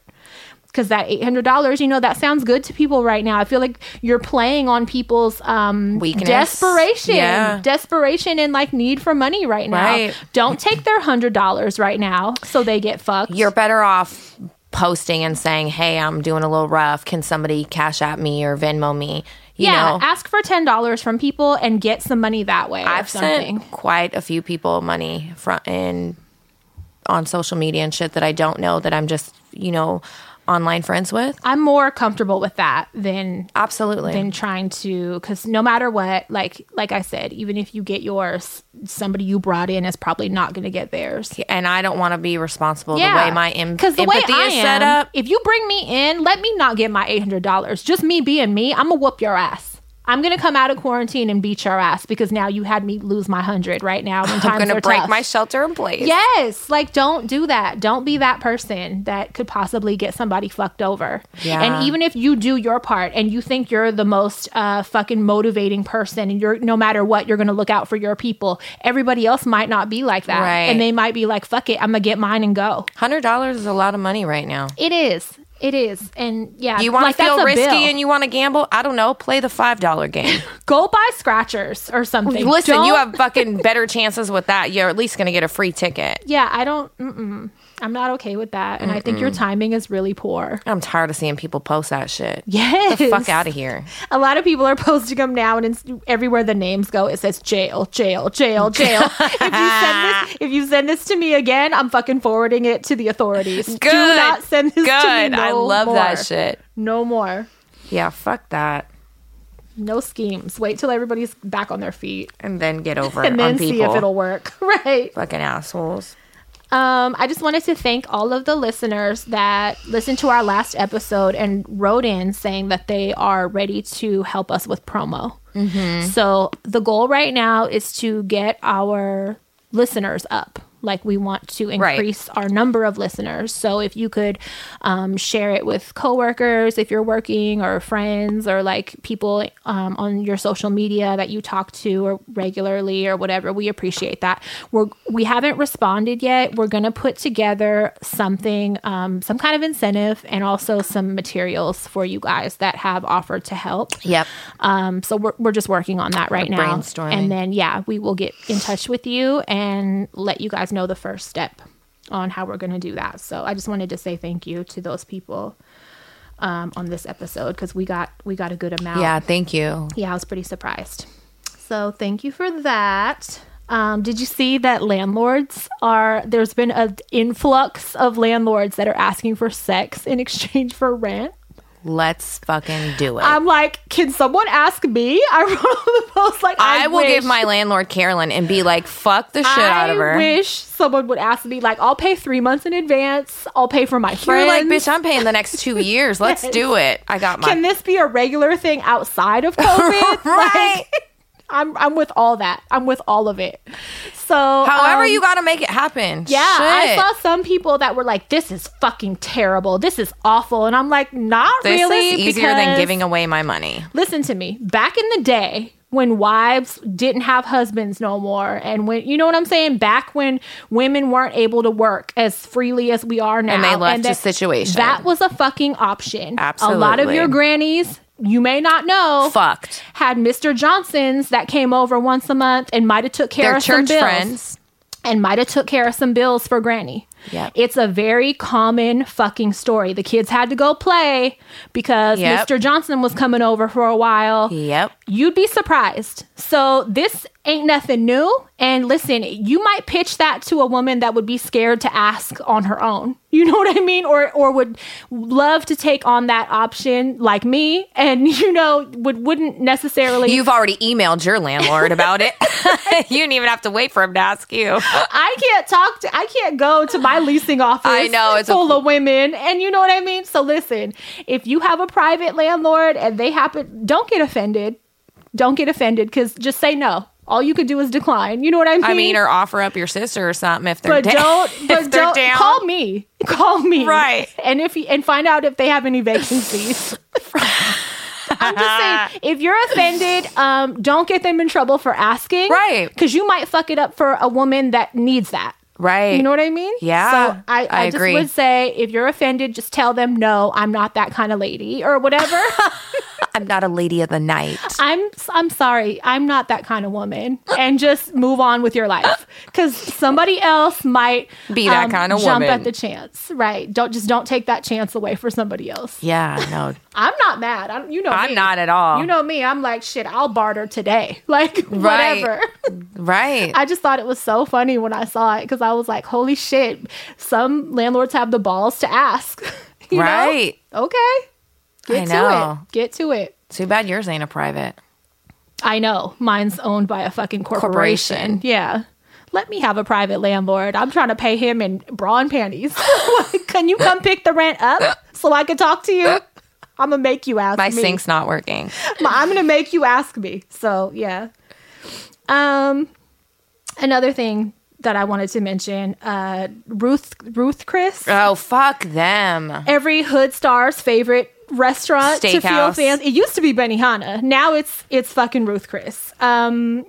Speaker 1: Because that eight hundred dollars, you know, that sounds good to people right now. I feel like you're playing on people's um
Speaker 2: Weakness.
Speaker 1: desperation,
Speaker 2: Yeah.
Speaker 1: desperation, and like need for money right now.
Speaker 2: Right.
Speaker 1: Don't take their hundred dollars right now, so they get fucked.
Speaker 2: You're better off posting and saying, "Hey, I'm doing a little rough. Can somebody cash at me or Venmo me?" You
Speaker 1: yeah,
Speaker 2: know.
Speaker 1: ask for ten dollars from people and get some money that way. or
Speaker 2: I've
Speaker 1: something.
Speaker 2: sent quite a few people money front in on social media and shit that I don't know that I'm just, you know, online friends with.
Speaker 1: I'm more comfortable with that than
Speaker 2: Absolutely.
Speaker 1: than trying to because no matter what, like like I said, even if you get yours, somebody you brought in is probably not going to get theirs.
Speaker 2: and I don't want to be responsible the way my em-
Speaker 1: because the way
Speaker 2: empathy
Speaker 1: I
Speaker 2: is
Speaker 1: am,
Speaker 2: set up.
Speaker 1: if you bring me in, let me not get my eight hundred dollars. Just me being me, I'm gonna whoop your ass. I'm gonna come out of quarantine and beat your ass because now you had me lose my hundred right now. When
Speaker 2: I'm
Speaker 1: times
Speaker 2: going to
Speaker 1: are
Speaker 2: break
Speaker 1: tough.
Speaker 2: my shelter in place.
Speaker 1: Yes, like don't do that. Don't be that person that could possibly get somebody fucked over.
Speaker 2: Yeah.
Speaker 1: And even if you do your part and you think you're the most uh, fucking motivating person, and you're no matter what, you're gonna look out for your people. Everybody else might not be like that,
Speaker 2: Right.
Speaker 1: and they might be like, "Fuck it, I'm gonna get mine and go."
Speaker 2: $100 is a lot of money right now.
Speaker 1: It is. It is. And yeah,
Speaker 2: You want
Speaker 1: like,
Speaker 2: to
Speaker 1: that's
Speaker 2: feel
Speaker 1: a
Speaker 2: risky
Speaker 1: bill.
Speaker 2: and you want to gamble? I don't know. Play the $5 game.
Speaker 1: go buy scratchers or something.
Speaker 2: Listen, you
Speaker 1: Don't-
Speaker 2: have fucking better chances with that. You're at least going to get a free ticket.
Speaker 1: Yeah, I don't. Mm-mm. I'm not okay with that, and I think your timing is really poor.
Speaker 2: I'm tired of seeing people post that shit.
Speaker 1: Yes.
Speaker 2: The fuck out of here.
Speaker 1: A lot of people are posting them now, and it's, everywhere the names go, it says jail, jail, jail, jail. if you send this, if you send this to me again, I'm fucking forwarding it to the authorities.
Speaker 2: Good.
Speaker 1: Do not send this
Speaker 2: Good.
Speaker 1: to me.
Speaker 2: I
Speaker 1: no
Speaker 2: love that
Speaker 1: more.
Speaker 2: shit.
Speaker 1: No more.
Speaker 2: Yeah, fuck that.
Speaker 1: No schemes. Wait till everybody's back on their feet,
Speaker 2: And then get over it
Speaker 1: and then
Speaker 2: on people.
Speaker 1: see if it'll work. Right.
Speaker 2: Fucking assholes.
Speaker 1: Um, I just wanted to thank all of the listeners that listened to our last episode and wrote in saying that they are ready to help us with promo. So the goal right now is to get our listeners up. Like we want to
Speaker 2: Right.
Speaker 1: increase our number of listeners. So if you could um, share it with coworkers, if you're working, or friends, or like people um, on your social media that you talk to or regularly or whatever, we appreciate that. We're we haven't responded yet. We're gonna put together something, um, some kind of incentive, and also some materials for you guys that have offered to help.
Speaker 2: Yep.
Speaker 1: Um, so we're, we're just working on that right now.
Speaker 2: brainstorming.
Speaker 1: And then, yeah, we will get in touch with you and let you guys know the first step on how we're going to do that. So I just wanted to say thank you to those people um, on this episode because we got we got a good amount.
Speaker 2: Yeah, thank you.
Speaker 1: Yeah, I was pretty surprised. So thank you for that. Um, did you see that landlords are there's been an influx of landlords that are asking for sex in exchange for rent?
Speaker 2: Let's fucking do it.
Speaker 1: I'm like, can someone ask me? I wrote on the post like, I,
Speaker 2: I, will
Speaker 1: wish-
Speaker 2: give my landlord Carolyn and be like, fuck the shit
Speaker 1: I
Speaker 2: out of her.
Speaker 1: wish someone would ask me like, I'll pay three months in advance. I'll pay for my
Speaker 2: You're
Speaker 1: friends.
Speaker 2: like, bitch, I'm paying the next two years. Let's do it. I got my
Speaker 1: can this be a regular thing outside of COVID?
Speaker 2: Right.
Speaker 1: Like, I'm I'm with all that. I'm with all of it. So
Speaker 2: However,
Speaker 1: um,
Speaker 2: you got to make it happen.
Speaker 1: Yeah, I
Speaker 2: Shit.
Speaker 1: saw some people that were like, "This is fucking terrible. This is awful," and I'm like, "Not
Speaker 2: This
Speaker 1: really."
Speaker 2: is easier than
Speaker 1: because-
Speaker 2: giving away my money.
Speaker 1: Listen to me. Back in the day, when wives didn't have husbands no more and when you know what I'm saying back when women weren't able to work as freely as we are now
Speaker 2: And they left the
Speaker 1: that-
Speaker 2: situation.
Speaker 1: that was a fucking option a lot of
Speaker 2: Absolutely.
Speaker 1: your grannies you may not know
Speaker 2: Fucked.
Speaker 1: had Mr. Johnson's that came over once a month and might have took care
Speaker 2: Their
Speaker 1: of some
Speaker 2: church
Speaker 1: bills
Speaker 2: friends.
Speaker 1: and might have took care of some bills for granny.
Speaker 2: Yep.
Speaker 1: It's a very common fucking story. The kids had to go play because
Speaker 2: Yep.
Speaker 1: Mr. Johnson was coming over for a while.
Speaker 2: Yep.
Speaker 1: You'd be surprised. So this ain't nothing new. And listen, you might pitch that to a woman that would be scared to ask on her own. You know what I mean? Or or would love to take on that option like me and you know would wouldn't necessarily
Speaker 2: You've already emailed your landlord about it. you didn't even have to wait for him to ask you.
Speaker 1: I can't talk to I can't go to my leasing office
Speaker 2: I know, it's a-
Speaker 1: full of women and you know what I mean? So listen, if you have a private landlord and they happen don't get offended. Don't get offended cuz just say no. All you could do is decline. You know what I mean?
Speaker 2: I mean, or offer up your sister or something if they're
Speaker 1: but
Speaker 2: da-
Speaker 1: don't
Speaker 2: if
Speaker 1: but
Speaker 2: they're
Speaker 1: don't
Speaker 2: down.
Speaker 1: call me. Call me.
Speaker 2: Right.
Speaker 1: And if you, and find out if they have any vacancies. I'm just saying, if you're offended, um, don't get them in trouble for asking.
Speaker 2: Right.
Speaker 1: Because you might fuck it up for a woman that needs that.
Speaker 2: Right.
Speaker 1: You know what I mean?
Speaker 2: Yeah,
Speaker 1: So I, I,
Speaker 2: I
Speaker 1: just
Speaker 2: agree.
Speaker 1: would say if you're offended, just tell them, no, I'm not that kind of lady or whatever.
Speaker 2: I'm not a lady of the night.
Speaker 1: I'm I'm sorry, I'm not that kind of woman, and just move on with your life because somebody else might um,
Speaker 2: Be that kind of
Speaker 1: jump
Speaker 2: woman.
Speaker 1: at the chance, right? Don't just don't take that chance away for somebody else.
Speaker 2: Yeah, no,
Speaker 1: I'm not mad. I, don't- you know,
Speaker 2: I'm
Speaker 1: me.
Speaker 2: not at all.
Speaker 1: You know me. I'm like shit. I'll barter today, like
Speaker 2: Right.
Speaker 1: whatever.
Speaker 2: right?
Speaker 1: I just thought it was so funny when I saw it because I was like, holy shit, some landlords have the balls to ask. you know?
Speaker 2: Right.
Speaker 1: Okay. Get
Speaker 2: I
Speaker 1: to
Speaker 2: know.
Speaker 1: it. Get to it.
Speaker 2: Too bad yours ain't a private.
Speaker 1: I know. Mine's owned by a fucking corporation.
Speaker 2: Corporation.
Speaker 1: Yeah. Let me have a private landlord. I'm trying to pay him in bra and panties. Can you come pick the rent up so I can talk to you? I'm gonna make you ask
Speaker 2: My
Speaker 1: me.
Speaker 2: sink's not working.
Speaker 1: My- I'm gonna make you ask me. So yeah. Um, another thing that I wanted to mention, uh, Ruth Ruth Chris
Speaker 2: Oh fuck them.
Speaker 1: every hood star's favorite restaurant to feel
Speaker 2: Steakhouse.
Speaker 1: fans. It used to be Benihana. Now it's it's fucking Ruth Chris. Um,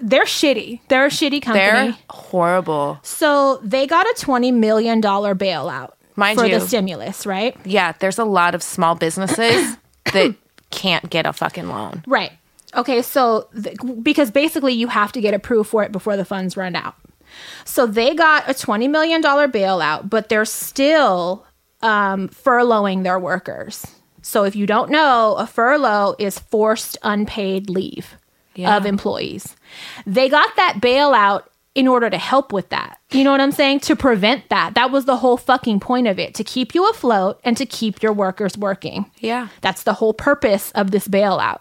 Speaker 1: they're shitty. They're a shitty company.
Speaker 2: They're horrible.
Speaker 1: so they got a twenty million dollar bailout
Speaker 2: Mind
Speaker 1: for
Speaker 2: you.
Speaker 1: the stimulus, right?
Speaker 2: Yeah, there's a lot of small businesses that can't get a fucking loan.
Speaker 1: Right. Okay, so th- because basically you have to get approved for it before the funds run out. So they got a $20 million bailout, but they're still um, furloughing their workers. So if you don't know, a furlough is forced unpaid leave
Speaker 2: Yeah.
Speaker 1: of employees. They got that bailout in order to help with that. You know what I'm saying? To prevent that. That was the whole fucking point of it to keep you afloat and to keep your workers working.
Speaker 2: Yeah.
Speaker 1: That's the whole purpose of this bailout.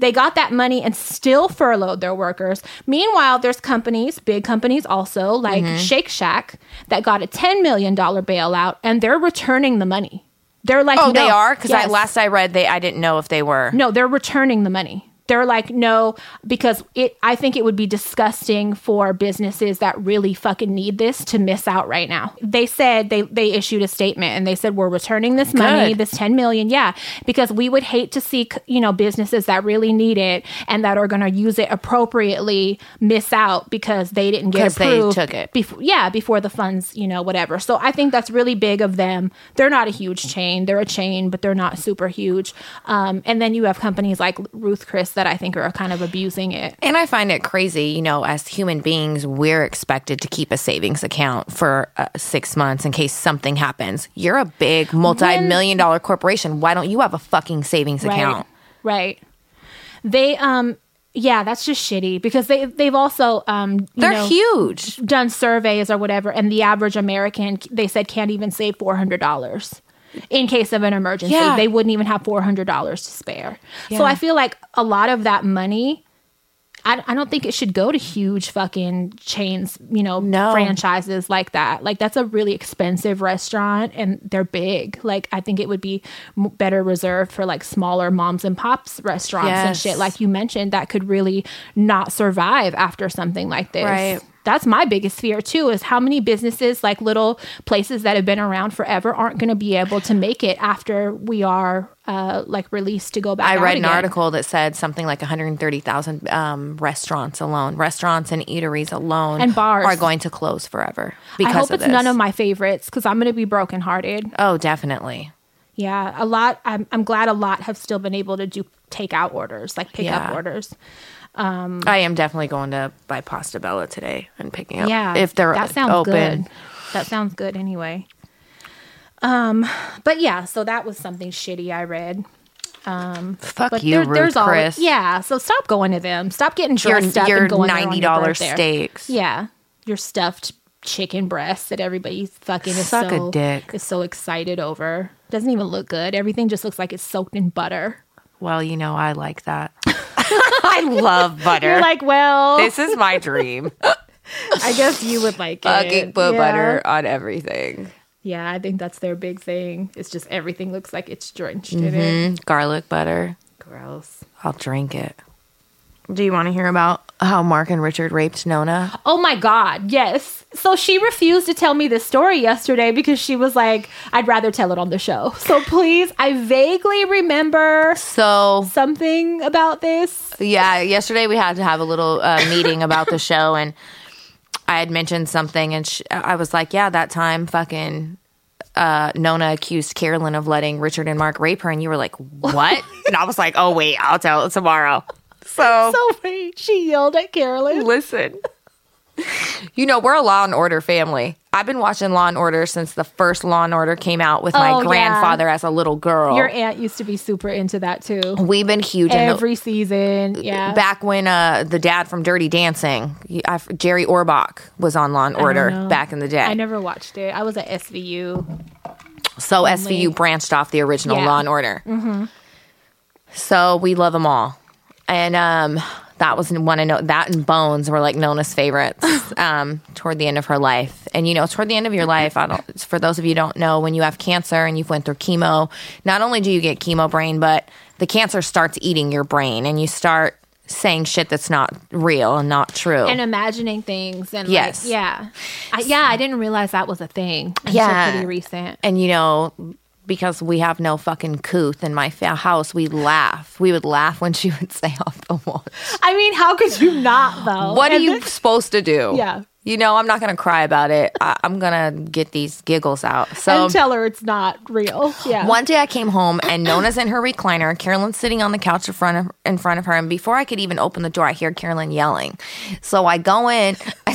Speaker 1: They got that money and still furloughed their workers. Meanwhile, there's companies, big companies also, like
Speaker 2: Mm-hmm.
Speaker 1: Shake Shack, that got a $10 million bailout and they're returning the money. They're like,
Speaker 2: Oh, they
Speaker 1: no.
Speaker 2: are because I
Speaker 1: Yes.
Speaker 2: last I read they I didn't know if they were.
Speaker 1: No, they're returning the money. They're like, no, because it. I think it would be disgusting for businesses that really fucking need this to miss out right now. They said they they issued a statement and they said we're returning this money,
Speaker 2: Good.
Speaker 1: this ten million, yeah, because we would hate to see c- you know businesses that really need it and that are going to use it appropriately miss out because they didn't get
Speaker 2: 'Cause they
Speaker 1: approved
Speaker 2: took it.
Speaker 1: before yeah before the funds you know whatever so i think that's really big of them they're not a huge chain they're a chain but they're not super huge um, and then you have companies like ruth chris that i think are kind of abusing it
Speaker 2: And I find it crazy, you know, as human beings, we're expected to keep a savings account for uh, six months in case something happens. You're a big multi million dollar corporation. Why don't you have a fucking savings account?
Speaker 1: right right they um yeah that's just shitty because they they've also um you
Speaker 2: They're
Speaker 1: know,
Speaker 2: huge.
Speaker 1: done surveys or whatever and the average american they said can't even save $400 in case of an emergency
Speaker 2: Yeah.
Speaker 1: they wouldn't even have $400 to spare
Speaker 2: Yeah.
Speaker 1: so i feel like a lot of that money I, I don't think it should go to huge fucking chains you know
Speaker 2: No.
Speaker 1: franchises like that like that's a really expensive restaurant and they're big like i think it would be m- better reserved for like smaller moms and pops restaurants and
Speaker 2: Yes.
Speaker 1: shit like you mentioned that could really not survive after something like this
Speaker 2: Right.
Speaker 1: that's my biggest fear too is how many businesses like little places that have been around forever aren't going to be able to make it after we are uh, like released to go back.
Speaker 2: I
Speaker 1: out
Speaker 2: read an
Speaker 1: again.
Speaker 2: article that said something like 130,000 um, restaurants alone, restaurants and eateries alone,
Speaker 1: And bars.
Speaker 2: are going to close forever
Speaker 1: I
Speaker 2: because
Speaker 1: hope
Speaker 2: of
Speaker 1: it's
Speaker 2: this.
Speaker 1: none of my favorites because I'm going to be brokenhearted.
Speaker 2: oh, definitely.
Speaker 1: Yeah, a lot. I'm, I'm glad a lot have still been able to do takeout orders, like pickup
Speaker 2: Yeah.
Speaker 1: orders.
Speaker 2: I am definitely going to buy Pasta Bella today and picking up.
Speaker 1: Yeah,
Speaker 2: if they're
Speaker 1: that sounds
Speaker 2: open.
Speaker 1: Good. That sounds good anyway. Um, but yeah, so that was something shitty I read.
Speaker 2: Fuck
Speaker 1: But
Speaker 2: you,
Speaker 1: there-
Speaker 2: Ruth
Speaker 1: there's
Speaker 2: Chris.
Speaker 1: always yeah. So stop going to them. Stop getting
Speaker 2: your
Speaker 1: dressed up
Speaker 2: your
Speaker 1: and going there on your
Speaker 2: ninety dollars
Speaker 1: birthday.
Speaker 2: steaks.
Speaker 1: Yeah, your stuffed chicken breasts that everybody fucking is
Speaker 2: Suck a
Speaker 1: so
Speaker 2: dick.
Speaker 1: is so excited over. Doesn't even look good. Everything just looks like it's soaked in butter.
Speaker 2: Well, you know I like that. I love butter.
Speaker 1: You're like, well,
Speaker 2: this is my dream.
Speaker 1: I guess you would like
Speaker 2: Fucking
Speaker 1: it.
Speaker 2: put
Speaker 1: Yeah.
Speaker 2: butter on everything.
Speaker 1: Yeah, I think that's their big thing. It's just everything looks like it's drenched in
Speaker 2: Mm-hmm.
Speaker 1: it.
Speaker 2: Garlic butter.
Speaker 1: Gross.
Speaker 2: I'll drink it. Do you want to hear about how Mark and Richard raped Nona?
Speaker 1: Oh my God, yes. So she refused to tell me this story yesterday because she was like, I'd rather tell it on the show. So please, I vaguely remember
Speaker 2: So,
Speaker 1: something about this.
Speaker 2: yeah, yesterday we had to have a little uh, meeting about the show, and I had mentioned something, and sh I was like, yeah, that time fucking uh, Nona accused Carolyn of letting Richard and Mark rape her, and you were like, what? and I was like, oh, wait, I'll tell it tomorrow. So,
Speaker 1: So wait, she yelled at Carolyn.
Speaker 2: listen. You know, we're a Law and Order family. I've been watching Law and Order since the first Law and Order came out with
Speaker 1: Oh,
Speaker 2: my
Speaker 1: yeah.
Speaker 2: grandfather as a little girl.
Speaker 1: Your aunt used to be super into that too.
Speaker 2: We've been huge in the,
Speaker 1: Every season. Yeah.
Speaker 2: back when uh, the dad from Dirty Dancing, you- I f- Jerry Orbach, was on Law and Order
Speaker 1: know.
Speaker 2: back in the day.
Speaker 1: I never watched it. I was at SVU.
Speaker 2: So SVU branched off the original
Speaker 1: Yeah.
Speaker 2: Law and Order. So we love them all, and um, that was one I know. That and Bones were like Nona's favorites um, toward the end of her life. And you know, toward the end of your life, I don't. For those of you who don't know, when you have cancer and you've went through chemo, not only do you get chemo brain, but the cancer starts eating your brain, and you start saying shit that's not real and not true.
Speaker 1: and imagining things and
Speaker 2: Yes.
Speaker 1: like, yeah I, yeah i didn't realize that was a thing until
Speaker 2: Yeah.
Speaker 1: pretty recent
Speaker 2: and you know because we have no fucking couth in my fa- house we laugh we would laugh when she would say off the wall
Speaker 1: i mean how could you not though
Speaker 2: what are
Speaker 1: And
Speaker 2: you
Speaker 1: this-
Speaker 2: supposed to do
Speaker 1: Oh, Yeah.
Speaker 2: you know i'm not gonna cry about it I- i'm gonna get these giggles out so
Speaker 1: and tell her it's not real yeah
Speaker 2: one day I came home and Nona's in her recliner. Carolyn's sitting on the couch in front of in front of her, and before I could even open the door, I hear Carolyn yelling. So I go in.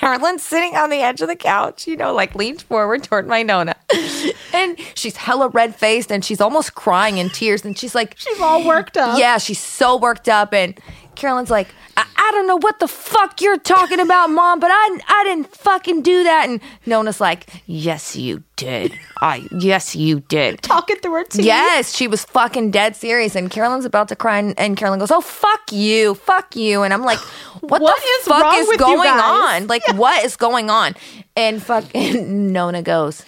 Speaker 2: Carolyn's sitting on the edge of the couch, you know, like leaned forward toward my Nona, and she's hella red faced and she's almost crying in tears, and she's like,
Speaker 1: she's all worked up
Speaker 2: yeah, she's so worked up. And Carolyn's like, I, I don't know what the fuck you're talking about, mom, but I, I didn't fucking do that. And Nona's like, yes, you did. I, yes, you did.
Speaker 1: talking through her teeth
Speaker 2: Yes, she was fucking dead serious. And Carolyn's about to cry. And, and Carolyn goes, oh, fuck you. Fuck you. And I'm like, what,
Speaker 1: What
Speaker 2: the
Speaker 1: is
Speaker 2: fuck
Speaker 1: wrong
Speaker 2: is
Speaker 1: with you
Speaker 2: going
Speaker 1: guys?
Speaker 2: on? Like, what is going on? And fucking Nona goes,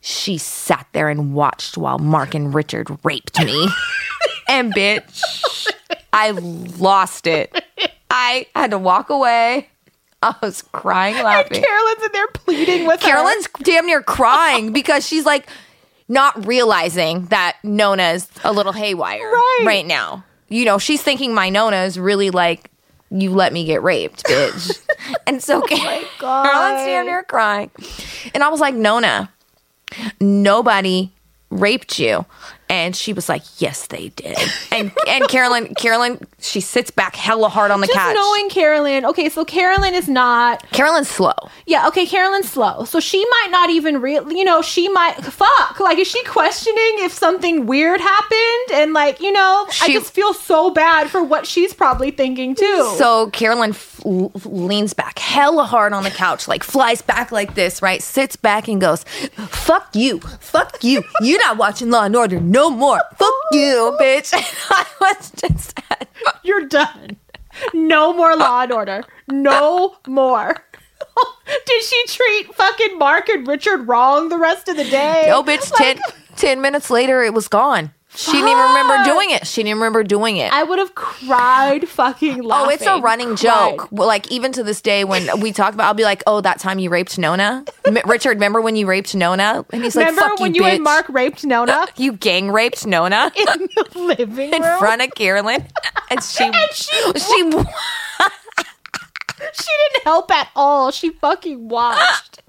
Speaker 2: she sat there and watched while Mark and Richard raped me. and bitch, I lost it. I had to walk away. I was crying laughing.
Speaker 1: carolyn's in there pleading with her.
Speaker 2: Carolyn's damn near crying because she's like not realizing that Nona's a little haywire
Speaker 1: Right.
Speaker 2: now. You know, she's thinking my Nona is really like, you let me get raped, bitch. and so
Speaker 1: Oh God.
Speaker 2: Carolyn's damn near crying. And I was like, Nona, nobody raped you. And she was like, Yes, they did. And and Carolyn, Carolyn, she sits back hella hard on the
Speaker 1: just
Speaker 2: couch.
Speaker 1: knowing carolyn okay so carolyn is not
Speaker 2: Carolyn's slow.
Speaker 1: yeah okay carolyn's slow so she might not even real you know she might fuck like is she questioning if something weird happened and like you know i
Speaker 2: She-
Speaker 1: just feel so bad for what she's probably thinking too
Speaker 2: So Carolyn f- l- leans back hella hard on the couch, like flies back like this, right? Sits back and goes, "Fuck you, fuck you. You're not watching Law and Order no more. Fuck you, bitch." I was just at
Speaker 1: You're done. No more Law and Order. No more. Did she treat fucking Mark and Richard wrong the rest of the day?
Speaker 2: no, bitch.
Speaker 1: Like,
Speaker 2: ten, 10 minutes later, it was gone. She didn't even remember doing it. She didn't remember doing it.
Speaker 1: I would have cried fucking laughing.
Speaker 2: Oh, it's a running
Speaker 1: Cried.
Speaker 2: joke. Well, like even to this day, when we talk about, I'll be like, "Oh, that time you raped Nona, M- Richard. Remember when you raped Nona?" And he's
Speaker 1: Remember
Speaker 2: like, "Fuck
Speaker 1: when
Speaker 2: you,
Speaker 1: you,
Speaker 2: bitch.
Speaker 1: and Mark raped Nona
Speaker 2: you gang raped Nona
Speaker 1: in the living
Speaker 2: in
Speaker 1: room?
Speaker 2: front of Carolyn, and she,
Speaker 1: And she,
Speaker 2: she,
Speaker 1: she didn't help at all. She fucking watched.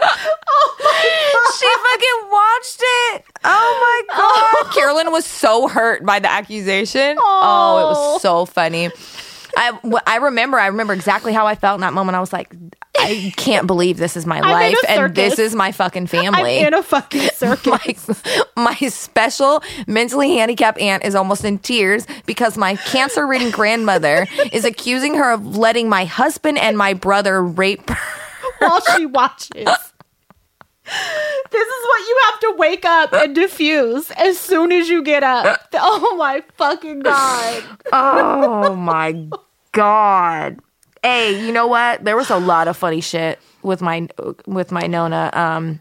Speaker 1: oh my God.
Speaker 2: she fucking watched it. Oh my god, Carolyn was so hurt by the accusation. Oh, it
Speaker 1: Oh.
Speaker 2: was so funny. I, wh- I remember I remember exactly how I felt in that moment. I was like, I can't believe this is my
Speaker 1: in
Speaker 2: life,
Speaker 1: a
Speaker 2: and this
Speaker 1: circus.
Speaker 2: is my fucking
Speaker 1: I'm
Speaker 2: family.
Speaker 1: in a fucking circus.
Speaker 2: my, my special mentally handicapped aunt is almost in tears because my cancer ridden grandmother is accusing her of letting my husband and my brother rape her.
Speaker 1: while she watches. This is what you have to wake up and diffuse as soon as you get up. Oh my fucking god.
Speaker 2: Oh my God. Hey, you know what? There was a lot of funny shit with my with my Nona. Um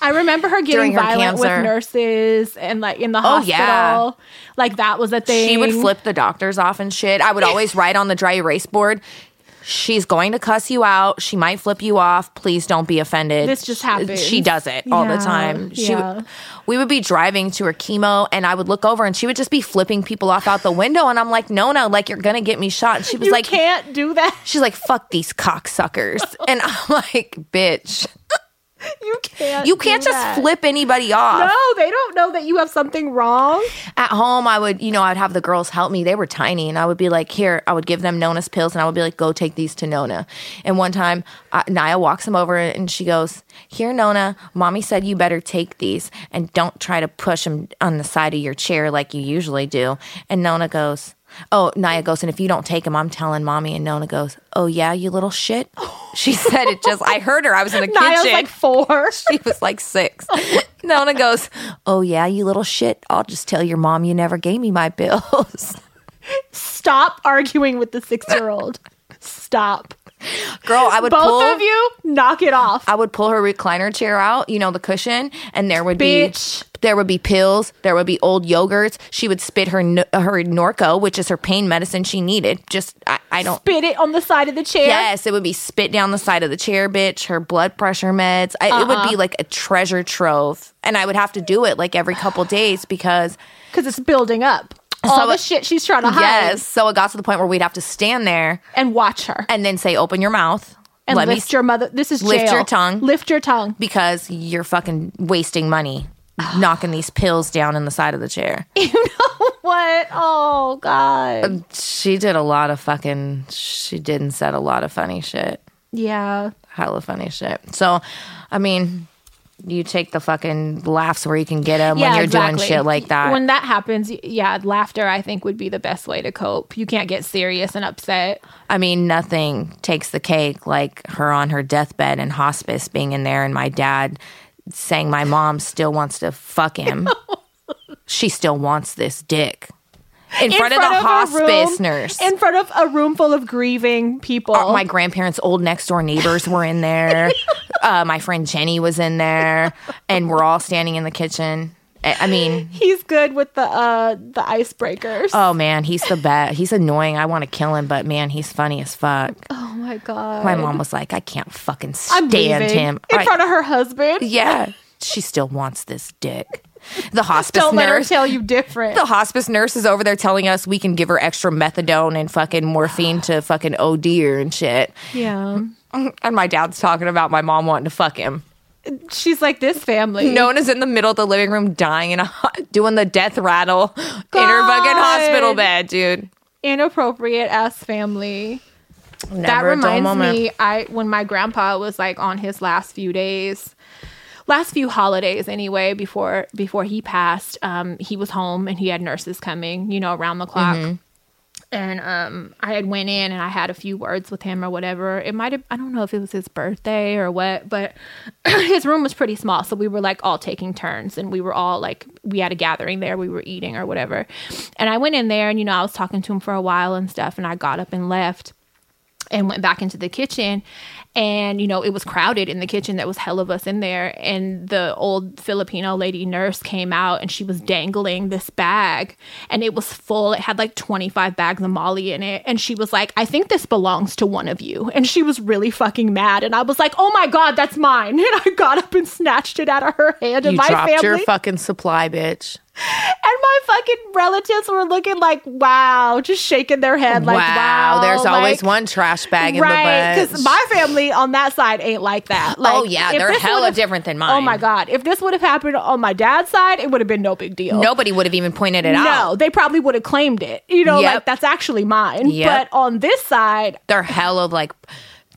Speaker 1: I remember her
Speaker 2: During
Speaker 1: getting
Speaker 2: her
Speaker 1: violent with
Speaker 2: cancer.
Speaker 1: nurses and like in the
Speaker 2: Oh,
Speaker 1: hospital.
Speaker 2: yeah.
Speaker 1: Like that was a thing.
Speaker 2: she would flip the doctors off and shit. I would always write on the dry erase board. She's going to cuss you out. She might flip you off. Please don't be offended.
Speaker 1: This just happens.
Speaker 2: She does it all
Speaker 1: Yeah,
Speaker 2: the time. She would-
Speaker 1: yeah.
Speaker 2: we would be driving to her chemo and I would look over and she would just be flipping people off out the window and I'm like, "No, no, like you're going to get me shot." And she was
Speaker 1: You
Speaker 2: like,
Speaker 1: can't do that.
Speaker 2: she's like, "Fuck these cocksuckers." and I'm like, "Bitch,
Speaker 1: You can't.
Speaker 2: you can't
Speaker 1: do
Speaker 2: just
Speaker 1: that.
Speaker 2: flip anybody off."
Speaker 1: No, they don't know that you have something wrong.
Speaker 2: at home i would you know i'd have the girls help me they were tiny and i would be like here i would give them nona's pills and i would be like go take these to nona and one time uh, naya walks them over and she goes here nona mommy said you better take these and don't try to push them on the side of your chair like you usually do and nona goes Oh, Naya goes, and if you don't take them, I'm telling mommy. And Nona goes, Oh, yeah, you little shit. She said it just, I heard her. I was in the
Speaker 1: Niall's
Speaker 2: kitchen.
Speaker 1: like four.
Speaker 2: She was like six. Nona goes, Oh, yeah, you little shit. I'll just tell your mom you never gave me my bills.
Speaker 1: Stop arguing with the six year old. Stop.
Speaker 2: Girl, I would
Speaker 1: Both
Speaker 2: pull.
Speaker 1: of you, knock it off.
Speaker 2: I would pull her recliner chair out, you know, the cushion, and there would
Speaker 1: Bitch.
Speaker 2: be there would be pills, there would be old yogurts. She would spit her no- her Norco, which is her pain medicine she needed. Just I, I don't.
Speaker 1: Spit it on the side of the chair.
Speaker 2: Yes, it would be spit down the side of the chair, bitch. Her blood pressure meds. I, It would be
Speaker 1: Uh-huh.
Speaker 2: like a treasure trove, and I would have to do it like every couple days because
Speaker 1: because it's building up. All
Speaker 2: So
Speaker 1: the
Speaker 2: it-
Speaker 1: shit she's trying to hide
Speaker 2: yes. So it got to the point where we'd have to stand there
Speaker 1: and watch her
Speaker 2: and then say, "Open your mouth
Speaker 1: and
Speaker 2: let me
Speaker 1: lift your mother. This is
Speaker 2: Lift
Speaker 1: jail.
Speaker 2: your tongue.
Speaker 1: Lift your tongue.
Speaker 2: because you're fucking wasting money knocking these pills down in the side of the chair."
Speaker 1: You know what? Oh god.
Speaker 2: she did a lot of fucking. She did and said a lot of funny shit,
Speaker 1: Yeah.
Speaker 2: hella funny shit. So, I mean. You take the fucking laughs where you can get them
Speaker 1: yeah,
Speaker 2: when you're
Speaker 1: exactly.
Speaker 2: doing shit like that.
Speaker 1: When that happens, y- yeah, laughter I think would be the best way to cope. You can't get serious and upset.
Speaker 2: I mean, nothing takes the cake like her on her deathbed in hospice being in there, and my dad saying my mom still wants to fuck him. she still wants this dick in, front, of the
Speaker 1: a
Speaker 2: hospice
Speaker 1: room-
Speaker 2: nurse.
Speaker 1: In front of a room full of grieving people.
Speaker 2: Uh, my grandparents' old next door neighbors were in there. uh, my friend Jenny was in there, and we're all standing in the kitchen. I I mean,
Speaker 1: He's good with the uh the icebreakers.
Speaker 2: oh man, he's the best. He's annoying. I want to kill him, but man, he's funny as fuck.
Speaker 1: oh my god.
Speaker 2: My mom was like, I can't fucking
Speaker 1: I'm
Speaker 2: stand
Speaker 1: leaving.
Speaker 2: him.
Speaker 1: in
Speaker 2: I-
Speaker 1: front of her husband.
Speaker 2: Yeah. She still wants this dick. The hospice
Speaker 1: Don't let her
Speaker 2: nurse.
Speaker 1: tell you different.
Speaker 2: the hospice nurse is over there telling us we can give her extra methadone and fucking morphine to fucking OD her and shit.
Speaker 1: yeah.
Speaker 2: And my dad's talking about my mom wanting to fuck him.
Speaker 1: She's like this family.
Speaker 2: No one is in the middle of the living room dying and doing the death rattle in her fucking
Speaker 1: God.
Speaker 2: hospital bed, dude.
Speaker 1: Inappropriate ass family. that
Speaker 2: Never a dull
Speaker 1: reminds
Speaker 2: moment.
Speaker 1: me, I when my grandpa was like on his last few days, last few holidays anyway, before before he passed, um, he was home and he had nurses coming, you know, around the clock.
Speaker 2: Mm-hmm.
Speaker 1: And um, I had went in and I had a few words with him or whatever. It might have I don't know if it was his birthday or what, but his room was pretty small, so we were like all taking turns and we were all like we had a gathering there, we were eating or whatever. And I went in there and you know, I was talking to him for a while and stuff and I got up and left and went back into the kitchen and you know it was crowded in the kitchen there was hell of us in there and the old filipino lady nurse came out and she was dangling this bag and it was full it had like 25 bags of molly in it and she was like i think this belongs to one of you and she was really fucking mad and i was like oh my god that's mine and i got up and snatched it out of her hand and
Speaker 2: You
Speaker 1: my
Speaker 2: dropped
Speaker 1: family
Speaker 2: your fucking supply, bitch.
Speaker 1: and my fucking relatives were looking like wow just shaking their head like wow,
Speaker 2: there's always
Speaker 1: like-
Speaker 2: one trash bag in the bunch.
Speaker 1: because my family on that side ain't like that. Like,
Speaker 2: oh yeah,
Speaker 1: if
Speaker 2: they're
Speaker 1: this
Speaker 2: hella
Speaker 1: would've-
Speaker 2: different than mine.
Speaker 1: Oh my god, if this would have happened on my dad's side, it would have been no big deal.
Speaker 2: Nobody would have even pointed it
Speaker 1: Oh. No,
Speaker 2: out.
Speaker 1: they probably would have claimed it. You know,
Speaker 2: Yep.
Speaker 1: like that's actually mine.
Speaker 2: Yep.
Speaker 1: But on this side,
Speaker 2: They're hella like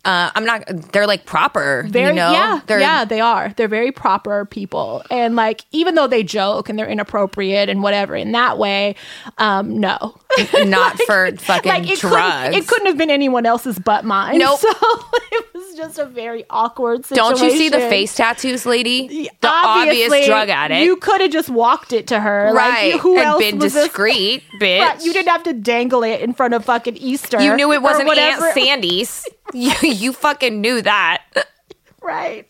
Speaker 2: uh, I'm not they're like proper.
Speaker 1: very
Speaker 2: you know?
Speaker 1: yeah,
Speaker 2: They're
Speaker 1: yeah, they are. They're very proper people, and like even though they joke and they're inappropriate and whatever in that way, um, no,
Speaker 2: not for fucking
Speaker 1: like it couldn't,
Speaker 2: drugs.
Speaker 1: it couldn't have been anyone else's but mine.
Speaker 2: Nope.
Speaker 1: So it was just a very awkward situation.
Speaker 2: Don't you see the face tattoos, lady? The
Speaker 1: Obviously,
Speaker 2: obvious drug addict.
Speaker 1: You could have just walked it to her,
Speaker 2: right.
Speaker 1: Like, you- who
Speaker 2: and
Speaker 1: else
Speaker 2: been
Speaker 1: was
Speaker 2: discreet,
Speaker 1: This?
Speaker 2: bitch.
Speaker 1: Right, You didn't have to dangle it in front of fucking Easter.
Speaker 2: You knew it
Speaker 1: or
Speaker 2: wasn't Aunt
Speaker 1: whatever.
Speaker 2: Sandy's. you, you fucking knew that.
Speaker 1: Right.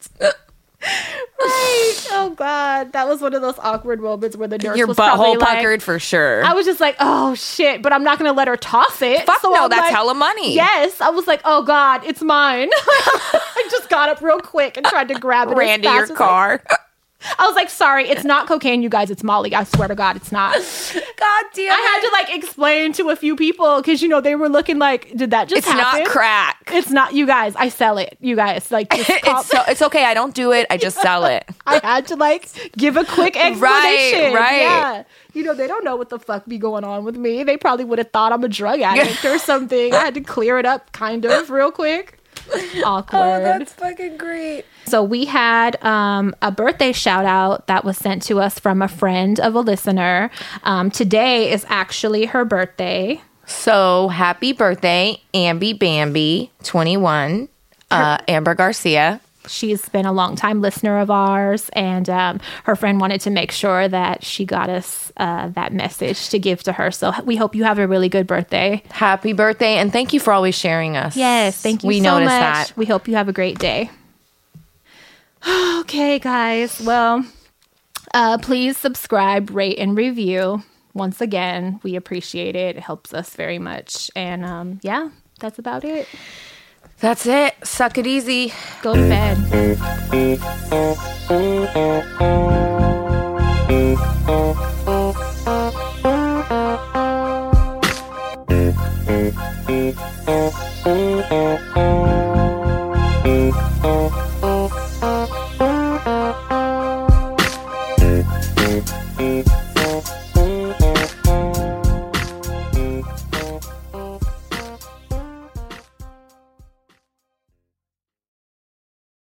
Speaker 1: right. Oh God, that was one of those awkward moments where the nurse
Speaker 2: Your
Speaker 1: was probably
Speaker 2: butthole
Speaker 1: like,
Speaker 2: puckered for sure.
Speaker 1: I was just like, oh shit, but I'm not gonna let her toss it.
Speaker 2: Fuck no,
Speaker 1: I'm
Speaker 2: that's
Speaker 1: like,
Speaker 2: hella money.
Speaker 1: Yes, I was like, oh god, it's mine. I just got up real quick and tried to grab it. as
Speaker 2: Ran to
Speaker 1: fast
Speaker 2: your
Speaker 1: as I
Speaker 2: car.
Speaker 1: I was like, sorry, it's not cocaine, you guys. It's Molly. I swear to God, it's not.
Speaker 2: God damn
Speaker 1: I had to like explain to a few people because you know they were looking like, did that just
Speaker 2: It's
Speaker 1: happen?
Speaker 2: not crack.
Speaker 1: It's not you guys. I sell it. You guys like. Just call-
Speaker 2: it's so it's okay. I don't do it. I just sell it.
Speaker 1: I had to like give a quick explanation.
Speaker 2: right.
Speaker 1: Yeah. You know they don't know what the fuck be going on with me. They probably would have thought I'm a drug addict or something. I had to clear it up kind of real quick.
Speaker 2: Oh,
Speaker 1: Awkward.
Speaker 2: fucking great.
Speaker 1: So we had um, a birthday shout out that was sent to us from a friend of a listener. Um, today is actually her birthday.
Speaker 2: So happy birthday, Ambi Bambi, twenty one, uh, Amber Garcia.
Speaker 1: She's been a longtime listener of ours, and um, her friend wanted to make sure that she got us uh, that message to give to her. So we hope you have a really good birthday.
Speaker 2: Happy birthday, and thank you for always sharing us.
Speaker 1: thank you.
Speaker 2: We
Speaker 1: so
Speaker 2: noticed
Speaker 1: much.
Speaker 2: that.
Speaker 1: We hope you have a great day. okay, guys. Well, uh, please subscribe, rate, and review. Once again, we appreciate it. It helps us very much. And um, yeah, that's about it.
Speaker 2: That's it. Suck it easy.
Speaker 1: Go to bed.